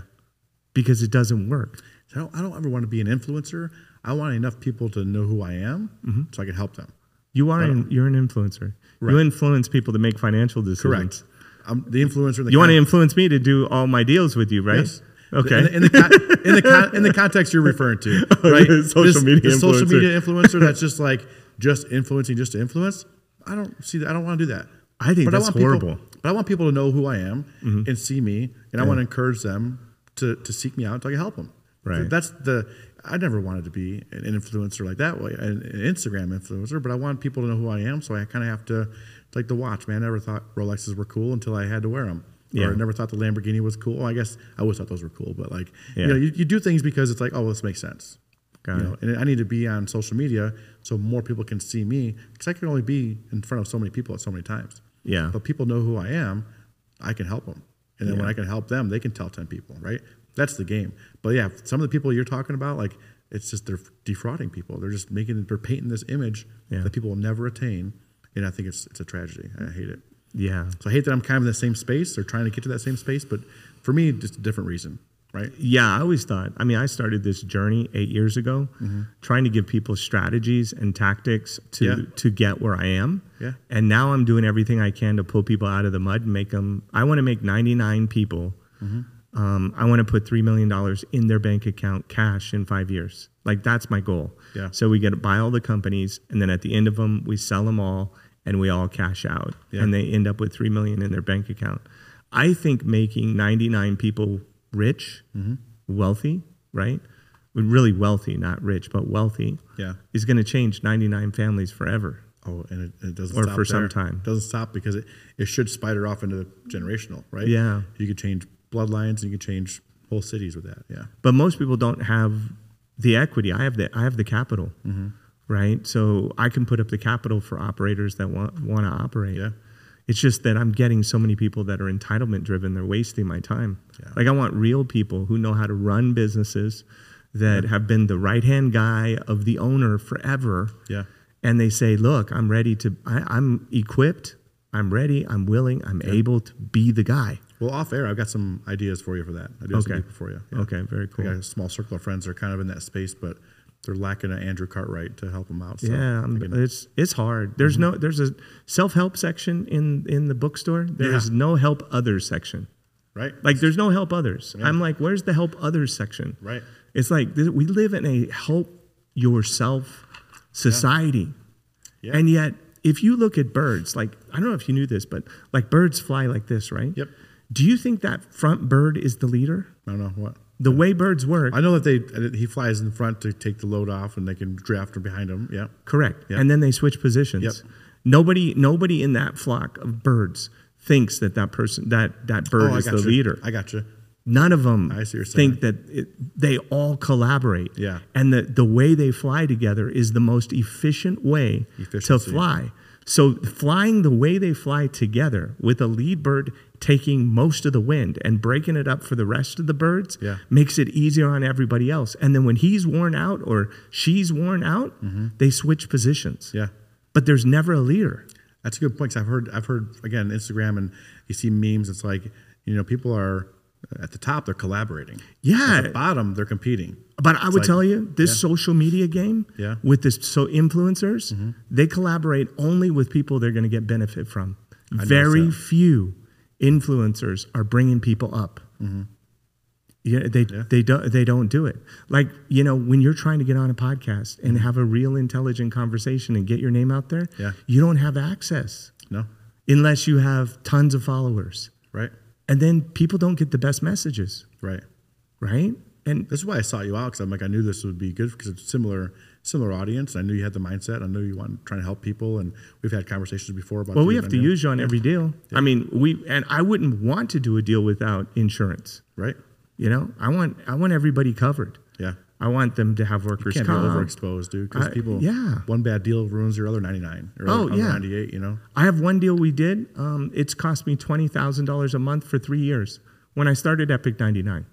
because it doesn't work.
So I don't, I don't ever want to be an influencer. I want enough people to know who I am
Mm-hmm.
so I can help them.
You are an, you're an influencer. You influence people to make financial decisions.
Correct. I'm the influencer. in The
You want to
con-
influence me to do all my deals with you, right?
Yes.
Okay. Oh,
In, in the con- in the con- in the context you're referring to, right?
social
This-
media
this social
influencer.
media influencer that's just like just influencing just to influence. I don't see that. I don't want to do that.
I think that's
want people-
horrible.
but I want people to know who I am
Mm-hmm.
and see me, and I want to encourage them to to seek me out so I can help them.
Right.
That's the. I never wanted to be an influencer like that way, an, an Instagram influencer, but I want people to know who I am, so I kind of have to it's like the watch. Man, I never thought Rolexes were cool until I had to wear them.
Yeah.
Or I never thought the Lamborghini was cool. Well, I guess I always thought those were cool, but like
Yeah.
you know, you, you do things because it's like, oh, this makes sense.
Got
you
it.
know, and I need to be on social media so more people can see me because I can only be in front of so many people at so many times.
Yeah.
But people know who I am, I can help them. And then when I can help them, they can tell 10 people, right? That's the game. But yeah, some of the people you're talking about, like, it's just they're defrauding people. They're just making, they're painting this image
Yeah.
that people will never attain. And I think it's, it's a tragedy. I hate it.
yeah.
So I hate that I'm kind of in the same space or trying to get to that same space. But for me, just a different reason, right?
Yeah, I always thought. I mean, I started this journey eight years ago, trying to give people strategies and tactics to
Mm-hmm. Yeah.
to get where I am.
Yeah.
And now I'm doing everything I can to pull people out of the mud and make them. I want to make 99 people.
Mm-hmm.
Um, I want to put three million dollars in their bank account, cash, in five years. Like that's my goal.
Yeah.
So we get to buy all the companies, and then at the end of them, we sell them all, and we all cash out,
Yeah.
and they end up with three million in their bank account. I think making 99 people rich,
Mm-hmm.
wealthy, right? Really wealthy, not rich, but wealthy.
Yeah.
Is going to change 99 families forever.
Oh, and it, it doesn't
Or
stop
for some
there.
time.
It doesn't stop because it, it should spider off into the generational, right?
Yeah.
You could change bloodlines and you could change whole cities with that. Yeah.
but most people don't have the equity. I have the I have the capital,
Mm-hmm.
right? So I can put up the capital for operators that want want to operate.
Yeah.
It's just that I'm getting so many people that are entitlement driven. They're wasting my time. Like I want real people who know how to run businesses that have been the right hand guy of the owner forever.
Yeah.
And they say, look, I'm ready to. I, I'm equipped. I'm ready. I'm willing. I'm able to be the guy.
Well, off air, I've got some ideas for you for that. I do have some
Okay.
people for you. Yeah.
Okay, very cool.
I got a small circle of friends that are kind of in that space, but they're lacking an Andrew Cartwright to help them out. So Mm-hmm.
Yeah, I'm- it's it's hard. There's no there's a self help section in in the bookstore. There's
Yeah.
no help others section.
Right.
Like there's no help others. I'm like, where's the help others section?
Right.
It's like th- we live in a help yourself society,
Yeah.
and yet if you look at birds, like I don't know if you knew this, but like birds fly like this, right?
Yep.
Do you think that front bird is the leader?
I don't know what.
The way birds work,
I know that they that he flies in front to take the load off, and they can draft from behind him. Yeah.
Correct.
Yep.
And then they switch positions.
Yep.
Nobody, nobody in that flock of birds thinks that that person, that that bird
Oh, I
is
got
the
you.
leader.
I got you.
None of them
I see what you're
think that it, they all collaborate.
Yeah.
And the, the way they fly together is the most efficient way to
Efficiency.
fly. So flying the way they fly together with a lead bird taking most of the wind and breaking it up for the rest of the birds
Yeah.
makes it easier on everybody else. And then when he's worn out or she's worn out, they switch positions.
Mm-hmm. Yeah.
But there's never a leader.
That's a good point. i I've heard, I've heard again, Instagram, and you see memes. It's like, you know, people are at the top, they're collaborating.
Yeah.
At the bottom, they're competing.
But I would
like-
tell you, this social media game
Yeah. Mm-hmm.
with this so influencers, they collaborate only with people they're going to get benefit from. Very
that.
few influencers are bringing people up.
Mm-hmm.
Yeah, they they don't they don't do it. Like you know, when you're trying to get on a podcast and have a real intelligent conversation and get your name out there,
Mm-hmm. Yeah.
you don't have access
No,
unless you have tons of followers,
right,
and then people don't get the best messages,
right.
right? And
This is why I sought you out because I'm like, I knew this would be good because it's similar, similar audience. I knew you had the mindset. I knew you want trying to help people, and we've had conversations before about.
Well,
the
we have to
event.
use you on every deal. I mean, we and I wouldn't want to do a deal without insurance.
right.
You know, I want I want everybody covered.
Yeah.
I want them to have workers'
can't
comp.
be overexposed, dude. Because
I-
people,
yeah.
one bad deal ruins your other 99 or
Oh,
other
yeah.
98. You know,
I have one deal we did. Um, it's cost me twenty thousand dollars a month for three years when I started Epic ninety nine.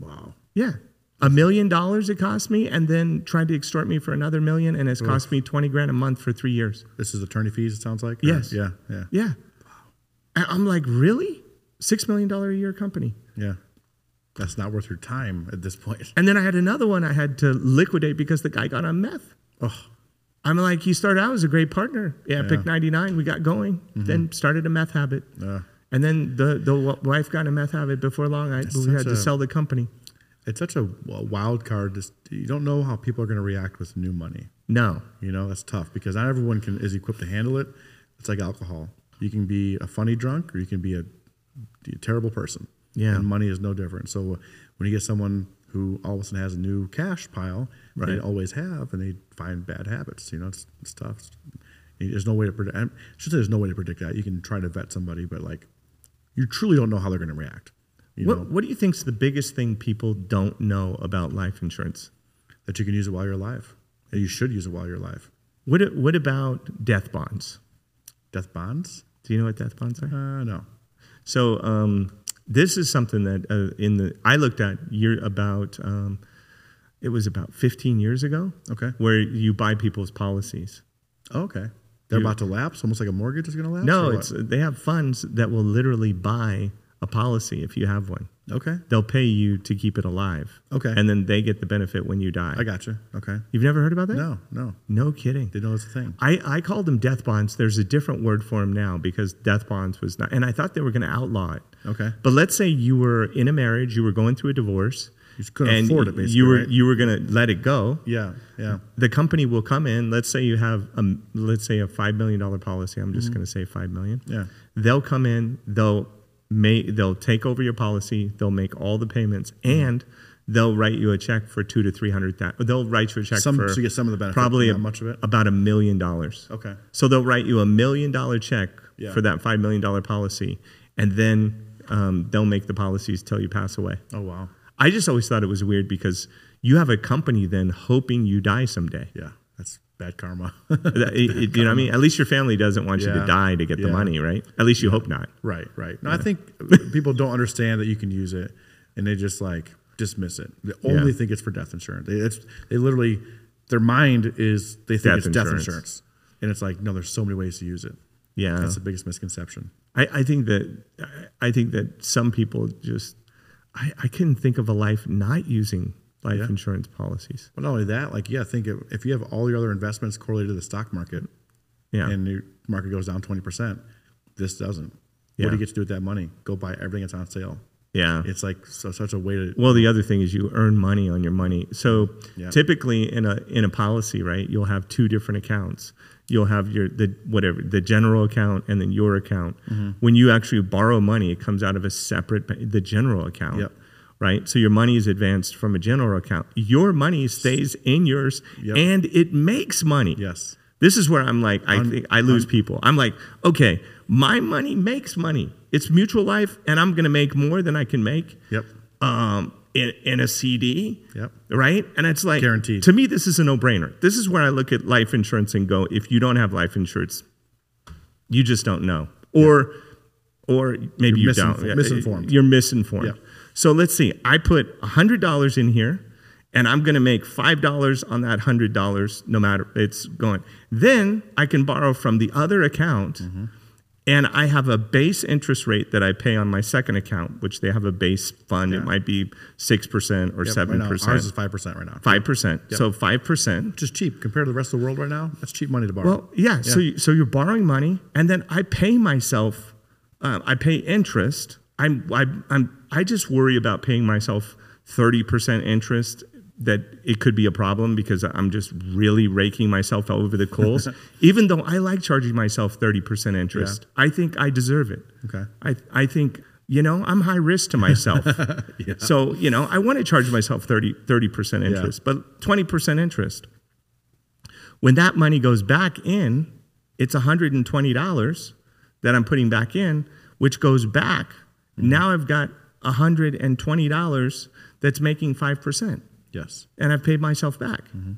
wow.
Yeah, a million dollars it cost me, and then tried to extort me for another million, and it's cost me twenty grand a month for three years.
This is attorney fees. It sounds like. Or-
Yes.
Yeah. Yeah.
Yeah, I- I'm like, really? Six million dollar a year company.
Yeah. That's not worth your time at this point.
And then I had another one I had to liquidate because the guy got on meth.
Oh,
I'm like, he started out as a great partner. Yeah,
Yeah. Mm-hmm.
pick 99. We got going. Then started a meth habit.
Yeah.
And then the, the w- wife got in a meth habit before long. I, we had
such
to
a-
sell the company.
it's such a w- wild card. This you don't know how people are going to react with new money.
No.
You know, that's tough because not everyone can is equipped to handle it. It's like alcohol. You can be a funny drunk or you can be a, a terrible person.
Yeah.
And money is no different. So uh, when you get someone who all of a sudden has a new cash pile, they
Right.
always have, and they find bad habits. You know, it's, it's tough. It's- there's no way to predict. I should say there's no way to predict that. You can try to vet somebody, but like, you truly don't know how they're going to react. You
what,
know,
what do you think's the biggest thing people don't know about life insurance?
that you can use it while you're alive. And you should use it while you're alive.
What, a- what about death bonds?
Death bonds?
Do you know what death bonds are?
Uh, no.
So um, this is something that uh, in the I looked at year about um, it was about 15 years ago.
Okay.
where you buy people's policies.
Oh, okay. They're
You-
about to lapse, almost like a mortgage is going to lapse.
No,
or
it's
what?
they have funds that will literally buy a policy if you have one.
okay.
They'll pay you to keep it alive.
Okay.
and then they get the benefit when you die.
I gotcha. Okay.
You've never heard about that?
No, no,
no kidding.
didn't know it's a thing.
I, I call them death bonds. There's a different word for them now because death bonds was not, and I thought they were going to outlaw it.
Okay.
But let's say you were in a marriage, you were going through a divorce,
You just couldn't
and
afford it, basically,
You were
right?
you were going to let it go.
Yeah, yeah.
The company will come in. Let's say you have a let's say a five million dollar policy. I'm just going to say five million.
Mm-hmm. Yeah.
They'll come in. They'll make they'll take over your policy. They'll make all the payments
Mm-hmm.
and. They'll write you a check for two to three hundred thousand. They'll write you a check
Some-
for
so you get some of the benefit,
probably
not
a-
much of it?
about a million dollars.
Okay.
So they'll write you a million dollar check
Yeah.
for that five million dollar policy, and then um, they'll make the policies till you pass away.
Oh wow.
I just always thought it was weird because you have a company then hoping you die someday.
Yeah, that's bad karma.
That- it- it- you know what I mean? At least your family doesn't want you
Yeah.
to die to get the
Yeah.
money, right? At least you hope not.
right, right. No, I think people don't understand that you can use it, and they just like dismiss it. They only
Yeah.
think it's for death insurance. They, it's they literally their mind is they think
Death
it's death
insurance.
insurance, and it's like no, there's so many ways to use it.
Yeah.
That's the biggest misconception.
I, I think that I think that some people just I, I couldn't think of a life not using life
Yeah.
insurance policies.
But not only that, like yeah, think if, if you have all your other investments correlated to the stock market,
Yeah.
and the market goes down twenty percent, this doesn't. What
Yeah.
do you get to do with that money? Go buy everything that's on sale.
yeah.
It's like so, such a way to
Well, the other thing is you earn money on your money. So
Yeah.
typically in a in a policy, right, you'll have two different accounts. You'll have your the whatever the general account and then your account.
Mm-hmm.
When you actually borrow money, it comes out of a separate pa- the general account.
Yep.
Right, so your money is advanced from a general account. Your money stays in yours,
Yep.
and it makes money.
yes,
This is where I'm like, I think I lose people. I'm like, okay, my money makes money. It's mutual life, and I'm going to make more than I can make.
Yep.
Um, in, in a CD.
Yep.
Right, and it's like
Guaranteed.
To me, this is a no-brainer. This is where I look at life insurance and go, if you don't have life insurance, you just don't know, or or maybe
You're
you don't.
misinfo-
Yeah,
misinformed.
You're misinformed.
Yeah.
So let's see. I put hundred dollars in here, and I'm going to make five dollars on that hundred dollars, no matter it's going. Then I can borrow from the other account,
Mm-hmm.
and I have a base interest rate that I pay on my second account, which they have a base fund.
Yeah.
It might be six percent or
Yep,
seven
right now, ours is
percent,
five percent right now,
five percent. So five percent.
which is cheap compared to the rest of the world right now. That's cheap money to borrow.
Well, yeah. So
Yeah.
you, so you're borrowing money, and then I pay myself. Um, I pay interest. I'm I, I'm I just worry about paying myself thirty percent interest. That it could be a problem because I'm just really raking myself over the coals. Even though I like charging myself thirty percent interest, I think I deserve it.
Okay.
I I think you know I'm high risk to myself. So you know I want to charge myself 30 percent interest, but twenty percent interest when that money goes back in, it's $120 that I'm putting back in, which goes
Mm-hmm.
back. Now I've got $120 that's making 5%.
Yes.
and I've paid myself back.
Mm-hmm.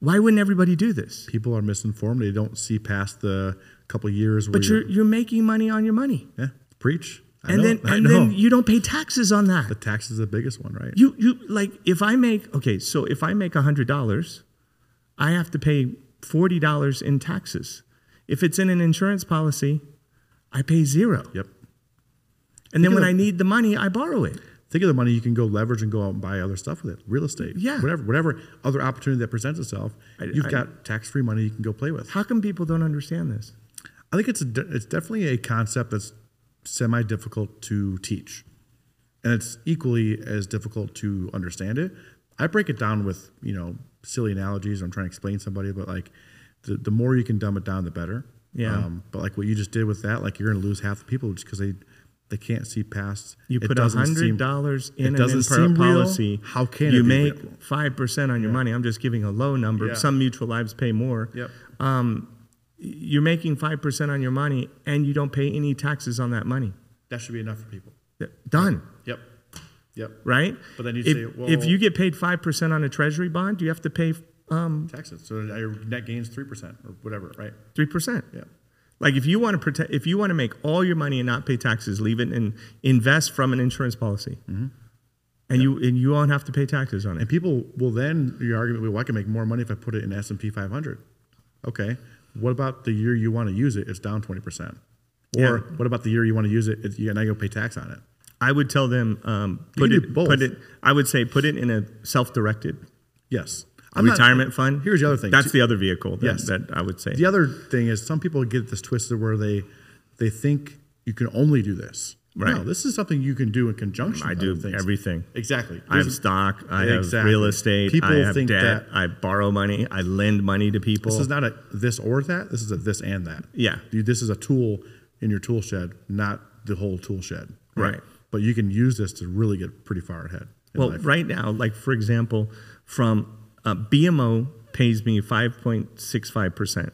Why wouldn't everybody do this?
People are misinformed. They don't see past the couple years. Where
But you're you're making money on your money,
yeah, preach. I
and
know,
then
I
and
know.
then you don't pay taxes on that.
the tax is the biggest one, right?
You you like if I make okay, so if I make hundred dollars, I have to pay forty dollars in taxes. If it's in an insurance policy, I pay zero.
yep.
And then
Think
when
of-
I need the money, I borrow it.
Think of the money you can go leverage and go out and buy other stuff with it, real estate,
Yeah.
whatever, whatever other opportunity that presents itself.
I-
you've
I-
got tax-free money you can go play with.
How come people don't understand this?
I think it's a de- it's definitely a concept that's semi difficult to teach, and it's equally as difficult to understand it. I break it down with you know silly analogies. I'm trying to explain to somebody, but like the the more you can dumb it down, the better. Um,
Yeah.
but like what you just did with that, like you're gonna lose half the people just because they they can't see past.
You
it
put
doesn't seem-
hundred dollars
it
in an
doesn't
imper-
seem real.
policy.
How can
you
it be
make
real?
five percent on your money? I'm just giving a low number.
Yeah.
Some mutual lives pay more.
Yep.
You're making five percent on your money, and you don't pay any taxes on that money.
That should be enough for people.
Th- Done.
Yep. Yep.
right?
But then you
if,
say,
if
well-
you get paid five percent on a treasury bond, you have to pay um
Taxes. So your net gains three percent or whatever, right?
three percent.
Yeah.
Like if you want to protect, if you want to make all your money and not pay taxes, leave it and invest from an insurance policy,
Mm-hmm.
and you and you won't have to pay taxes on
And
it.
people will then your argument, well, I can make more money if I put it in S and P 500. Okay, what about the year you want to use it? It's down 20 percent. Or
Yeah.
what about the year you want to use it? It's, and I go pay tax on it.
I would tell them um,
You
put
can do
it
both.
put it. I would say put it in a self-directed
Yes, not-
retirement fund.
Here's the other thing.
That's the other vehicle. That,
Yes.
that I would say.
The other thing is some people get this twisted where they they think you can only do this.
Right.
No, this is something you can do in conjunction.
I
with
do
other things.
everything.
Exactly.
I have
There's-
stock. I have
Exactly.
real estate.
People
I have
think
debt.
that-
I borrow money. I lend money to people.
This is not a this or that. This is a this and that.
Yeah.
You- This is a tool in your tool shed, not the whole tool shed.
Right.
But you can use this to really get pretty far ahead. in
Well,
life.
right now, like for example, from uh, BMO pays me 5.65%.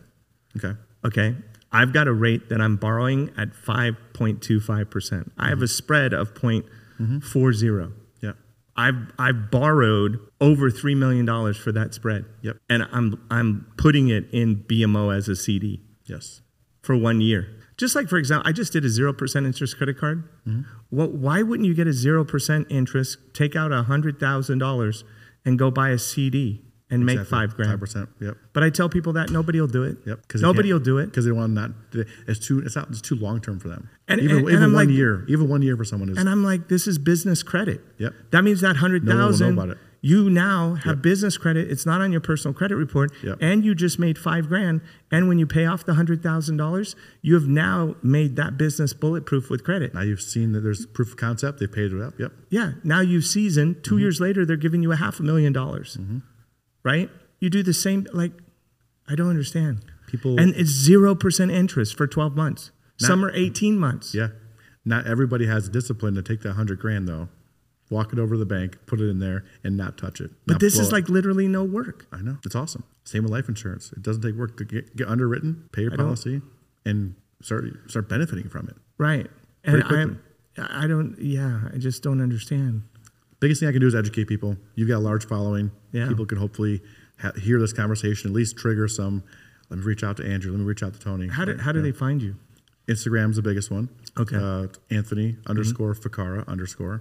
Okay.
Okay. I've got a rate that I'm borrowing at 5.25%. percent I
Mm-hmm.
have a spread of 0.40.
Yeah.
I've I've borrowed over three million dollars for that spread.
Yep.
And I'm I'm putting it in BMO as a CD
Yes.
for one year. Just like for example, I just did a zero percent interest credit card.
Mm-hmm.
What? Why wouldn't you get a zero percent interest? Take out a hundred thousand dollars and go buy a CD and make five grand.
Five percent. Yep.
But I tell people that nobody will do it.
Yep.
Nobody will do it.
because they want not. It's too. It's not. It's too long term for them.
And-
even
and- and
even
I'm
one
like-
year. Even one year for someone is.
And I'm like, this is business credit.
Yep.
That means that hundred thousand.
about it.
You now have business credit. It's not on your personal credit report,
Yep.
and you just made five grand. And when you pay off the hundred thousand dollars, you have now made that business bulletproof with credit.
now you've seen that there's proof of concept. They paid it up. Yep.
Yeah. Now you've seasoned.
Mm-hmm.
2 years later, they're giving you a half a million dollars, right? You do the same. Like, I don't understand.
People-
and it's zero percent interest for twelve months. Some
Not-
are eighteen months.
Yeah. Not everybody has discipline to take that hundred grand though, walk it over to the bank, put it in there, and not touch it.
But
not
this
blow
is
it.
like literally no work.
I know. It's awesome. Same with life insurance. It doesn't take work to get, get underwritten, pay your
don't-
policy, and start start benefiting from it.
Right. And
Pretty
I, I don't. Yeah. I just don't understand.
Biggest thing I can do is educate people. You've got a large following.
Yeah.
People can hopefully ha- hear this conversation, at least trigger some. Let me reach out to Andrew. Let me reach out to Tony.
How do
Right.
How do they find you?
Instagram's the biggest one.
Okay.
Uh, Anthony underscore Ficara underscore.